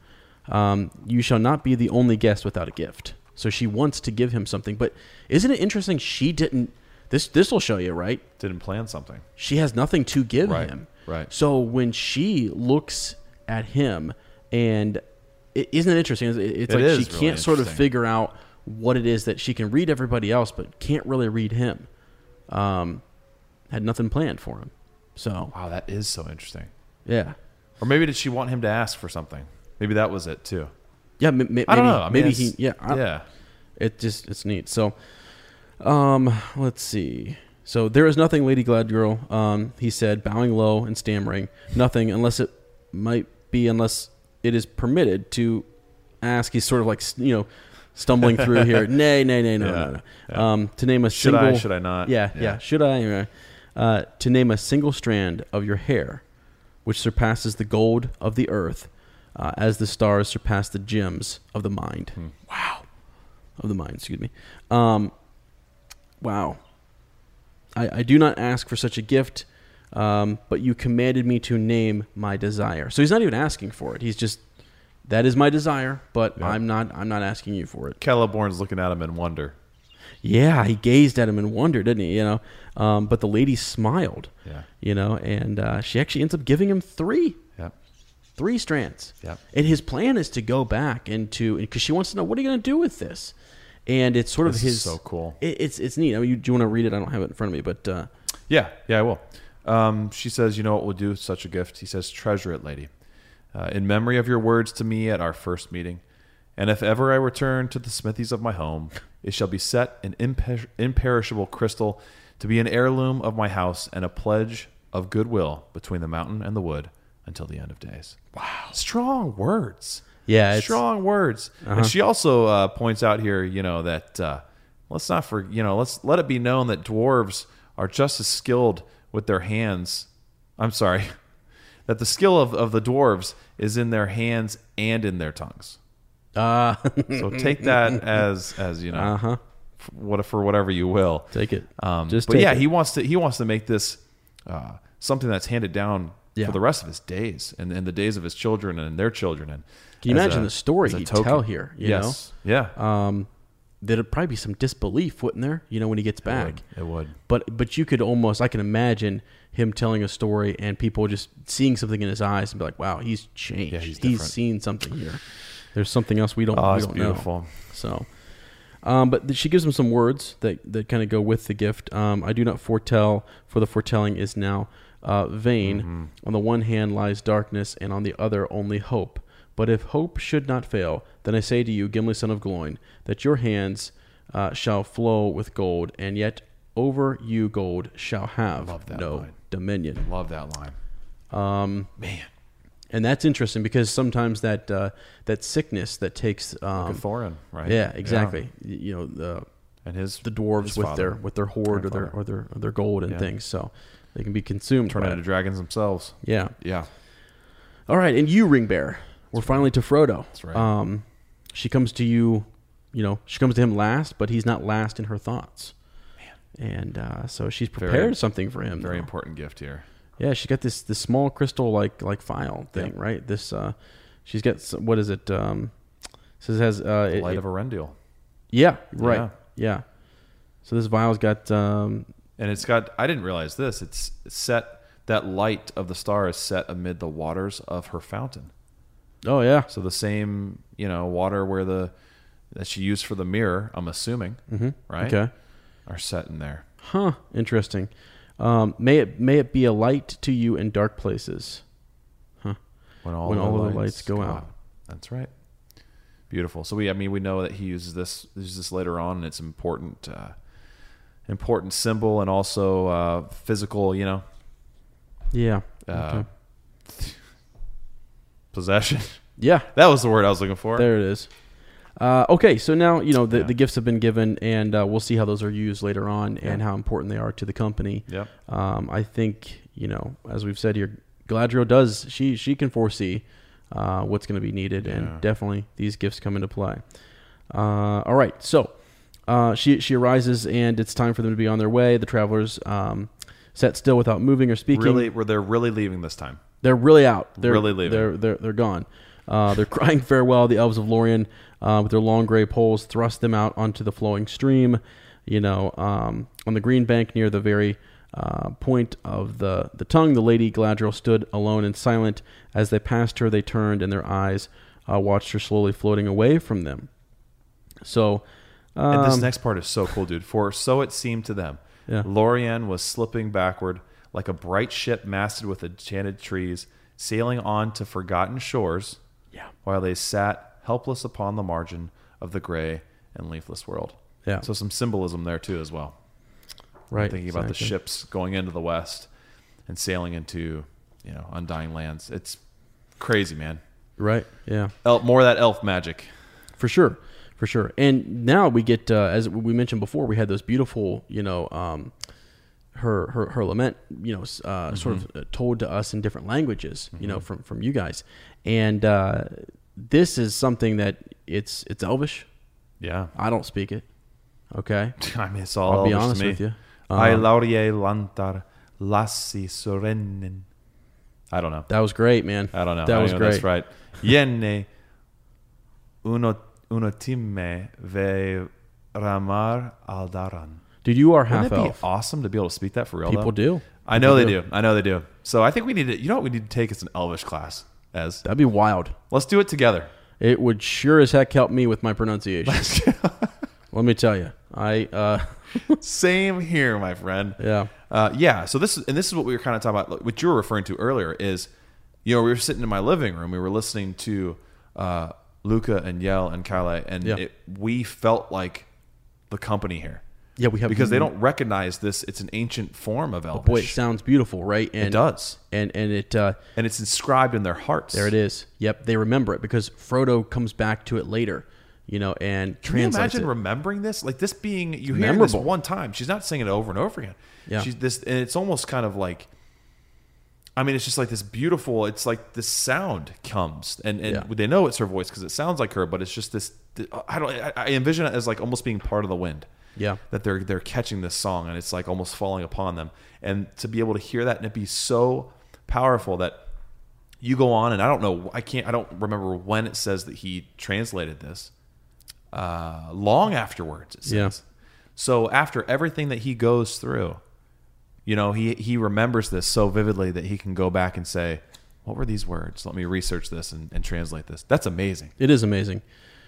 Speaker 1: Um, you shall not be the only guest without a gift. So she wants to give him something, but isn't it interesting? She didn't. This this will show you, right?
Speaker 2: Didn't plan something.
Speaker 1: she has nothing to give
Speaker 2: Right,
Speaker 1: him.
Speaker 2: right.
Speaker 1: So when she looks at him, and is isn't it interesting? It's, it's
Speaker 2: It
Speaker 1: like
Speaker 2: is
Speaker 1: she
Speaker 2: really
Speaker 1: can't sort of
Speaker 2: interesting.
Speaker 1: figure out what it is that she can read everybody else, but can't really read him. Um, had nothing planned for him. So
Speaker 2: Wow, that is so interesting.
Speaker 1: yeah,
Speaker 2: Or maybe did she want him to ask for something? Maybe that was it too.
Speaker 1: yeah. m- m- maybe,
Speaker 2: I don't know. I mean,
Speaker 1: maybe he.
Speaker 2: it's-
Speaker 1: Yeah. I-
Speaker 2: yeah.
Speaker 1: It just it's neat. So, um, let's see. So there is nothing, Lady Gladgirl. Um, he said, bowing low and stammering, nothing unless it might be unless it is permitted to ask. He's sort of like you know, stumbling through here. Nay, nay, nay, no,
Speaker 2: Yeah,
Speaker 1: no, no. Um, to name a
Speaker 2: Should I,
Speaker 1: single,
Speaker 2: should I not?
Speaker 1: Yeah, yeah.
Speaker 2: Yeah.
Speaker 1: Should I? Uh, to name a single strand of your hair, which surpasses the gold of the earth, uh, as the stars surpass the gems of the mind.
Speaker 2: Hmm.
Speaker 1: Wow of the mind, excuse me. Um, wow. I, I do not ask for such a gift, um, but you commanded me to name my desire. So he's not even asking for it. He's just that is my desire, but I'm not I'm not asking you for it.
Speaker 2: Celeborn's looking at him in wonder.
Speaker 1: Yeah, he gazed at him in wonder, didn't he? You know, um, but the lady smiled.
Speaker 2: Yeah.
Speaker 1: You know, and uh, she actually ends up giving him three
Speaker 2: Yep.
Speaker 1: three strands.
Speaker 2: Yep.
Speaker 1: And his plan is to go back into because she wants to know what are you going to do with this, and it's sort of
Speaker 2: This is
Speaker 1: his
Speaker 2: so cool.
Speaker 1: it- it's it's neat. I mean, you, do you want to read it? I don't have it in front of me, but uh,
Speaker 2: Yeah, yeah, I will. Um, she says, "You know what will do with such a gift?" He says, "Treasure it, lady, uh, in memory of your words to me at our first meeting. And if ever I return to the smithies of my home, it shall be set in imper- imperishable crystal, to be an heirloom of my house and a pledge of goodwill between the mountain and the wood until the end of days." Wow, strong words.
Speaker 1: Yeah, it's- Uh-huh.
Speaker 2: strong words. And she also uh, points out here, you know, that uh, let's not for you know, let's let it be known that dwarves are just as skilled with their hands. I'm sorry, that the skill of, of the dwarves is in their hands and in their tongues.
Speaker 1: uh,
Speaker 2: So take that as as you know,
Speaker 1: Uh-huh.
Speaker 2: f- what for whatever you will.
Speaker 1: take it.
Speaker 2: Um,
Speaker 1: Just
Speaker 2: but
Speaker 1: take
Speaker 2: yeah,
Speaker 1: it.
Speaker 2: he wants to he wants to make this uh, something that's handed down
Speaker 1: Yeah.
Speaker 2: for the rest of his days and, and the days of his children and their children. And
Speaker 1: Can you
Speaker 2: as
Speaker 1: imagine
Speaker 2: a-
Speaker 1: the story
Speaker 2: as a
Speaker 1: he'd
Speaker 2: token.
Speaker 1: tell here? You
Speaker 2: yes, yeah,
Speaker 1: know, um, there'd probably be some disbelief, wouldn't there? You know, when he gets
Speaker 2: it
Speaker 1: back.
Speaker 2: would. It would.
Speaker 1: But but you could almost I can imagine him telling a story and people just seeing something in his eyes and be like, wow, he's changed.
Speaker 2: Yeah, he's
Speaker 1: he's,
Speaker 2: different.
Speaker 1: seen something here. There's something else we don't.
Speaker 2: Oh,
Speaker 1: we
Speaker 2: it's
Speaker 1: don't know."
Speaker 2: beautiful.
Speaker 1: So, um, but th- she gives him some words that that kind of go with the gift. Um, I do not foretell, for the foretelling is now uh, vain.
Speaker 2: Mm-hmm.
Speaker 1: On the one hand lies darkness, and on the other only hope. But if hope should not fail, then I say to you, Gimli, son of Gloin, that your hands uh, shall flow with gold, and yet over you gold shall have
Speaker 2: Love that
Speaker 1: no
Speaker 2: line.
Speaker 1: dominion. Um,
Speaker 2: Love that line.
Speaker 1: And that's interesting because sometimes that uh, that sickness that takes um,
Speaker 2: Like a Thorin, right?
Speaker 1: Yeah, exactly. Y- You know the
Speaker 2: And his
Speaker 1: the dwarves
Speaker 2: his
Speaker 1: with
Speaker 2: father
Speaker 1: their with their hoard or their or their or their gold and things, so they can be consumed.
Speaker 2: turn
Speaker 1: by
Speaker 2: into
Speaker 1: it.
Speaker 2: dragons themselves.
Speaker 1: Yeah.
Speaker 2: Yeah,
Speaker 1: All right, and you, Ring Bear, we're finally to Frodo. That's
Speaker 2: right.
Speaker 1: Um, she comes to you, you know, she comes to him last, but he's not last in her thoughts. And uh, so she's prepared something for him.
Speaker 2: very
Speaker 1: though.
Speaker 2: important gift here.
Speaker 1: Yeah, she got this this small crystal like like file thing, right? This uh, she's got s- what is it? Um, So this has uh,
Speaker 2: The
Speaker 1: it-
Speaker 2: Light
Speaker 1: it-
Speaker 2: of Erendil.
Speaker 1: yeah, right, yeah.
Speaker 2: Yeah.
Speaker 1: So this vial's got um,
Speaker 2: And it's got I didn't realize this. It's it's set that light of the star is set amid the waters of her fountain.
Speaker 1: oh yeah,
Speaker 2: So the same, you know, water where the that she used for the mirror, I'm assuming, mm-hmm. right?
Speaker 1: okay,
Speaker 2: Are set in there.
Speaker 1: huh, interesting. Um, may it may it be a light to you in dark places.
Speaker 2: When all,
Speaker 1: When
Speaker 2: the,
Speaker 1: all the
Speaker 2: lights
Speaker 1: lights go out.
Speaker 2: That's right. Beautiful. So we I mean we know that he uses this uses this later on and it's important uh, important symbol and also uh, physical, you know,
Speaker 1: Yeah,
Speaker 2: uh, possession.
Speaker 1: yeah.
Speaker 2: that was the word I was looking for.
Speaker 1: There it is. Uh, okay, so now you know the,
Speaker 2: Yeah.
Speaker 1: the gifts have been given, and uh, we'll see how those are used later on and how important they are to the company.
Speaker 2: Yep.
Speaker 1: Um, I think you know, as we've said here, Galadriel does she she can foresee uh, what's going to be needed,
Speaker 2: Yeah.
Speaker 1: and definitely these gifts come into play. Uh, all right, so uh, she she arises, and it's time for them to be on their way. The travelers um, sat still without moving or speaking.
Speaker 2: Really, where they're really leaving this time.
Speaker 1: They're really out. They're
Speaker 2: Really leaving.
Speaker 1: They're they're, they're gone. Uh, they're crying farewell. The elves of Lorien, uh, with their long gray poles, thrust them out onto the flowing stream. You know, um, on the green bank near the very uh, point of the the tongue, the lady Galadriel stood alone and silent. As they passed her, they turned and their eyes uh, watched her slowly floating away from them. So,
Speaker 2: and this next part is so cool, dude. For so it seemed to them,
Speaker 1: Um, Yeah.
Speaker 2: Lorien was slipping backward like a bright ship masted with enchanted trees, sailing on to forgotten shores.
Speaker 1: Yeah.
Speaker 2: While they sat helpless upon the margin of the gray and leafless world.
Speaker 1: Yeah.
Speaker 2: So some symbolism there too, as well.
Speaker 1: right,
Speaker 2: thinking about the
Speaker 1: exactly.
Speaker 2: ships going into the west and sailing into you know undying lands. It's crazy, man.
Speaker 1: right? Yeah.
Speaker 2: Elf, more of that elf magic.
Speaker 1: for sure for sure and now we get uh, as we mentioned before we had those beautiful you know um, her, her her lament you know s- uh, sort
Speaker 2: Mm-hmm.
Speaker 1: of uh, told to us in different languages you know from from you guys and uh, this is something that it's it's elvish
Speaker 2: Yeah,
Speaker 1: i don't speak it okay
Speaker 2: I mean it's all.
Speaker 1: i'll
Speaker 2: Elvish
Speaker 1: be
Speaker 2: to
Speaker 1: honest
Speaker 2: me.
Speaker 1: with you Um,
Speaker 2: I laurie lantar lassi sorennen. I don't know.
Speaker 1: that was great man
Speaker 2: I don't know.
Speaker 1: that
Speaker 2: I
Speaker 1: was
Speaker 2: don't know
Speaker 1: great
Speaker 2: if That's right. Yenne uno uno timme ve ramar aldaran.
Speaker 1: dude you are half
Speaker 2: Wouldn't it be
Speaker 1: elf
Speaker 2: awesome to be able to speak that for real?
Speaker 1: People
Speaker 2: though?
Speaker 1: do.
Speaker 2: I know
Speaker 1: People
Speaker 2: they do. I know they do. So I think we need to. You know what we need to take is an Elvish class. As
Speaker 1: that'd be wild
Speaker 2: let's do it together.
Speaker 1: It would sure as heck help me with my pronunciation. Let me tell you, I uh,
Speaker 2: Same here, my friend.
Speaker 1: Yeah.
Speaker 2: Uh, yeah. So this is, and this is what we were kind of talking about. like, What you were referring to earlier is, you know, we were sitting in my living room. We were listening to uh, Luca and Yell and Kyle, and
Speaker 1: Yeah.
Speaker 2: it, we felt like the company here.
Speaker 1: Yeah, we have-
Speaker 2: because they don't recognize this. It's an ancient form of Elvish.
Speaker 1: boy, it sounds beautiful, right? And,
Speaker 2: it does,
Speaker 1: and and it uh,
Speaker 2: and it's inscribed in their hearts.
Speaker 1: there it is. Yep, they remember it because Frodo comes back to it later, you know,
Speaker 2: Can
Speaker 1: and
Speaker 2: you
Speaker 1: translates
Speaker 2: imagine
Speaker 1: it.
Speaker 2: remembering this? Like this being you hear this
Speaker 1: Memorable.
Speaker 2: one time. She's not singing it over and over again.
Speaker 1: Yeah.
Speaker 2: She's this, and it's almost kind of like. I mean, it's just like this beautiful. It's like this sound comes, and and
Speaker 1: Yeah.
Speaker 2: they know it's her voice because it sounds like her. But it's just this. I don't. I- I envision it as like almost being part of the wind.
Speaker 1: Yeah.
Speaker 2: That they're they're catching this song, and it's like almost falling upon them, and to be able to hear that and it be so powerful that you go on, and I don't know. I can't. I don't remember when it says that he translated this uh, long afterwards. It says.
Speaker 1: Yeah.
Speaker 2: So after everything that he goes through, you know, he he remembers this so vividly that he can go back and say, "What were these words? Let me research this and, and translate this." That's amazing.
Speaker 1: It is amazing.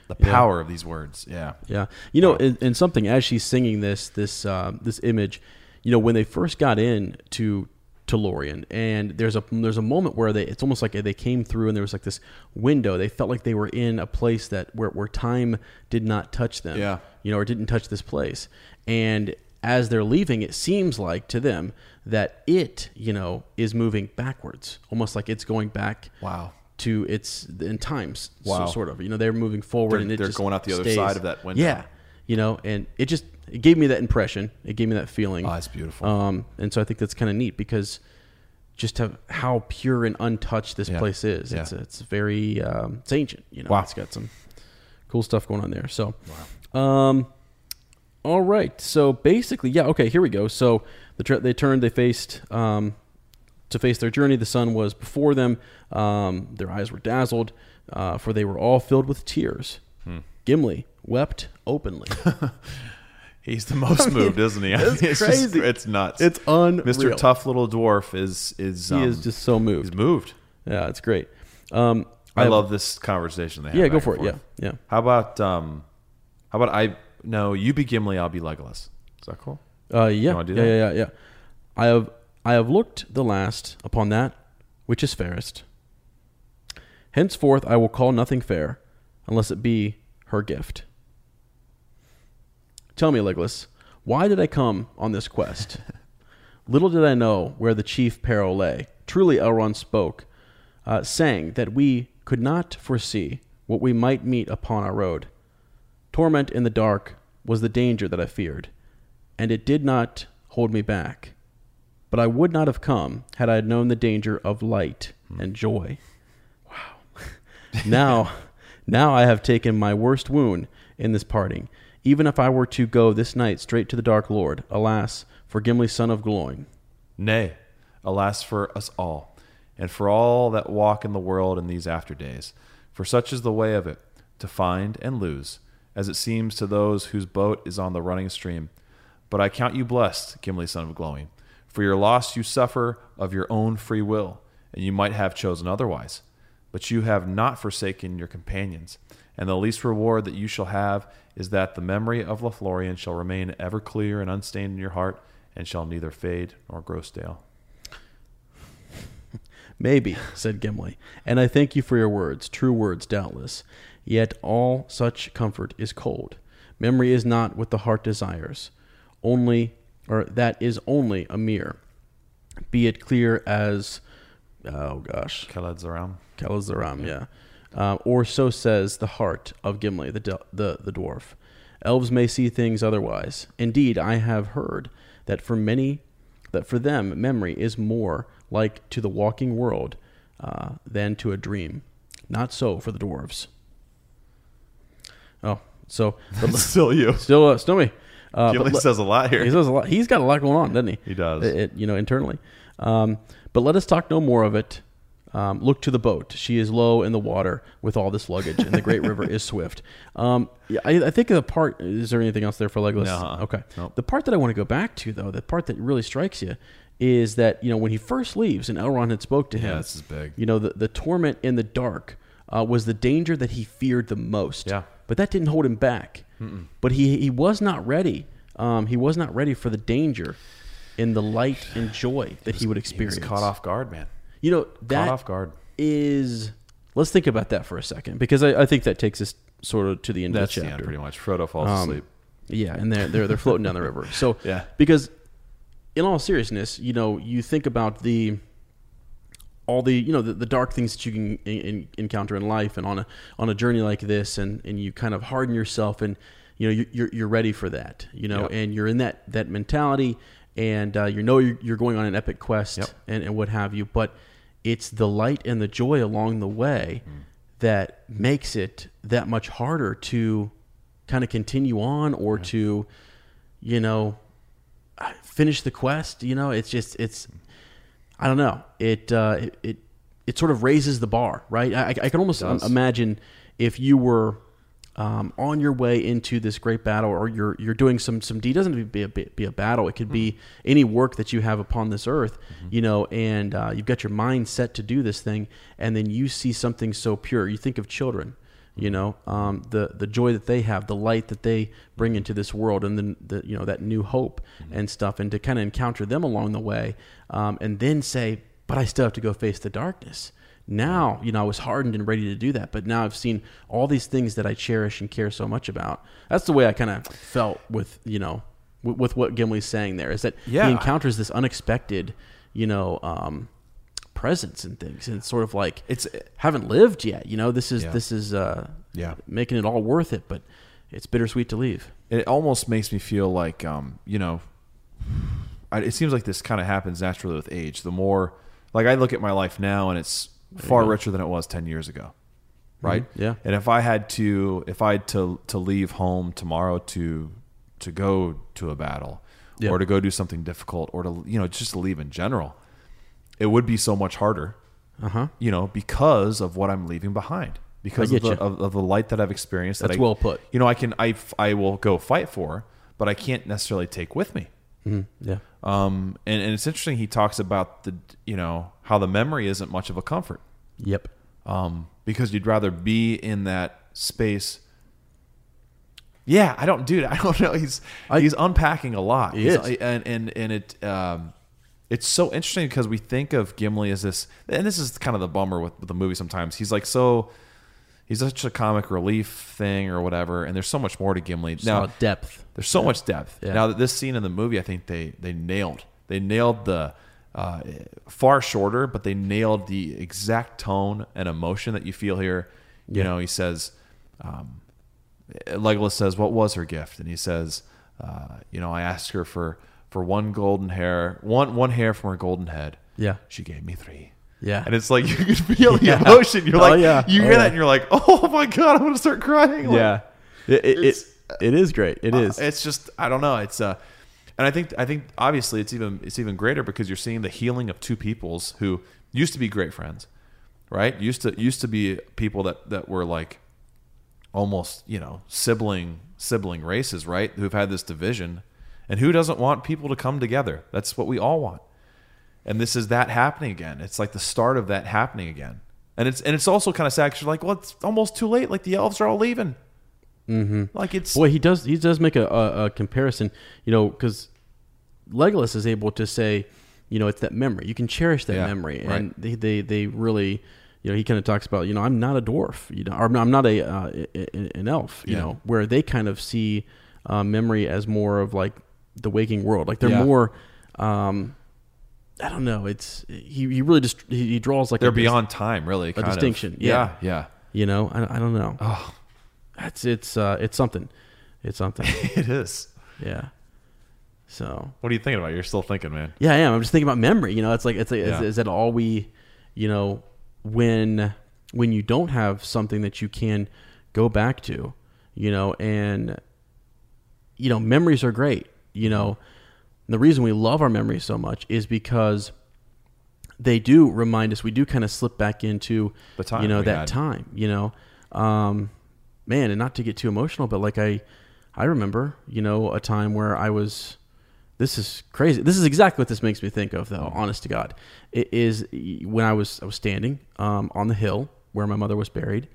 Speaker 2: The power of these words. Yeah.
Speaker 1: Yeah, you know, and, and something as she's singing this this uh, this image, you know, when they first got in to to Lorien, and there's a there's a moment where they it's almost like they came through and there was like this window. They felt like they were in a place that where where time did not touch them.
Speaker 2: Yeah.
Speaker 1: you know, or didn't touch this place, and. As they're leaving, it seems like to them that it, you know, is moving backwards, almost like it's going back
Speaker 2: Wow.
Speaker 1: to its in times.
Speaker 2: Wow.
Speaker 1: So, sort of, you know, they're moving forward
Speaker 2: They're-
Speaker 1: and it
Speaker 2: they're
Speaker 1: just
Speaker 2: going out the other
Speaker 1: stays.
Speaker 2: side of that window.
Speaker 1: Yeah, you know, and it just it gave me that impression. It gave me that feeling.
Speaker 2: Oh, that's beautiful.
Speaker 1: Um, and so I think that's kind of neat because just how how pure and untouched this
Speaker 2: Yeah.
Speaker 1: place is. It's
Speaker 2: Yeah.
Speaker 1: it's very um, it's ancient. You know,
Speaker 2: Wow.
Speaker 1: it's got some cool stuff going on there. So, um, all right. So basically, yeah. Okay, here we go. So the tra- they turned. They faced. Um, to face their journey, the sun was before them. Um, their eyes were dazzled, uh, for they were all filled with tears.
Speaker 2: Hmm.
Speaker 1: Gimli wept openly.
Speaker 2: He's the most moved, isn't he? I
Speaker 1: it's
Speaker 2: mean, just-
Speaker 1: crazy.
Speaker 2: it's nuts.
Speaker 1: It's unreal.
Speaker 2: Mr. Tough Little Dwarf is is
Speaker 1: He
Speaker 2: um,
Speaker 1: is just so moved.
Speaker 2: he's moved.
Speaker 1: Yeah, it's great. Um,
Speaker 2: I
Speaker 1: have-
Speaker 2: love this conversation they have.
Speaker 1: Yeah, go
Speaker 2: back
Speaker 1: for it.
Speaker 2: and
Speaker 1: Yeah,
Speaker 2: forth.
Speaker 1: yeah.
Speaker 2: How about um, how about I? No, you be Gimli, I'll be Legolas. Is that cool?
Speaker 1: Uh, yeah,
Speaker 2: wanna do
Speaker 1: yeah,
Speaker 2: that?
Speaker 1: yeah, yeah, yeah. I have I have looked the last upon that which is fairest. Henceforth, I will call nothing fair, unless it be her gift. Tell me, Legolas, why did I come on this quest? Little did I know where the chief peril lay. Truly, Elrond spoke, uh, saying that we could not foresee what we might meet upon our road. Torment in the dark was the danger that I feared, and it did not hold me back. But I would not have come had I known the danger of light and joy. Wow. now, now I have taken my worst wound in this parting. Even if I were to go this night straight to the Dark Lord, alas, for Gimli, son of Gloin.
Speaker 2: Nay, alas for us all, and for all that walk in the world in these after days. For such is the way of it, to find and lose, as it seems to those whose boat is on the running stream. But I count you blessed, Gimli son of Glowing, for your loss you suffer of your own free will, and you might have chosen otherwise. But you have not forsaken your companions, and the least reward that you shall have is that the memory of Lothlorien shall remain ever clear and unstained in your heart, and shall neither fade nor grow stale.
Speaker 1: Maybe, said Gimli, and I thank you for your words, true words doubtless. Yet all such comfort is cold. Memory is not what the heart desires, only or that is only a mirror. Be it clear as oh gosh.
Speaker 2: Khaled Zaram.
Speaker 1: Kalazaram, yeah. Uh, or so says the heart of Gimli, the, del- the, the dwarf. Elves may see things otherwise. Indeed, I have heard that for many, that for them, memory is more like to the walking world uh, than to a dream. Not so for the dwarves. Oh, so
Speaker 2: Still you.
Speaker 1: still, uh, still me. Uh, but
Speaker 2: Gimli
Speaker 1: le-
Speaker 2: says a lot here.
Speaker 1: he says a lot. He's got a lot going on, doesn't he?
Speaker 2: He does.
Speaker 1: It- it- you know, internally. Um, but let us talk no more of it. Um, look to the boat. She is low in the water with all this luggage, and the great river is swift. Um, yeah, I, I think the part. Is there anything else there for Legolas?
Speaker 2: No. uh-uh.
Speaker 1: Okay.
Speaker 2: Nope.
Speaker 1: The part that I want to go back to, though, the part that really strikes you is that you know when he first leaves and Elrond had spoke to him.
Speaker 2: Yeah, this is big.
Speaker 1: You know, the, the torment in the dark uh, was the danger that he feared the most.
Speaker 2: Yeah.
Speaker 1: But that didn't hold him back. But he, he was not ready. Um, he was not ready for the danger in the light and joy that he would experience.
Speaker 2: He's caught off guard, man.
Speaker 1: You know, that
Speaker 2: off guard.
Speaker 1: is. Let's think about that for a second because I, I think that takes us sort of to the end
Speaker 2: That's
Speaker 1: of the
Speaker 2: yeah,
Speaker 1: chapter.
Speaker 2: pretty much. Frodo falls
Speaker 1: Um,
Speaker 2: asleep.
Speaker 1: Yeah, and they're they're they're floating down the river. So
Speaker 2: Yeah.
Speaker 1: because in all seriousness, you know, you think about the all the you know the, the dark things that you can in, in, encounter in life and on a on a journey like this, and and you kind of harden yourself and you know you, you're you're ready for that, you know,
Speaker 2: Yep.
Speaker 1: and you're in that that mentality, and uh, you know you're, you're going on an epic quest
Speaker 2: Yep.
Speaker 1: and and what have you, but it's the light and the joy along the way
Speaker 2: Mm-hmm.
Speaker 1: that makes it that much harder to kind of continue on or to you know uh, finish the quest you know it's just it's i don't know it uh it it, it sort of raises the bar right i, I can almost imagine if you were um, on your way into this great battle or you're you're doing some some deed doesn't have to be a, be be a battle it could be any work that you have upon this earth you know and uh, you've got your mind set to do this thing and then you see something so pure you think of children you know um, the the joy that they have the light that they bring into this world and then the you know that new hope and stuff and to kind of encounter them along the way um, and then say but i still have to go face the darkness now you know i was hardened and ready to do that but now i've seen all these things that i cherish and care so much about that's the way i kind of felt with you know with, with what gimli's saying there is that
Speaker 2: Yeah.
Speaker 1: he encounters this unexpected you know um, presence and things and it's sort of like
Speaker 2: It's- uh,
Speaker 1: haven't lived yet you know this is
Speaker 2: Yeah.
Speaker 1: this is uh
Speaker 2: Yeah.
Speaker 1: making it all worth it but it's bittersweet to leave
Speaker 2: It almost makes me feel like, um, you know, I, it seems like this kind of happens naturally with age. The more, like, I look at my life now and it's far richer than it was 10 years ago. Right.
Speaker 1: Mm-hmm. Yeah.
Speaker 2: And if I had to, if I had to, to leave home tomorrow to, to go to a battle
Speaker 1: Yeah.
Speaker 2: or to go do something difficult or to, you know, just to leave in general, it would be so much harder,
Speaker 1: uh-huh
Speaker 2: you know, because of what I'm leaving behind. because
Speaker 1: I
Speaker 2: of
Speaker 1: get
Speaker 2: the,
Speaker 1: you.
Speaker 2: of, of the light that I've experienced. that
Speaker 1: That's
Speaker 2: I-
Speaker 1: well put.
Speaker 2: You know, I can I, f- I will go fight for, but I can't necessarily take with me.
Speaker 1: Mm-hmm. Yeah.
Speaker 2: Um, and, and it's interesting. He talks about the you know how the memory isn't much of a comfort
Speaker 1: Yep.
Speaker 2: um, because you'd rather be in that space. Yeah, I don't, dude. I don't know. He's he's unpacking a lot.
Speaker 1: He
Speaker 2: He's-
Speaker 1: is.
Speaker 2: and and and it um, it's so interesting because we think of Gimli as this, and this is kind of the bummer with, with the movie. Sometimes he's like so. He's such a comic relief thing or whatever, and there's so much more to Gimli.
Speaker 1: Now,
Speaker 2: Now,
Speaker 1: depth.
Speaker 2: there's so much depth.
Speaker 1: Yeah.
Speaker 2: Now that this scene in the movie, I think they they nailed. They nailed the uh, far shorter, but they nailed the exact tone and emotion that you feel here. You know, he says, um, Legolas says, "What was her gift?" And he says, uh, "You know, I asked her for for one golden hair, one one hair from her golden head.
Speaker 1: Yeah.
Speaker 2: she gave me three.
Speaker 1: Yeah.
Speaker 2: And it's like you can feel the
Speaker 1: Yeah.
Speaker 2: emotion. You're
Speaker 1: Oh,
Speaker 2: like,
Speaker 1: yeah.
Speaker 2: you
Speaker 1: Oh,
Speaker 2: hear
Speaker 1: yeah.
Speaker 2: that, and you're like, oh my god, I'm gonna start crying. Like,
Speaker 1: yeah. It, it, it, it is great. It is.
Speaker 2: Uh, it's just I don't know. It's uh, and I think I think obviously it's even it's even greater because you're seeing the healing of two peoples who used to be great friends, right? Used to used to be people that that were like almost you know sibling sibling races, right? Who've had this division, and who doesn't want people to come together? That's what we all want. And this is that happening again. It's like the start of that happening again. And it's and it's also kind of sad because you're like, well, it's almost too late. Like the elves are all leaving. Mm-hmm. Like it's
Speaker 1: Boy, he does. He does make a, a, a comparison, you know, because Legolas is able to say, you know, it's that memory. You can cherish that
Speaker 2: Yeah,
Speaker 1: memory,
Speaker 2: right.
Speaker 1: and they, they they really, you know, he kind of talks about, you know, I'm not a dwarf, you know, or I'm not a uh, a- a- an elf, you
Speaker 2: Yeah.
Speaker 1: know, where they kind of see uh, memory as more of like the waking world, like they're
Speaker 2: Yeah.
Speaker 1: more. Um, I don't know. It's he. He really just he, he draws like
Speaker 2: they're
Speaker 1: a,
Speaker 2: beyond time, really. kind of.
Speaker 1: distinction, yeah.
Speaker 2: yeah, yeah.
Speaker 1: You know, I, I don't know. Oh, that's it's uh, it's something. It's something.
Speaker 2: It is.
Speaker 1: Yeah. So
Speaker 2: What are you thinking about? You're still thinking, man.
Speaker 1: yeah, I am. I'm just thinking about memory. You know, it's like it's like, is,
Speaker 2: Yeah.
Speaker 1: is that all we, you know, when when you don't have something that you can go back to, you know, and you know, memories are great. You know, the reason we love our memories so much is because they do remind us. We do kind of slip back into
Speaker 2: The time
Speaker 1: you know,
Speaker 2: we
Speaker 1: that
Speaker 2: had.
Speaker 1: time. You know, um, man, and not to get too emotional, but like I, I remember, you know, a time where I was. This is crazy. This is exactly what this makes me think of, though. Honest to God, it is when I was I was standing um, on the hill where my mother was buried,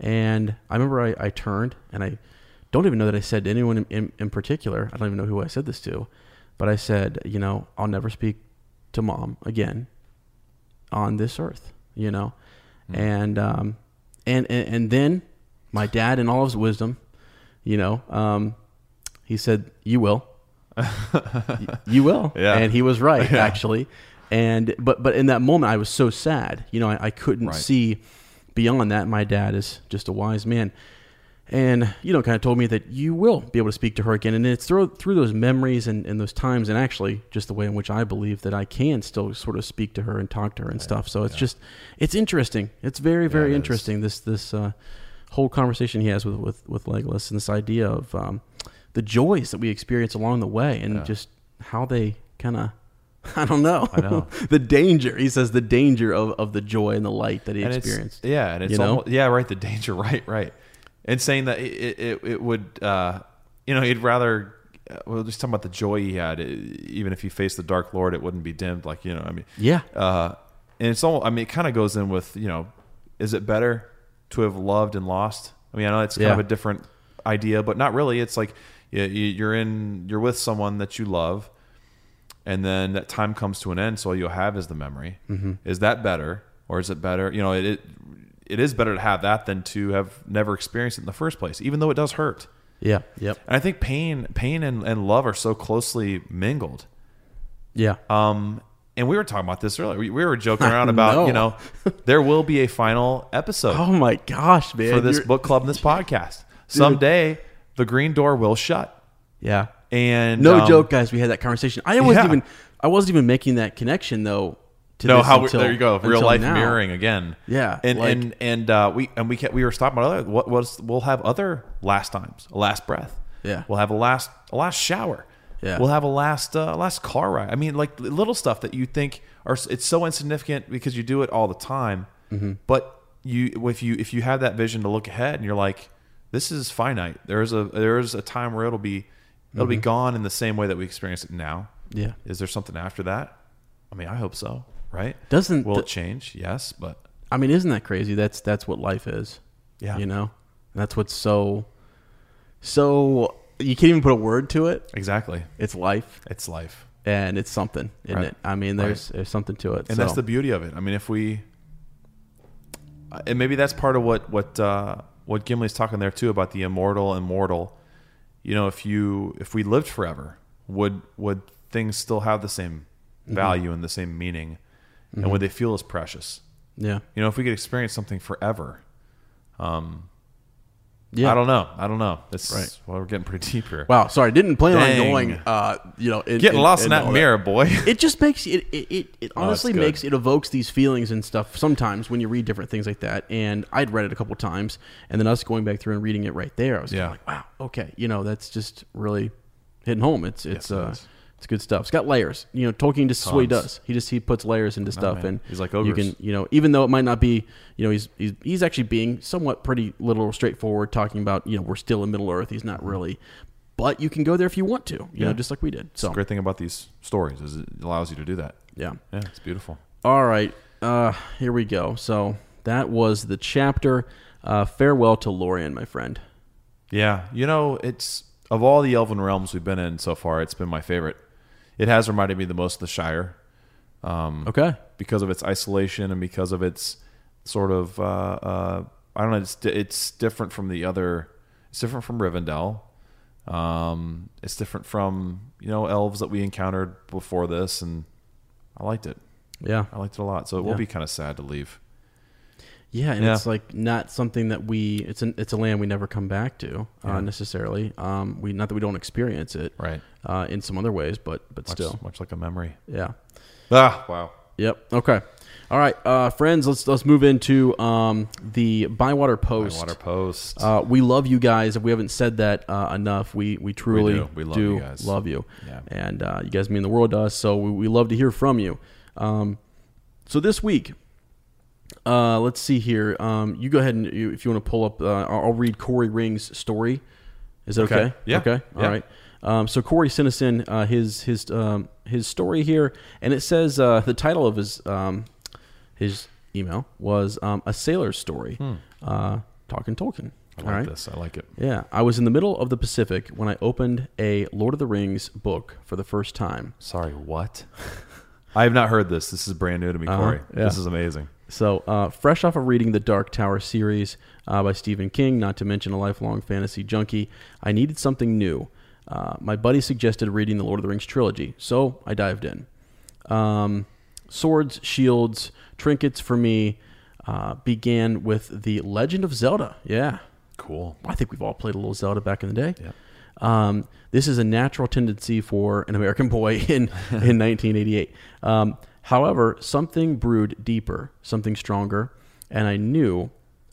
Speaker 1: and I remember I, I turned and I don't even know that I said to anyone in, in, in particular. I don't even know who I said this to, but I said, you know, I'll never speak to mom again on this earth, you know,
Speaker 2: Hmm.
Speaker 1: and, um, and and and then my dad, in all of his wisdom, you know, um, he said, "You will, Y- you will,"
Speaker 2: Yeah.
Speaker 1: and he was right actually. And but but in that moment, I was so sad, you know, I, I couldn't see beyond that. My dad is just a wise man, and you know, kind of told me that you will be able to speak to her again. And it's through through those memories and, and those times, and actually just the way in which I believe that I can still sort of speak to her and talk to her and stuff. So it's just, it's interesting. It's very very interesting. This this uh, whole conversation he has with with with Legolas and this idea of um, the joys that we experience along the way and just how they kind of. I don't know. I
Speaker 2: know.
Speaker 1: the danger. He says the danger of, of the joy and the light that he
Speaker 2: And it's,
Speaker 1: experienced.
Speaker 2: yeah, and it's
Speaker 1: You know?
Speaker 2: almost, yeah, right. The danger, right, right. And saying that it it, it would, uh, you know, he'd rather. uh, Well, just talking about the joy he had, it- even if he faced the Dark Lord, it wouldn't be dimmed. Like you know, I mean,
Speaker 1: Yeah.
Speaker 2: Uh, and it's all. I mean, it kind of goes in with you know, is it better to have loved and lost? I mean, I know it's kind
Speaker 1: Yeah.
Speaker 2: of a different idea, but not really. It's like you- you- you're in, you're with someone that you love, and then that time comes to an end. So all you'll have is the memory.
Speaker 1: Mm-hmm.
Speaker 2: Is that better, or is it better? You know, it, it it is better to have that than to have never experienced it in the first place, even though it does hurt.
Speaker 1: Yeah. Yep.
Speaker 2: And I think pain, pain, and, and love are so closely mingled.
Speaker 1: Yeah.
Speaker 2: Um, and we were talking about this earlier. We, we were joking around about you know
Speaker 1: know.
Speaker 2: there will be a final episode
Speaker 1: Oh my gosh, man!
Speaker 2: for this
Speaker 1: You're-
Speaker 2: book club and this podcast. Someday the green door will shut.
Speaker 1: yeah.
Speaker 2: And
Speaker 1: no
Speaker 2: um,
Speaker 1: joke, guys. We had that conversation. I wasn't
Speaker 2: yeah.
Speaker 1: even I wasn't even making that connection though. To
Speaker 2: No,
Speaker 1: this
Speaker 2: how we,
Speaker 1: until-
Speaker 2: there you go, real
Speaker 1: until
Speaker 2: life
Speaker 1: now.
Speaker 2: mirroring again.
Speaker 1: Yeah,
Speaker 2: and
Speaker 1: like-
Speaker 2: and and uh, we and we kept, we were talking about other what was we'll have other last times, a last breath.
Speaker 1: Yeah.
Speaker 2: we'll have a last a last shower.
Speaker 1: Yeah.
Speaker 2: we'll have a last uh, last car ride. I mean, like little stuff that you think are it's so insignificant because you do it all the time, but you if you if you have that vision to look ahead and you're like, this is finite. There's a there's a time where it'll be it'll be gone in the same way that we experience it now.
Speaker 1: Yeah.
Speaker 2: Is there something after that? I mean, I hope so. Right?
Speaker 1: Doesn't
Speaker 2: will
Speaker 1: the-
Speaker 2: it change? Yes, but
Speaker 1: I mean, isn't that crazy? That's that's what life is.
Speaker 2: Yeah.
Speaker 1: You know? And that's what's so so you can't even put a word to it.
Speaker 2: exactly,
Speaker 1: It's life
Speaker 2: it's life.
Speaker 1: and it's something, isn't
Speaker 2: Right.
Speaker 1: it? I mean, there's there's something to it.
Speaker 2: and that's the beauty of it. I mean, if we, uh, and maybe that's part of what what uh, what Gimli's talking there too about the immortal immortal. You know, if you if we lived forever, would would things still have the same
Speaker 1: Mm-hmm.
Speaker 2: value and the same meaning, and would they feel as precious?
Speaker 1: Yeah.
Speaker 2: You know, if we could experience something forever, um,
Speaker 1: Yeah.
Speaker 2: I don't know. I don't know. That's
Speaker 1: Right.
Speaker 2: Well, we're getting pretty deep here.
Speaker 1: Wow, sorry, didn't plan on
Speaker 2: Dang.
Speaker 1: going uh you know in,
Speaker 2: Getting lost in that
Speaker 1: all
Speaker 2: mirror, boy.
Speaker 1: It just makes it it, it, it honestly
Speaker 2: Oh, good.
Speaker 1: makes it evokes these feelings and stuff sometimes when you read different things like that. And I'd read it a couple times and then us going back through and reading it right there, I was kinda
Speaker 2: Yeah.
Speaker 1: like, Wow, okay. You know, that's just really hitting home. It's it's
Speaker 2: it
Speaker 1: uh
Speaker 2: is.
Speaker 1: it's good stuff. It's got layers. You know, Tolkien just is what he does. He just he puts layers into stuff,
Speaker 2: man.
Speaker 1: and
Speaker 2: He's like
Speaker 1: you
Speaker 2: ogres.
Speaker 1: can you know even though it might not be you know he's he's, he's actually being somewhat pretty literal, straightforward, talking about you know we're still in Middle Earth. He's
Speaker 2: Mm-hmm.
Speaker 1: not really, but you can go there if you want to. You know, just like we did. So
Speaker 2: The great thing about these stories is it allows you to do that.
Speaker 1: yeah.
Speaker 2: Yeah, it's beautiful.
Speaker 1: All right. Uh, here we go. So that was the chapter. Uh, farewell to Lorien, my friend.
Speaker 2: Yeah, you know, it's of all the Elven realms we've been in so far, it's been my favorite. It has reminded me the most of the Shire um,
Speaker 1: Okay.
Speaker 2: because of its isolation and because of its sort of uh, uh, I don't know. It's di- it's different from the other. It's different from Rivendell. Um, it's different from you know elves that we encountered before this, and I liked it.
Speaker 1: Yeah.
Speaker 2: I liked it a lot. So it will
Speaker 1: Yeah.
Speaker 2: be kind of sad to leave.
Speaker 1: Yeah, and
Speaker 2: Yeah.
Speaker 1: it's like not something that we it's an it's a land we never come back to uh, necessarily. Um, we not that we don't experience it
Speaker 2: Right.
Speaker 1: uh, in some other ways, but but
Speaker 2: Much,
Speaker 1: still,
Speaker 2: much like a memory.
Speaker 1: yeah,
Speaker 2: Ah, wow.
Speaker 1: yep, okay, all right, uh, friends, let's let's move into um, the Bywater Post.
Speaker 2: Water post.
Speaker 1: Uh, we love you guys. If we haven't said that uh, enough, we we truly
Speaker 2: do. We love you guys.
Speaker 1: love you.
Speaker 2: Yeah.
Speaker 1: And uh, you guys mean the world to us, so we, we love to hear from you. Um, so this week, uh, let's see here. Um, you go ahead and you, if you want to pull up, uh, I'll I'll read Corey Ring's story. Is that okay?
Speaker 2: Okay. Yeah.
Speaker 1: Okay. All
Speaker 2: Yeah.
Speaker 1: right. Um, so Corey sent us in uh, his his um, his story here, and it says uh, the title of his um, his email was um, a sailor's story, uh, talking
Speaker 2: Hmm.
Speaker 1: Tolkien.
Speaker 2: I
Speaker 1: All
Speaker 2: like
Speaker 1: right.
Speaker 2: this. I like it.
Speaker 1: Yeah, I was in the middle of the Pacific when I opened a Lord of the Rings book for the first time.
Speaker 2: Sorry, what? I have not heard this. This is brand new to me, Corey.
Speaker 1: Uh-huh. yeah.
Speaker 2: This is amazing.
Speaker 1: So, uh, fresh off of reading the Dark Tower series uh, by Stephen King, not to mention a lifelong fantasy junkie, I needed something new. Uh, my buddy suggested reading the Lord of the Rings trilogy, so I dived in. Um, swords, shields, trinkets for me uh, began with The Legend of Zelda. Yeah.
Speaker 2: Cool.
Speaker 1: I think we've all played a little Zelda back in the day. Um, this is a natural tendency for an American boy in, in 1988. Um, however, something brewed deeper, something stronger, and I knew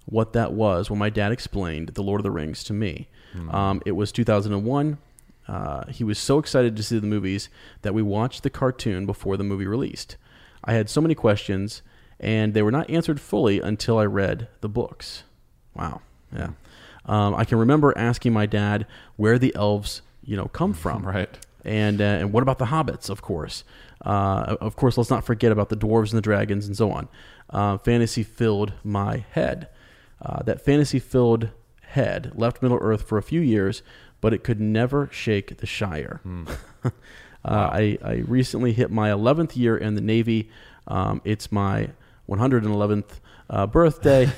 Speaker 1: what that was when my dad explained The Lord of the Rings to me. Um, it was 2001. Uh, he was so excited to see the movies that we watched the cartoon before the movie released. I had so many questions, and they were not answered fully until I read the books. Wow. Yeah. Um, I can remember asking my dad where the elves, you know, come from.
Speaker 2: Right.
Speaker 1: And, uh, and what about the hobbits, of course? Uh, of course, let's not forget about the dwarves and the dragons and so on. Uh, fantasy filled my head. Uh, that fantasy filled head left Middle Earth for a few years, but it could never shake the Shire.
Speaker 2: Hmm.
Speaker 1: Uh, I, I recently hit my 11th year in the Navy. Um, it's my 111th uh, birthday,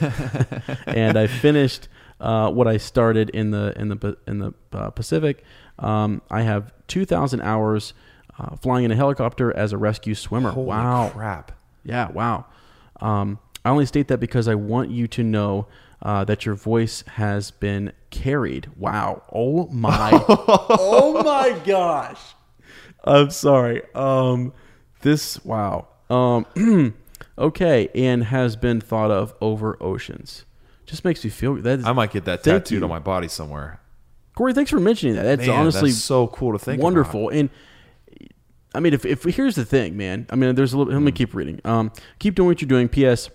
Speaker 1: and I finished uh, what I started in the in the Pa- in the uh, Pacific. Um, I have 2,000 hours uh, flying in a helicopter as a rescue swimmer.
Speaker 2: Holy
Speaker 1: wow!
Speaker 2: crap.
Speaker 1: Yeah, wow. Um, I only state that because I want you to know uh, that your voice has been carried. Wow! Oh my! oh my gosh! I'm sorry. Um, this wow. Um, okay, and has been thought of over oceans. Just makes me feel that. Is,
Speaker 2: I might get that
Speaker 1: Thank
Speaker 2: tattooed
Speaker 1: you.
Speaker 2: on my body somewhere.
Speaker 1: Corey, thanks for mentioning that. That's
Speaker 2: Man,
Speaker 1: honestly
Speaker 2: that's so cool to think.
Speaker 1: wonderful and i mean
Speaker 2: Hmm.
Speaker 1: if, if here's the thing man i mean there's a little let me keep reading um keep doing what you're doing ps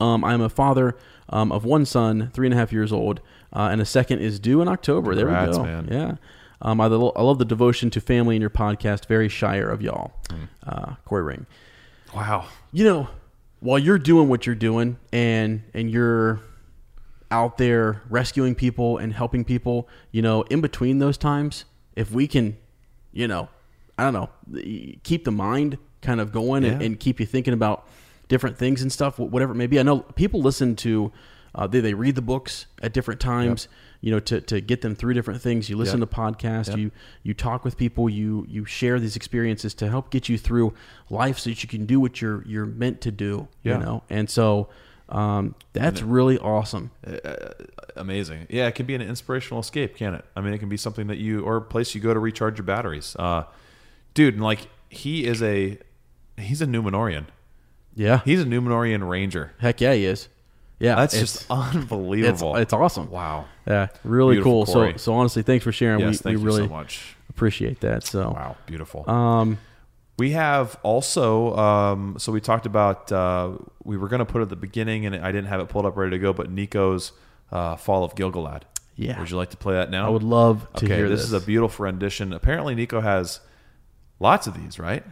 Speaker 1: Um, I am a father um, of one son, three and a half years old, uh, and a second is due in October. There
Speaker 2: Congrats,
Speaker 1: we go.
Speaker 2: man.
Speaker 1: Yeah. Um, I, lo- I love the devotion to family in your podcast. Very shire of y'all. Uh, Corey Ring
Speaker 2: Hmm. Wow.
Speaker 1: you know, while you're doing what you're doing and and you're out there rescuing people and helping people, you know, in between those times, if we can, you know, I don't know, keep the mind kind of going and,
Speaker 2: Yeah.
Speaker 1: and keep you thinking about different things and stuff, wh- whatever it may be. I know people listen to, uh, they, they read the books at different times, you know, to, to get them through different things. You listen
Speaker 2: Yep.
Speaker 1: to podcasts, you, you talk with people, you, you share these experiences to help get you through life so that you can do what you're, you're meant to do,
Speaker 2: Yeah.
Speaker 1: you know? And so, um, that's really awesome.
Speaker 2: Uh, Amazing. Yeah, it can be an inspirational escape, can it? I mean, it can be something that you or a place you go to recharge your batteries. Uh, dude, and like he is a he's a Numenorian.
Speaker 1: Yeah.
Speaker 2: He's a Numenorian ranger.
Speaker 1: Heck yeah, he is. Yeah.
Speaker 2: That's
Speaker 1: it's-
Speaker 2: just
Speaker 1: it's,
Speaker 2: unbelievable.
Speaker 1: it's awesome.
Speaker 2: wow.
Speaker 1: Yeah. Really
Speaker 2: Beautiful,
Speaker 1: cool. So,
Speaker 2: Corey.
Speaker 1: so honestly, thanks for sharing.
Speaker 2: Yes,
Speaker 1: we
Speaker 2: thank
Speaker 1: we
Speaker 2: you
Speaker 1: really
Speaker 2: so much.
Speaker 1: appreciate that. So,
Speaker 2: Wow, beautiful.
Speaker 1: um,
Speaker 2: We have also, um, so we talked about, uh, we were going to put it at the beginning and I didn't have it pulled up ready to go, but Nico's uh, Fall of Gilgalad.
Speaker 1: Yeah.
Speaker 2: Would you like to play that now?
Speaker 1: I would love to
Speaker 2: okay,
Speaker 1: hear
Speaker 2: this. is a beautiful rendition. Apparently, Nico has lots of these, right?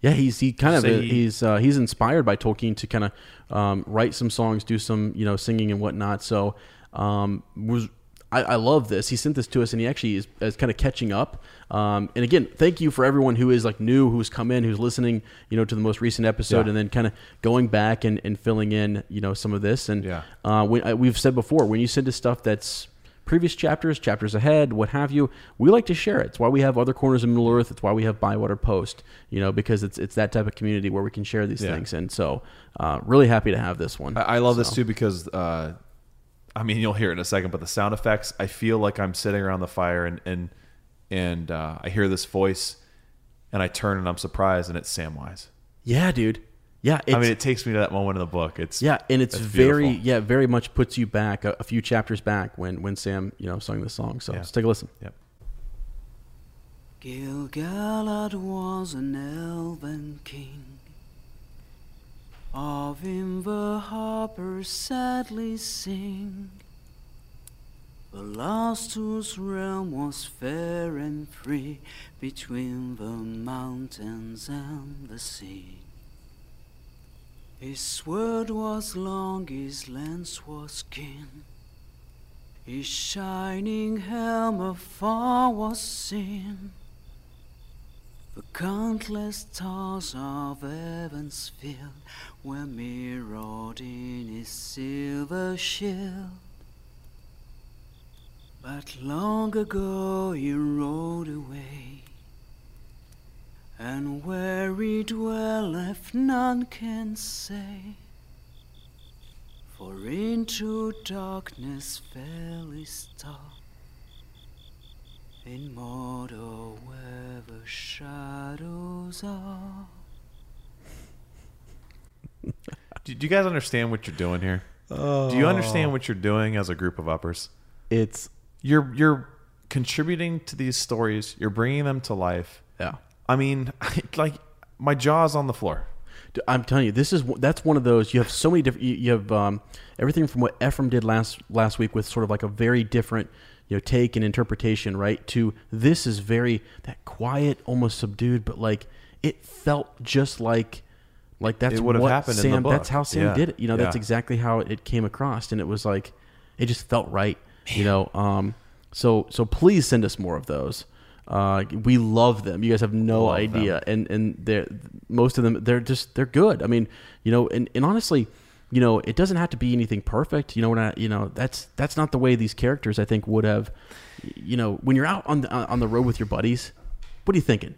Speaker 1: Yeah, he's he kind of
Speaker 2: Say-
Speaker 1: he's uh, he's inspired by Tolkien to kind of um, write some songs, do some you know singing and whatnot. So um, was I, I love this. He sent this to us, and he actually is, is kind of catching up. Um, and again, thank you for everyone who is like new, who's come in, who's listening, you know, to the most recent episode,
Speaker 2: Yeah.
Speaker 1: and then kind of going back and, and filling in, you know, some of this. And
Speaker 2: Yeah.
Speaker 1: uh, we, I, we've said before when you send us stuff that's previous chapters, chapters ahead, what have you. We like to share it. It's why we have other corners of Middle Earth. It's why we have Bywater Post. You know, because it's it's that type of community where we can share these
Speaker 2: Yeah.
Speaker 1: things. And so, uh, really happy to have this one.
Speaker 2: I, I love this
Speaker 1: So,
Speaker 2: too because, uh, I mean, you'll hear it in a second, but the sound effects, I feel like I'm sitting around the fire and, and, and uh, I hear this voice and I turn and I'm surprised and it's Samwise.
Speaker 1: Yeah, dude. Yeah, it's,
Speaker 2: I mean, it takes me to that moment in the book. It's
Speaker 1: yeah, and it's
Speaker 2: that's
Speaker 1: very
Speaker 2: beautiful.
Speaker 1: yeah, very much puts you back a, a few chapters back when when Sam you know sung this song. So
Speaker 2: Yeah.
Speaker 1: let's take a listen.
Speaker 2: Yep.
Speaker 9: Gilgalad was an elven king. Of him the harpers sadly sing. The last whose realm was fair and free between the mountains and the sea. His sword was long, his lance was keen. His shining helm afar was seen. The countless stars of heaven's field were mirrored in his silver shield. But long ago he rode away, and where he dwelleth none can say. For into darkness fell his star, in Mordor where the shadows are.
Speaker 2: Do, do you guys understand what you're doing here? Do you understand what you're doing as a group of uppers?
Speaker 1: It's
Speaker 2: You're you're contributing to these stories. You're bringing them to life.
Speaker 1: yeah.
Speaker 2: I mean, like my jaw's on the floor.
Speaker 1: D- I'm telling you, this is w- that's one of those. You have so many different. You, you have um, everything from what Ephraim did last last week with sort of like a very different, you know, take and interpretation, right? To this is very that quiet, almost subdued, but like it felt just like like that's
Speaker 2: It
Speaker 1: what
Speaker 2: would've happened in
Speaker 1: Sam.
Speaker 2: the book.
Speaker 1: That's how Sam
Speaker 2: Yeah.
Speaker 1: did it. You know, that's
Speaker 2: Yeah.
Speaker 1: exactly how it came across, and it was like it just felt right. You know, um, so so please send us more of those. Uh, we love them. You guys have no
Speaker 2: Love them.
Speaker 1: idea and and they're most of them they're just they're good i mean you know and, and honestly you know it doesn't have to be anything perfect you know when I, you know that's that's not the way these characters i think would have you know when you're out on the on the road with your buddies what are you thinking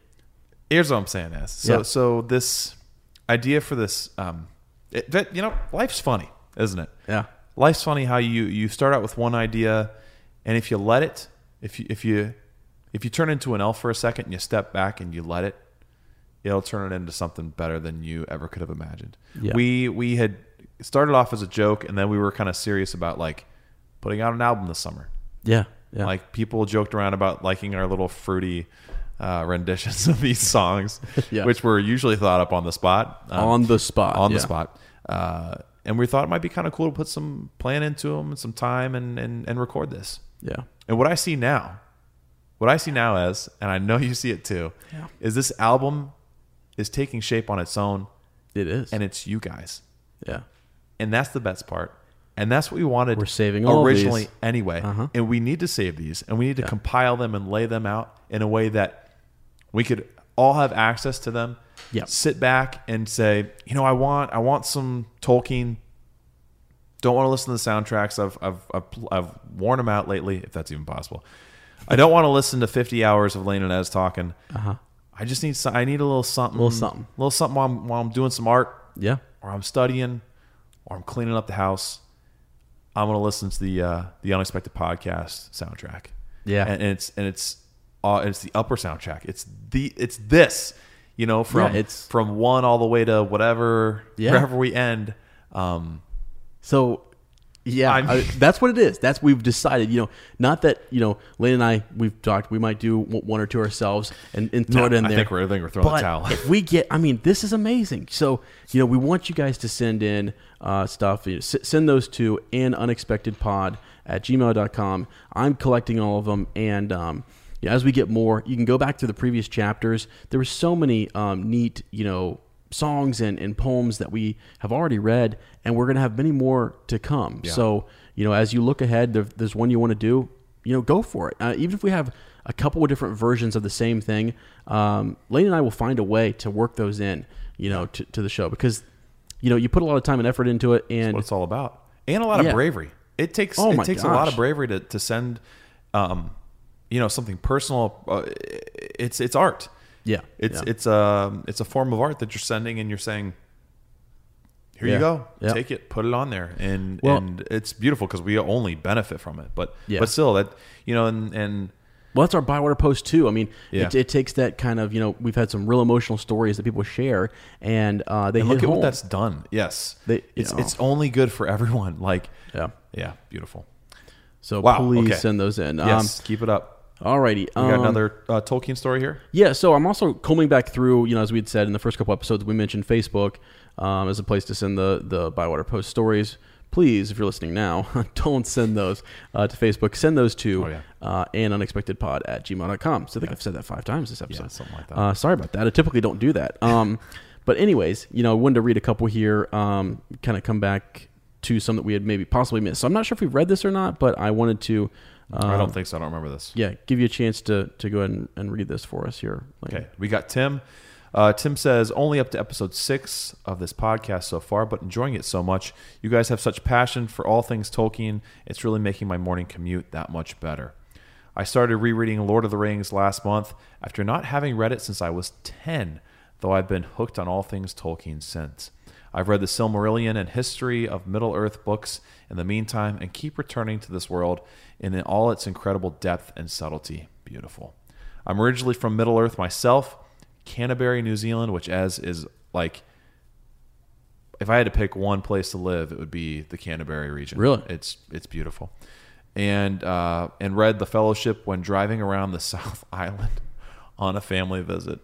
Speaker 2: Here's what I'm saying, this. So
Speaker 1: Yeah.
Speaker 2: so this idea for this, um, it, that you know, life's funny, isn't it?
Speaker 1: Yeah.
Speaker 2: Life's funny how you you start out with one idea, and if you let it, if you if you if you turn into an elf for a second and you step back and you let it, it'll turn it into something better than you ever could have imagined.
Speaker 1: Yeah.
Speaker 2: We we had started off as a joke, and then we were kind of serious about like putting out an album this summer.
Speaker 1: yeah yeah
Speaker 2: Like people joked around about liking our little fruity uh, renditions of these songs,
Speaker 1: Yeah.
Speaker 2: which were usually thought up on the spot. Um,
Speaker 1: On the spot,
Speaker 2: On
Speaker 1: yeah.
Speaker 2: the spot. Uh, and we thought it might be kind of cool to put some plan into them and some time and, and, and record this.
Speaker 1: Yeah.
Speaker 2: And what I see now, what I see now is, and I know you see it too, is this album is taking shape on its own
Speaker 1: It is.
Speaker 2: and it's you guys.
Speaker 1: yeah.
Speaker 2: And that's the best part. And that's what we wanted
Speaker 1: We're saving all
Speaker 2: originally
Speaker 1: these. Uh-huh.
Speaker 2: anyway. And we need to save these and we need to compile them and lay them out in a way that we could all have access to them.
Speaker 1: Yep.
Speaker 2: Sit back and say, you know, I want I want some Tolkien. Don't want to listen to the soundtracks. I've I've I've, pl- I've worn them out lately, if that's even possible. I don't want to listen to 50 hours of Lane and Ez talking. Uh-huh. I just need some, I need a little something,
Speaker 1: Little something.
Speaker 2: little something while I'm, while I'm doing some art
Speaker 1: Yeah.
Speaker 2: or I'm studying, or I'm cleaning up the house, I'm gonna listen to the uh, the unexpected podcast soundtrack.
Speaker 1: Yeah.
Speaker 2: and, and it's and it's uh, it's the upper soundtrack. It's the it's this, you know, from
Speaker 1: Yeah,
Speaker 2: it's
Speaker 1: it's-
Speaker 2: from one all the way to whatever
Speaker 1: Yeah.
Speaker 2: wherever we end. Um,
Speaker 1: So, yeah,
Speaker 2: I'm-
Speaker 1: I- that's what it is. That's we've decided. You know, not that you know, Lane and I we've talked. We might do w- one or two ourselves and, and throw
Speaker 2: No,
Speaker 1: it in
Speaker 2: I
Speaker 1: there.
Speaker 2: think we're- I think we're throwing the
Speaker 1: But
Speaker 2: towel.
Speaker 1: if we get, I mean, this is amazing. So you know, we want you guys to send in uh, stuff. You know, s- send those to an unexpected pod at gmail.com. I'm collecting all of them and. Um, yeah, as we get more, you can go back to the previous chapters. There were so many um, neat, you know, songs and, and poems that we have already read, and we're going to have many more to come. So, you know, as you look ahead, there, there's one you want to do, you know, go for it. Uh, even if we have a couple of different versions of the same thing, um, Lane and I will find a way to work those in, you know, to, to the show because, you know, you put a lot of time and effort into it, and
Speaker 2: what it's all about, and a lot of
Speaker 1: Yeah.
Speaker 2: bravery. It takes
Speaker 1: Oh
Speaker 2: it
Speaker 1: my
Speaker 2: takes a lot
Speaker 1: gosh.
Speaker 2: of bravery to to send, um, you know, something personal. Uh, it's it's art.
Speaker 1: yeah,
Speaker 2: It's
Speaker 1: yeah.
Speaker 2: it's a it's a form of art that you're sending, and you're saying, "Here you
Speaker 1: Yeah.
Speaker 2: go,
Speaker 1: Yeah.
Speaker 2: take it, put it on there," and
Speaker 1: Well-
Speaker 2: and it's beautiful because we only benefit from it. But
Speaker 1: Yeah.
Speaker 2: but still, that you know, and and
Speaker 1: Well, that's our Bywater post too. I mean,
Speaker 2: Yeah.
Speaker 1: it, it takes that kind of you know we've had some real emotional stories that people share, and uh, they
Speaker 2: and look
Speaker 1: hit
Speaker 2: at what
Speaker 1: home.
Speaker 2: that's done. Yes,
Speaker 1: They-
Speaker 2: it's
Speaker 1: you know.
Speaker 2: it's only good for everyone. Like
Speaker 1: yeah.
Speaker 2: yeah, beautiful.
Speaker 1: So
Speaker 2: Wow,
Speaker 1: please
Speaker 2: okay.
Speaker 1: send those in.
Speaker 2: Yes, keep it up.
Speaker 1: Um, alrighty.
Speaker 2: We got
Speaker 1: um,
Speaker 2: another uh, Tolkien story here.
Speaker 1: Yeah, so I'm also combing back through, you know, as we had said in the first couple episodes, we mentioned Facebook um, as a place to send the, the Bywater Post stories. Please, if you're listening now, don't send those uh, to Facebook. Send those to
Speaker 2: Oh, yeah.
Speaker 1: uh, and unexpectedpod at gmail.com. So I think I've said that five times this episode.
Speaker 2: something like that.
Speaker 1: Uh, sorry about that. I typically don't do that. Um, but anyways, you know, I wanted to read a couple here, um, kind of come back to some that we had maybe possibly missed. So I'm not sure if we've read this or not, but I wanted to,
Speaker 2: I
Speaker 1: uh,
Speaker 2: don't think so. I don't remember this.
Speaker 1: yeah, give you a chance to, to go ahead and, and read this for us here. Lane.
Speaker 2: Okay, we got Tim. Uh, Tim says only up to episode six of this podcast so far, but enjoying it so much. You guys have such passion for all things Tolkien. It's really making my morning commute that much better. I started rereading Lord of the Rings last month after not having read it since I was 10, though I've been hooked on all things Tolkien since. I've read the Silmarillion and history of Middle Earth books in the meantime and keep returning to this world in all its incredible depth and subtlety. Beautiful. I'm originally from Middle Earth myself, Canterbury, New Zealand, which as is like if I had to pick one place to live, it would be the Canterbury region.
Speaker 1: Really?
Speaker 2: It's it's beautiful. And uh, and read The Fellowship when driving around the South Island on a family visit.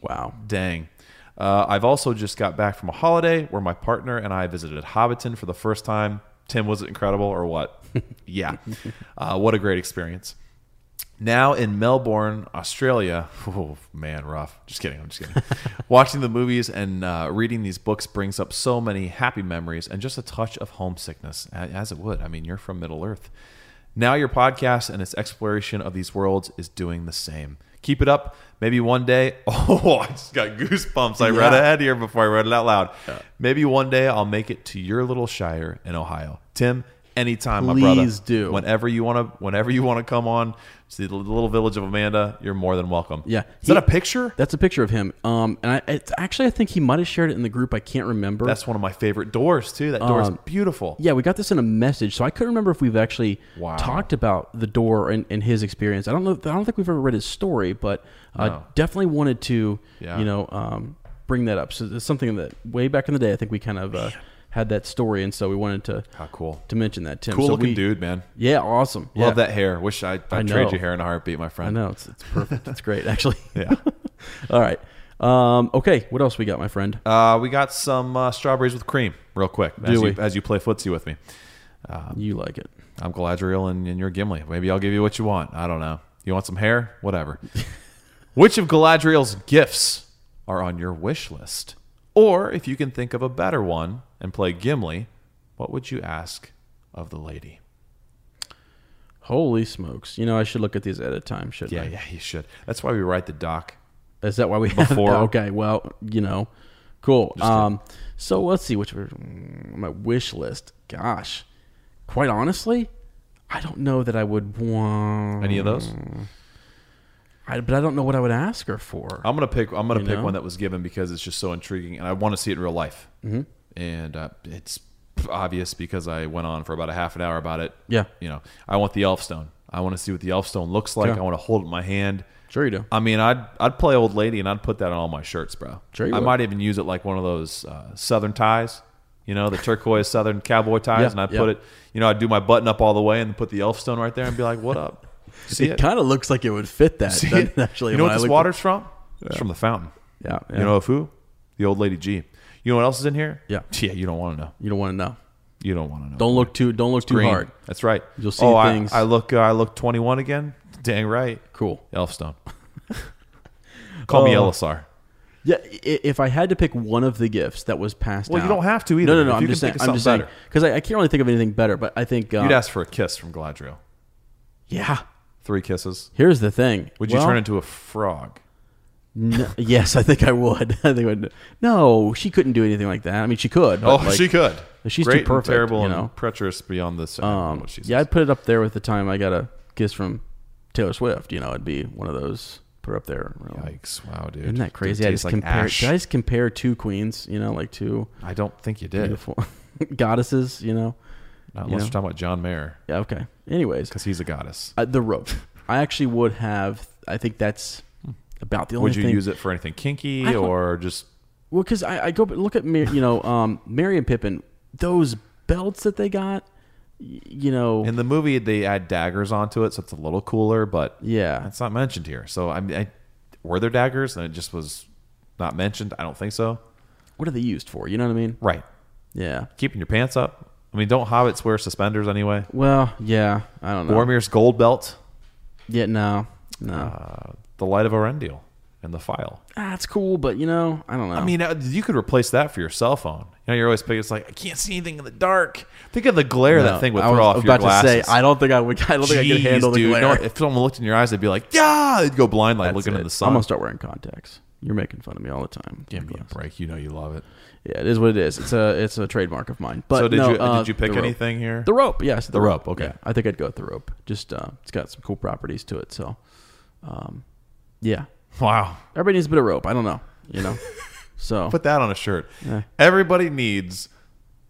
Speaker 1: Wow.
Speaker 2: Dang. Uh, I've also just got back from a holiday where my partner and I visited Hobbiton for the first time. Tim, was it incredible or what? yeah. Uh, what a great experience. Now in Melbourne, Australia. Oh, man, rough. Just kidding. I'm just kidding. Watching the movies and uh, reading these books brings up so many happy memories and just a touch of homesickness, a- as it would. I mean, you're from Middle Earth. Now your podcast and its exploration of these worlds is doing the same. Keep it up. Maybe one day. Oh, I just got goosebumps. I read ahead here before I read it out loud. Maybe one day I'll make it to your little shire in Ohio. Tim, anytime, my brother.
Speaker 1: Please do.
Speaker 2: Whenever you want to, whenever you want to come on to the little village of Amanda, you're more than welcome.
Speaker 1: Yeah.
Speaker 2: Is that
Speaker 1: He-
Speaker 2: a picture?
Speaker 1: That's a picture of him. Um, and I it's, actually I think he might have shared it in the group. I can't remember.
Speaker 2: That's one of my favorite doors too. That door is
Speaker 1: Um,
Speaker 2: beautiful.
Speaker 1: yeah, we got this in a message, so I couldn't remember if we've actually
Speaker 2: Wow.
Speaker 1: talked about the door and, and his experience. I don't know. I don't think we've ever read his story, but I
Speaker 2: No.
Speaker 1: definitely wanted to,
Speaker 2: Yeah.
Speaker 1: you know, um, bring that up. So it's something that way back in the day, I think we kind of uh, had that story, and so we wanted to
Speaker 2: How cool.
Speaker 1: to mention that Tim.
Speaker 2: Cool
Speaker 1: So
Speaker 2: looking
Speaker 1: we-
Speaker 2: dude, man.
Speaker 1: Yeah, awesome. Yeah.
Speaker 2: Love that hair. Wish I I
Speaker 1: I
Speaker 2: trade
Speaker 1: know.
Speaker 2: you hair in a heartbeat, my friend.
Speaker 1: I know it's, it's perfect. It's great, actually.
Speaker 2: Yeah.
Speaker 1: All right. Um, okay, what else we got, my friend?
Speaker 2: Uh, we got some uh, strawberries with cream, real quick.
Speaker 1: Do
Speaker 2: as,
Speaker 1: we?
Speaker 2: You, as you play footsie with me, Uh,
Speaker 1: you like it.
Speaker 2: I'm Galadriel and, and you're Gimli. Maybe I'll give you what you want. I don't know. You want some hair? Whatever. Which of Galadriel's gifts are on your wish list? Or if you can think of a better one and play Gimli, what would you ask of the lady?
Speaker 1: Holy smokes. You know, I should look at these at a time, shouldn't
Speaker 2: Yeah,
Speaker 1: I?
Speaker 2: yeah, you should. That's why we write the doc.
Speaker 1: Is that why we have
Speaker 2: Before.
Speaker 1: that? Okay, well, you know, cool. Um, so let's see which were mm, my wish list. Gosh, quite honestly, I don't know that I would want
Speaker 2: Any of those?
Speaker 1: I, but I don't know what I would ask her for.
Speaker 2: I'm gonna pick. I'm gonna
Speaker 1: You
Speaker 2: pick
Speaker 1: know?
Speaker 2: one that was given because it's just so intriguing, and I want to see it in real life. Mm-hmm. And uh, it's obvious because I went on for about a half an hour about it.
Speaker 1: Yeah.
Speaker 2: you know, I want the elf stone. I want to see what the elf stone looks like.
Speaker 1: Sure.
Speaker 2: I want to hold it in my hand.
Speaker 1: Sure you do.
Speaker 2: I mean, I'd I'd play old lady, and I'd put that on all my shirts, bro.
Speaker 1: Sure you
Speaker 2: I
Speaker 1: would.
Speaker 2: might even use it like one of those uh, southern ties. You know, the turquoise southern cowboy ties,
Speaker 1: Yeah,
Speaker 2: and I'd
Speaker 1: yeah.
Speaker 2: put it. You know, I'd do my button up all the way and put the elf stone right there, and be like, "What up?" See
Speaker 1: it kind of looks like it would fit that.
Speaker 2: See
Speaker 1: doesn't
Speaker 2: it?
Speaker 1: it? actually,
Speaker 2: you know
Speaker 1: when
Speaker 2: what
Speaker 1: I
Speaker 2: this
Speaker 1: looked-
Speaker 2: water's from? It's from the fountain.
Speaker 1: Yeah, yeah.
Speaker 2: You know of who? The old lady G. You know what else is in here?
Speaker 1: Yeah.
Speaker 2: Yeah, you don't want to know.
Speaker 1: You don't want to know.
Speaker 2: You don't want to know.
Speaker 1: Don't look too. Don't look too
Speaker 2: Green.
Speaker 1: hard.
Speaker 2: That's right.
Speaker 1: You'll see
Speaker 2: oh, I-
Speaker 1: things.
Speaker 2: I, look. Uh, I look 21 again. Dang right.
Speaker 1: Cool.
Speaker 2: Elfstone. Call me
Speaker 1: Oh.
Speaker 2: Elisar.
Speaker 1: Yeah, i- if I had to pick one of the gifts that was passed
Speaker 2: Well,
Speaker 1: out,
Speaker 2: you don't have to either.
Speaker 1: No, no, no.
Speaker 2: If
Speaker 1: I'm
Speaker 2: you
Speaker 1: just
Speaker 2: can
Speaker 1: saying.
Speaker 2: think of
Speaker 1: I'm just
Speaker 2: something
Speaker 1: saying because I, I can't really think of anything better. But I think um,
Speaker 2: You'd ask for a kiss from Galadriel.
Speaker 1: Yeah.
Speaker 2: Three kisses.
Speaker 1: Here's the thing.
Speaker 2: Would you
Speaker 1: Well,
Speaker 2: turn into a frog?
Speaker 1: n- yes, I think I would. I think I would. No, she couldn't do anything like that. I mean, she could.
Speaker 2: Oh,
Speaker 1: but, like,
Speaker 2: she could.
Speaker 1: She's
Speaker 2: Great
Speaker 1: too perfect.
Speaker 2: and terrible
Speaker 1: you know.
Speaker 2: and treacherous beyond this.
Speaker 1: Um, yeah, I'd put it up there with the time I got a kiss from Taylor Swift. You know, it'd be one of those. Put it up there. you know.
Speaker 2: Yikes! Wow, dude.
Speaker 1: Isn't that crazy?
Speaker 2: It
Speaker 1: I
Speaker 2: tastes
Speaker 1: just
Speaker 2: like
Speaker 1: compare.
Speaker 2: ash.
Speaker 1: Did I just compare two queens? You know, like two
Speaker 2: I don't think you did.
Speaker 1: beautiful goddesses. You know.
Speaker 2: Not
Speaker 1: You
Speaker 2: unless
Speaker 1: know?
Speaker 2: you're talking about John Mayer,
Speaker 1: Yeah. Okay. Anyways,
Speaker 2: because he's a goddess.
Speaker 1: uh, the rope. I actually would have. I think that's about the
Speaker 2: Hmm.
Speaker 1: only
Speaker 2: Would you
Speaker 1: thing.
Speaker 2: use it for anything
Speaker 1: I
Speaker 2: kinky
Speaker 1: don't-
Speaker 2: or just?
Speaker 1: Well, because I, I go but look at Mar- you know um, Mary and Pippin. Those belts that they got, y- you know.
Speaker 2: In the movie, they add daggers onto it, so it's a little cooler, but
Speaker 1: yeah.
Speaker 2: that's not mentioned here. So I, mean, I were there daggers, and it just was not mentioned. I don't think so.
Speaker 1: what are they used for? You know what I mean?
Speaker 2: Right,
Speaker 1: Yeah.
Speaker 2: keeping your pants up. I mean, don't hobbits wear suspenders anyway?
Speaker 1: Well, yeah. I don't know.
Speaker 2: Boromir's gold belt, Uh,
Speaker 1: Yeah. No. No.
Speaker 2: the light of Elendil, and the file.
Speaker 1: ah, it's cool, but you know, I don't know.
Speaker 2: I mean, uh, you could replace that for your cell phone. You know, you're always picking. It's like I can't see anything in the dark. Think of the glare that thing would
Speaker 1: I
Speaker 2: throw
Speaker 1: was
Speaker 2: off your
Speaker 1: about
Speaker 2: glasses.
Speaker 1: to say, I don't think I would. I don't think I could
Speaker 2: Jeez,
Speaker 1: handle the
Speaker 2: dude.
Speaker 1: glare.
Speaker 2: You know what? if someone looked in your eyes, they'd be like, "Yeah," they'd go blind, like
Speaker 1: That's
Speaker 2: looking
Speaker 1: it.
Speaker 2: at the sun.
Speaker 1: I'm gonna start wearing contacts. You're making fun of me all the time.
Speaker 2: Give me a break. You know you love it.
Speaker 1: Yeah, it is what it is. It's a it's a trademark of mine. But
Speaker 2: so did
Speaker 1: no,
Speaker 2: you
Speaker 1: uh,
Speaker 2: did you pick
Speaker 1: the rope.
Speaker 2: anything here?
Speaker 1: The rope, yes, the,
Speaker 2: rope, okay.
Speaker 1: Yeah, I think I'd go with the rope. Just uh, it's got some cool properties to it. So, um, yeah,
Speaker 2: wow,
Speaker 1: everybody needs a bit of rope. I don't know, you know. so
Speaker 2: put that on a shirt. Everybody needs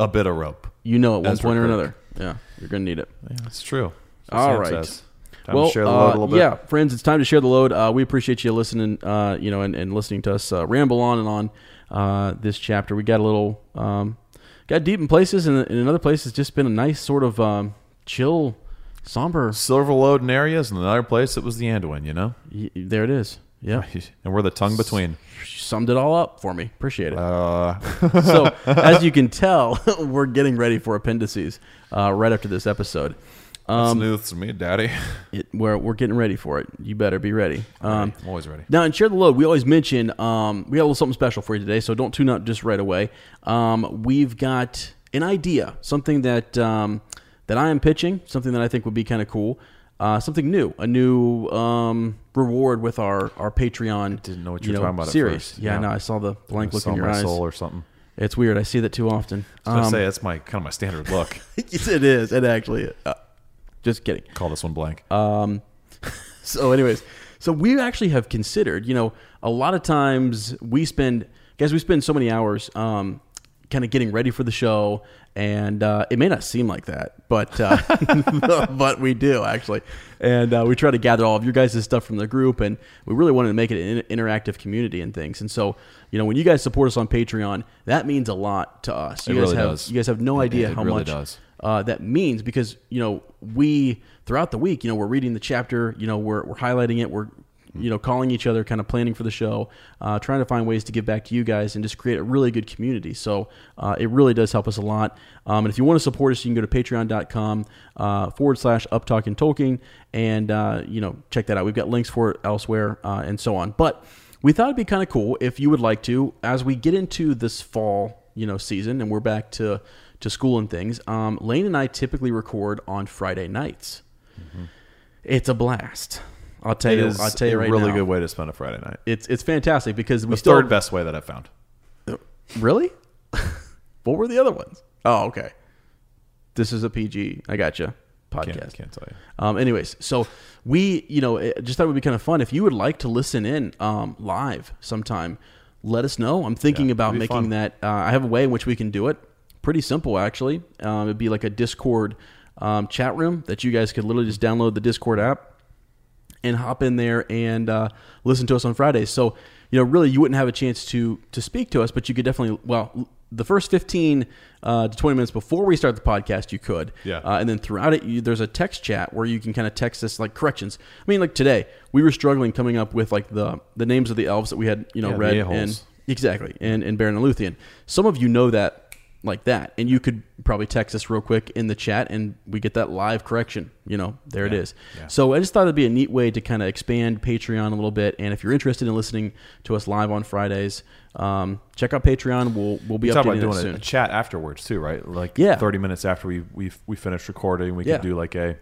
Speaker 2: a bit of rope.
Speaker 1: you know, at one
Speaker 2: Ezra
Speaker 1: point or
Speaker 2: Kirk.
Speaker 1: another, yeah, you're gonna need it.
Speaker 2: That's true.
Speaker 1: All
Speaker 2: Sam
Speaker 1: right.
Speaker 2: says. Time
Speaker 1: well,
Speaker 2: to share the load
Speaker 1: uh,
Speaker 2: a little bit.
Speaker 1: yeah, friends, it's time to share the load. Uh, we appreciate you listening, uh, you know, and, and listening to us uh, ramble on and on uh, this chapter. We got a little, um, got deep in places, and in another place, it's just been a nice sort of um, chill, somber.
Speaker 2: Silver load in areas, and another place it was the Anduin. You know,
Speaker 1: y- there it is. Yeah,
Speaker 2: and we're the tongue between. Uh,
Speaker 1: She summed it all up for me. Appreciate it. so, as you can tell, we're getting ready for appendices uh, right after this episode.
Speaker 2: Um, Snooths me, daddy.
Speaker 1: It, we're, we're getting ready for it. You better be ready. Um,
Speaker 2: I'm always ready.
Speaker 1: Now, in Share the Load, we always mention um, we got a little something special for you today, so don't tune out just right away. Um, we've got an idea, something that um, that I am pitching, something that I think would be kind of cool, uh, something new, a new um, reward with our our Patreon.
Speaker 2: Didn't know what you
Speaker 1: you
Speaker 2: were talking about at
Speaker 1: Series,
Speaker 2: first.
Speaker 1: yeah,
Speaker 2: Yeah.
Speaker 1: no, I saw the blank look
Speaker 2: Sell
Speaker 1: in your
Speaker 2: my
Speaker 1: eyes.
Speaker 2: soul or something.
Speaker 1: It's weird. I see that too often.
Speaker 2: I was
Speaker 1: Um,
Speaker 2: gonna say that's my kind of my standard look.
Speaker 1: it is. It actually. Uh, just kidding. Um,
Speaker 2: Call this one blank.
Speaker 1: So, anyways, so we actually have considered, you know, a lot of times we spend, guys, we spend so many hours um, kind of getting ready for the show, and uh, it may not seem like that, but uh, but we do actually, and uh, we try to gather all of your guys' stuff from the group, and we really wanted to make it an in- interactive community and things, and so you know, when you guys support us on Patreon, that means a lot to us. You
Speaker 2: It
Speaker 1: guys
Speaker 2: really
Speaker 1: have,
Speaker 2: does.
Speaker 1: You guys have no
Speaker 2: It-
Speaker 1: idea
Speaker 2: it
Speaker 1: how
Speaker 2: really
Speaker 1: much
Speaker 2: does.
Speaker 1: uh, that means because you know we throughout the week you know we're reading the chapter you know we're, we're highlighting it we're you know, calling each other, kind of planning for the show, uh, trying to find ways to give back to you guys and just create a really good community. So uh, it really does help us a lot. Um, and if you want to support us, you can go to patreon.com uh, forward slash uptalk and Tolkien and, uh, you know, check that out. We've got links for it elsewhere uh, and so on. But we thought it'd be kind of cool if you would like to, as we get into this fall, you know, season and we're back to, to school and things, um, Lane and I typically record on Friday nights. It's a blast. I'll tell
Speaker 2: Mm-hmm. It
Speaker 1: you,
Speaker 2: is
Speaker 1: I'll tell you
Speaker 2: a
Speaker 1: right
Speaker 2: really
Speaker 1: now.
Speaker 2: good way to spend a Friday night.
Speaker 1: It's it's fantastic because we
Speaker 2: The
Speaker 1: still
Speaker 2: third best way that I've found.
Speaker 1: Really? what were the other ones? Oh, okay. This is a PG. I gotcha.
Speaker 2: Can't,
Speaker 1: Podcast.
Speaker 2: can't tell you.
Speaker 1: Um, anyways, so we, you know, it, just thought it would be kind of fun. If you would like to listen in um, live sometime, let us know. I'm thinking
Speaker 2: Yeah,
Speaker 1: about
Speaker 2: it'd be
Speaker 1: making
Speaker 2: fun.
Speaker 1: that. Uh, I have a way in which we can do it. Pretty simple, actually. Um, it'd be like a Discord um, chat room that you guys could literally just download the Discord app and hop in there and uh, listen to us on Fridays. So you know, really, you wouldn't have a chance to to speak to us, but you could definitely well. The first fifteen uh, to twenty minutes before we start the podcast, you could,
Speaker 2: Yeah.
Speaker 1: Uh, and then throughout it, you, there's a text chat where you can kind of text us like corrections. I mean, like today, we were struggling coming up with like the the names of the elves that we had, you know,
Speaker 2: Yeah, the
Speaker 1: read
Speaker 2: a-holes.
Speaker 1: and exactly, and and Baron and Luthien. Some of you know that like that, and you could probably text us real quick in the chat, and we get that live correction. You know, there it is. So I just thought it'd be a neat way to kind of expand Patreon a little bit. And if you're interested in listening to us live on Fridays, um, check out Patreon. We'll we'll be
Speaker 2: We talked about
Speaker 1: updating that
Speaker 2: doing a,
Speaker 1: soon.
Speaker 2: a chat afterwards too, right? Like
Speaker 1: Yeah.
Speaker 2: thirty minutes after we we we finish recording, we
Speaker 1: Yeah.
Speaker 2: could do like a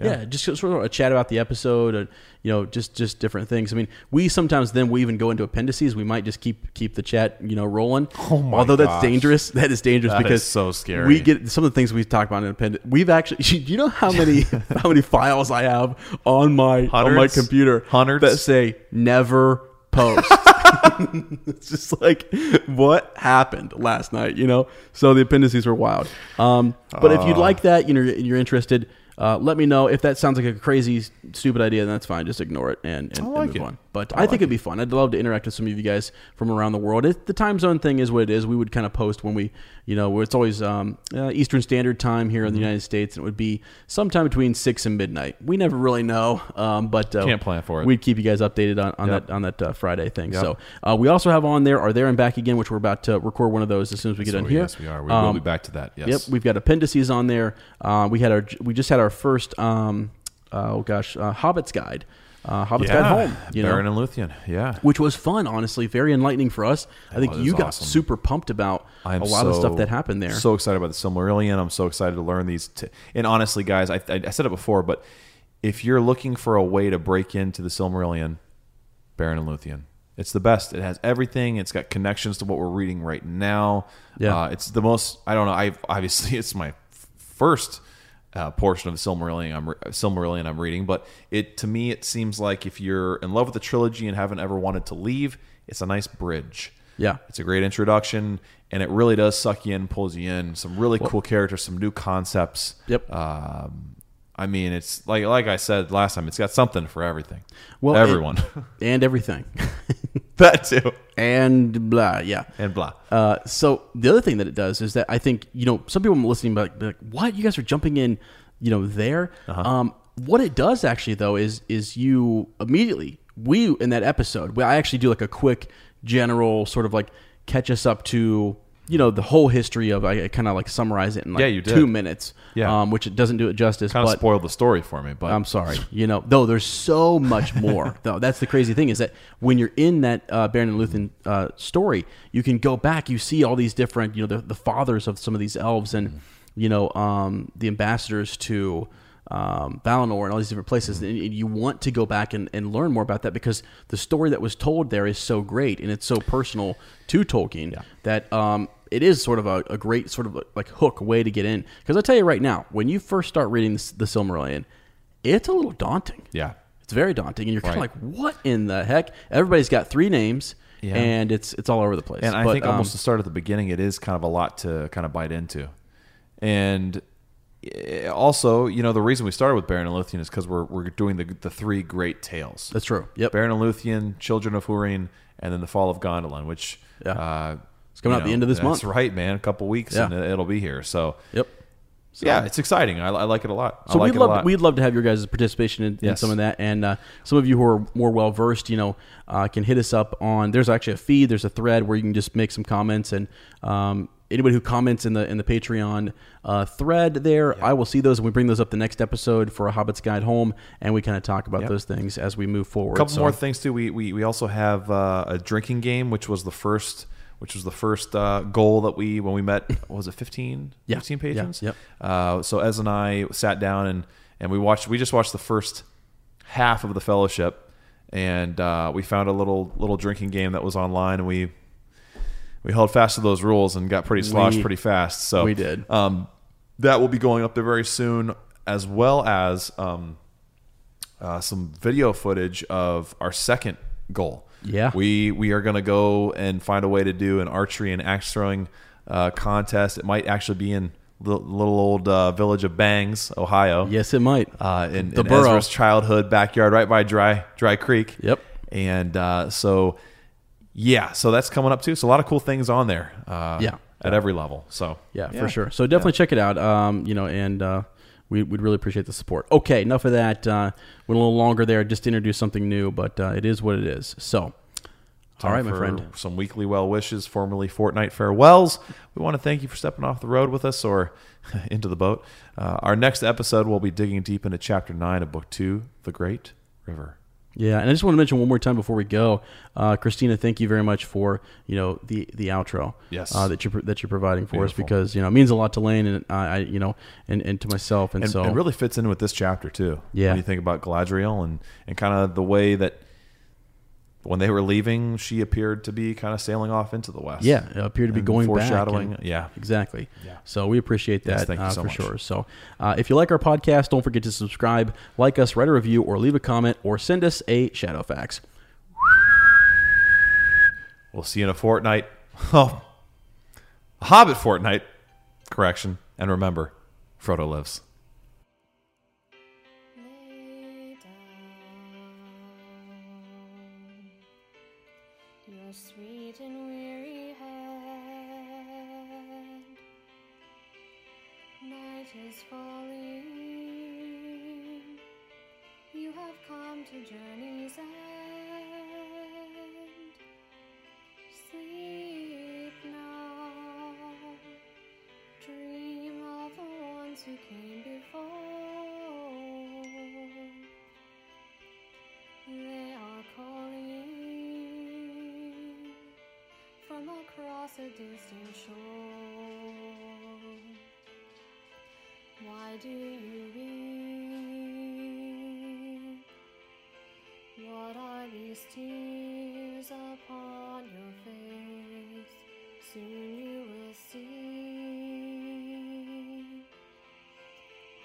Speaker 1: yeah. just sort of a chat about the episode and you know just just different things i mean we sometimes then we even go into appendices we might just keep keep the chat you know rolling oh
Speaker 2: my
Speaker 1: although that's
Speaker 2: gosh.
Speaker 1: dangerous that is dangerous
Speaker 2: That is
Speaker 1: because
Speaker 2: so scary.
Speaker 1: we get some of the things we've talked about in appendix we've actually you know how many how many files i have on my on my
Speaker 2: Hundreds?
Speaker 1: computer
Speaker 2: Hundreds?
Speaker 1: that say never post it's just like what happened last night you know so the appendices were wild um, but if you'd
Speaker 2: Ah.
Speaker 1: like that you know and you're interested uh, let me know if that sounds like a crazy stupid idea then that's fine just ignore it and, and, and
Speaker 2: like
Speaker 1: move
Speaker 2: it.
Speaker 1: on but i, think it'd be fun i'd love to interact with some of you guys from around the world it, the time zone thing is what it is we would kind of post when we you know where it's always um, uh, eastern standard time here in
Speaker 2: Mm-hmm.
Speaker 1: the united states and it would be sometime between 6 and midnight we never really know um, but uh,
Speaker 2: Can't plan for it.
Speaker 1: we keep you guys updated on, on
Speaker 2: Yep.
Speaker 1: that on that uh, Friday thing. So uh, we also have on there are there and back again, which we're about to record one of those as soon as we get
Speaker 2: So
Speaker 1: done here.
Speaker 2: Yes, we are. We will
Speaker 1: Um,
Speaker 2: be back to that. Yes.
Speaker 1: Yep, we've got appendices on there. Uh, we had our we just had our first um, oh gosh, uh, Hobbit's guide, uh, Hobbit's guide home. You know,
Speaker 2: Baron and Luthien. Yeah.
Speaker 1: which was fun, honestly, very enlightening for us. I think
Speaker 2: was
Speaker 1: you got
Speaker 2: awesome.
Speaker 1: super pumped about
Speaker 2: I am
Speaker 1: a lot of
Speaker 2: so-
Speaker 1: stuff that happened there.
Speaker 2: So excited about the Silmarillion. I'm so excited to learn these. T- and honestly, guys, I, I, I said it before, but if you're looking for a way to break into the Silmarillion, Baron and Luthien. It's the best. It has everything. It's got connections to what we're reading right now.
Speaker 1: Yeah.
Speaker 2: Uh, it's the most. I don't know. I obviously it's my f- first uh, portion of the Silmarillion. I'm re- Silmarillion I'm reading, but it to me it seems like if you're in love with the trilogy and haven't ever wanted to leave, it's a nice bridge.
Speaker 1: Yeah.
Speaker 2: It's a great introduction, and it really does suck you in, pulls you in. Some really cool characters, some new concepts.
Speaker 1: Yep.
Speaker 2: Um, I mean, it's like like I said last time. It's got something for everything.
Speaker 1: Well, it-
Speaker 2: everyone.
Speaker 1: and everything,
Speaker 2: that too.
Speaker 1: and blah, yeah,
Speaker 2: And blah.
Speaker 1: Uh, so the other thing that it does is that I think you know some people listening be like, be like what you guys are jumping in, you know there.
Speaker 2: Uh-huh.
Speaker 1: Um, what it does actually though is is you immediately we in that episode we, I actually do like a quick general sort of like catch us up to you know the whole history of I, kind of like summarize it in like
Speaker 2: Yeah, you did.
Speaker 1: two minutes
Speaker 2: Yeah.
Speaker 1: um, which it doesn't do it justice
Speaker 2: kind of
Speaker 1: but
Speaker 2: spoiled the story for me, but
Speaker 1: I'm sorry. You know, though there's so much more. though that's the crazy thing is that when you're in that uh, Baron and Luthen uh, story, you can go back. You see all these different, you know, the, the fathers of some of these elves, and
Speaker 2: Mm-hmm.
Speaker 1: you know, um, the ambassadors to um, Valinor and all these different places. And, and you want to go back and, and learn more about that because the story that was told there is so great and it's so personal to Tolkien that um, it is sort of a, a great sort of like hook way to get in. Because I tell you right now, when you first start reading the, the Silmarillion it's a little daunting.
Speaker 2: Yeah.
Speaker 1: It's very daunting, and you're kind of
Speaker 2: Right.
Speaker 1: like, "What in the heck?" Everybody's got three names, and it's it's all over the place.
Speaker 2: And I
Speaker 1: But,
Speaker 2: think
Speaker 1: um,
Speaker 2: almost to start at the beginning, it is kind of a lot to kind of bite into. And eh, also, you know, the reason we started with Baron and Luthien is because we're, we're doing the, the three great tales.
Speaker 1: that's true. Yep,
Speaker 2: Baron and Luthien, Children of Húrin, and then the Fall of Gondolin, which
Speaker 1: Yeah.
Speaker 2: uh,
Speaker 1: It's coming
Speaker 2: you
Speaker 1: out the end of this month.
Speaker 2: That's right, man. A couple weeks,
Speaker 1: Yeah.
Speaker 2: and it- it'll be here. So
Speaker 1: yep,
Speaker 2: So, yeah, it's exciting. I, I like it a lot. I
Speaker 1: So
Speaker 2: like
Speaker 1: we'd
Speaker 2: it a
Speaker 1: love
Speaker 2: lot.
Speaker 1: we'd love to have your guys' participation in, in
Speaker 2: Yes.
Speaker 1: some of that, and uh, some of you who are more well versed, you know, uh, can hit us up on. There's actually a feed. There's a thread where you can just make some comments, and um, anybody who comments in the in the Patreon uh, thread there, I will see those, and we bring those up the next episode for a Hobbit's Guide Home, and we kind of talk about those things as we move forward.
Speaker 2: couple
Speaker 1: So-
Speaker 2: more things too. We we, we also have uh, a drinking game, which was the first which was the first uh, goal that we when we met what was it 15,
Speaker 1: Yeah.
Speaker 2: 15
Speaker 1: Yeah.
Speaker 2: patrons.
Speaker 1: Yep.
Speaker 2: Uh, so Ez and I sat down and and we watched we just watched the first half of the fellowship, and uh, we found a little little drinking game that was online, and we. We held fast to those rules and got pretty sloshed
Speaker 1: We-
Speaker 2: pretty fast. So
Speaker 1: we did.
Speaker 2: Um, that will be going up there very soon, as well as um, uh, some video footage of our second goal.
Speaker 1: Yeah.
Speaker 2: we we are going to go and find a way to do an archery and axe throwing uh, contest. It might actually be in the little old uh, village of Bangs, Ohio.
Speaker 1: yes, it might.
Speaker 2: uh, in,
Speaker 1: The
Speaker 2: in
Speaker 1: borough.
Speaker 2: Ezra's childhood backyard, right by Dry Dry Creek.
Speaker 1: Yep.
Speaker 2: and uh, so yeah, so that's coming up too. So a lot of cool things on there. Uh,
Speaker 1: Yeah.
Speaker 2: at every level. So
Speaker 1: yeah, for sure. So definitely check it out. Um, you know, and uh, we, we'd really appreciate the support. Okay, enough of that. Uh, went a little longer there, just to introduce something new, but uh, it is what it is. So, all right, my
Speaker 2: for
Speaker 1: friend.
Speaker 2: Some weekly well wishes, formerly fortnight farewells. We want to thank you for stepping off the road with us or into the boat. Uh, our next episode, we'll be digging deep into chapter nine of book two, The Great River.
Speaker 1: Yeah, and I just want to mention one more time before we go, uh, Christina, thank you very much for you know the the outro,
Speaker 2: Yes.
Speaker 1: uh, that you are that you're providing for us because you know it means a lot to Lane and I, I you know and, and to myself, and,
Speaker 2: And
Speaker 1: so
Speaker 2: it really fits in with this chapter too.
Speaker 1: Yeah.
Speaker 2: When you think about Galadriel and, and kind of the way that when they were leaving, she appeared to be kind of sailing off into the west.
Speaker 1: Yeah, it appeared to be
Speaker 2: And
Speaker 1: going
Speaker 2: foreshadowing.
Speaker 1: back. and-
Speaker 2: yeah.
Speaker 1: exactly. Yeah. So we appreciate that
Speaker 2: Yes, thank you
Speaker 1: uh,
Speaker 2: so
Speaker 1: for
Speaker 2: much.
Speaker 1: sure. So uh, if you like our podcast, don't forget to subscribe, like us, write a review, or leave a comment, or send us a shadow fax.
Speaker 2: We'll see you in a fortnight. Oh, Hobbit fortnight. Correction. And remember, Frodo lives.
Speaker 10: Lay down your sweet and weary head. Night is falling. You have come to journey's end. Sleep now. Dream of the ones who came before. They are calling from across a distant shore. Why do you weep? What are these tears upon your face? Soon you will see.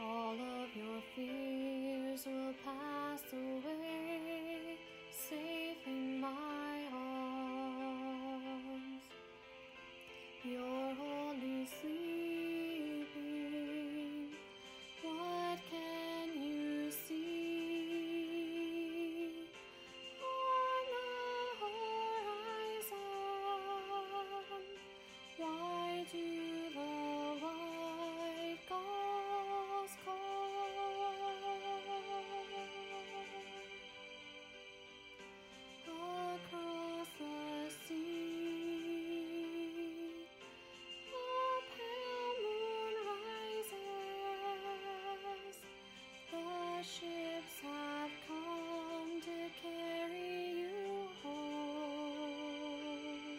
Speaker 10: All of your fears will pass away, safe in my arms. You're only sleeping. What can you see? On the horizon, why do the white gulls call? Across the sea, a pale moon rises. The ships have come to carry you home.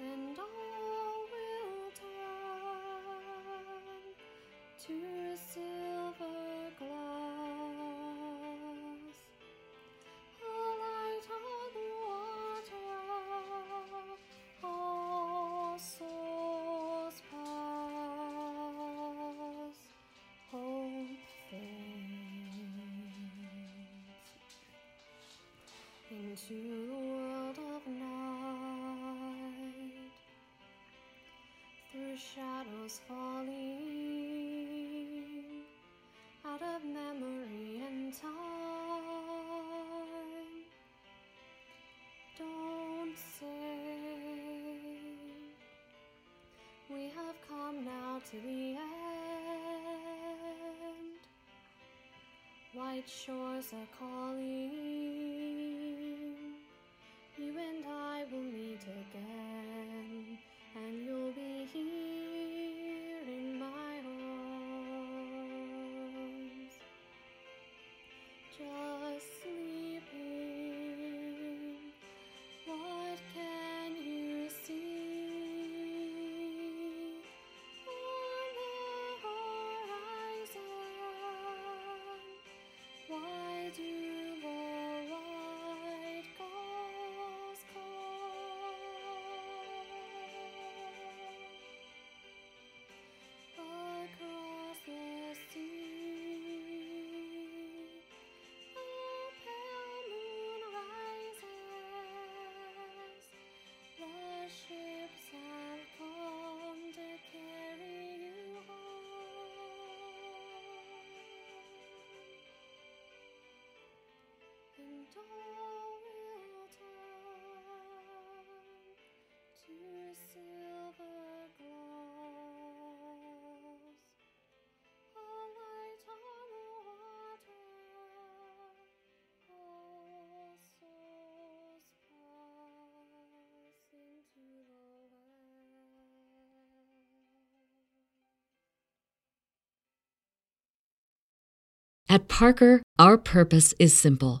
Speaker 10: and all will turn to silver glass. A light on water, all souls pass, hope fades into the world of night through shadows falling out of memory and time. Don't say Distant shores are calling. You and I will meet again, and you'll be here in my arms. Just sleeping. What can you see on the horizon? Why do the white gulls call across the sea? A pale moon rises. The ships have come to carry you home. And all will turn to silver glows. A light on the water, all souls pass into the well.
Speaker 11: At Parker, our purpose is simple.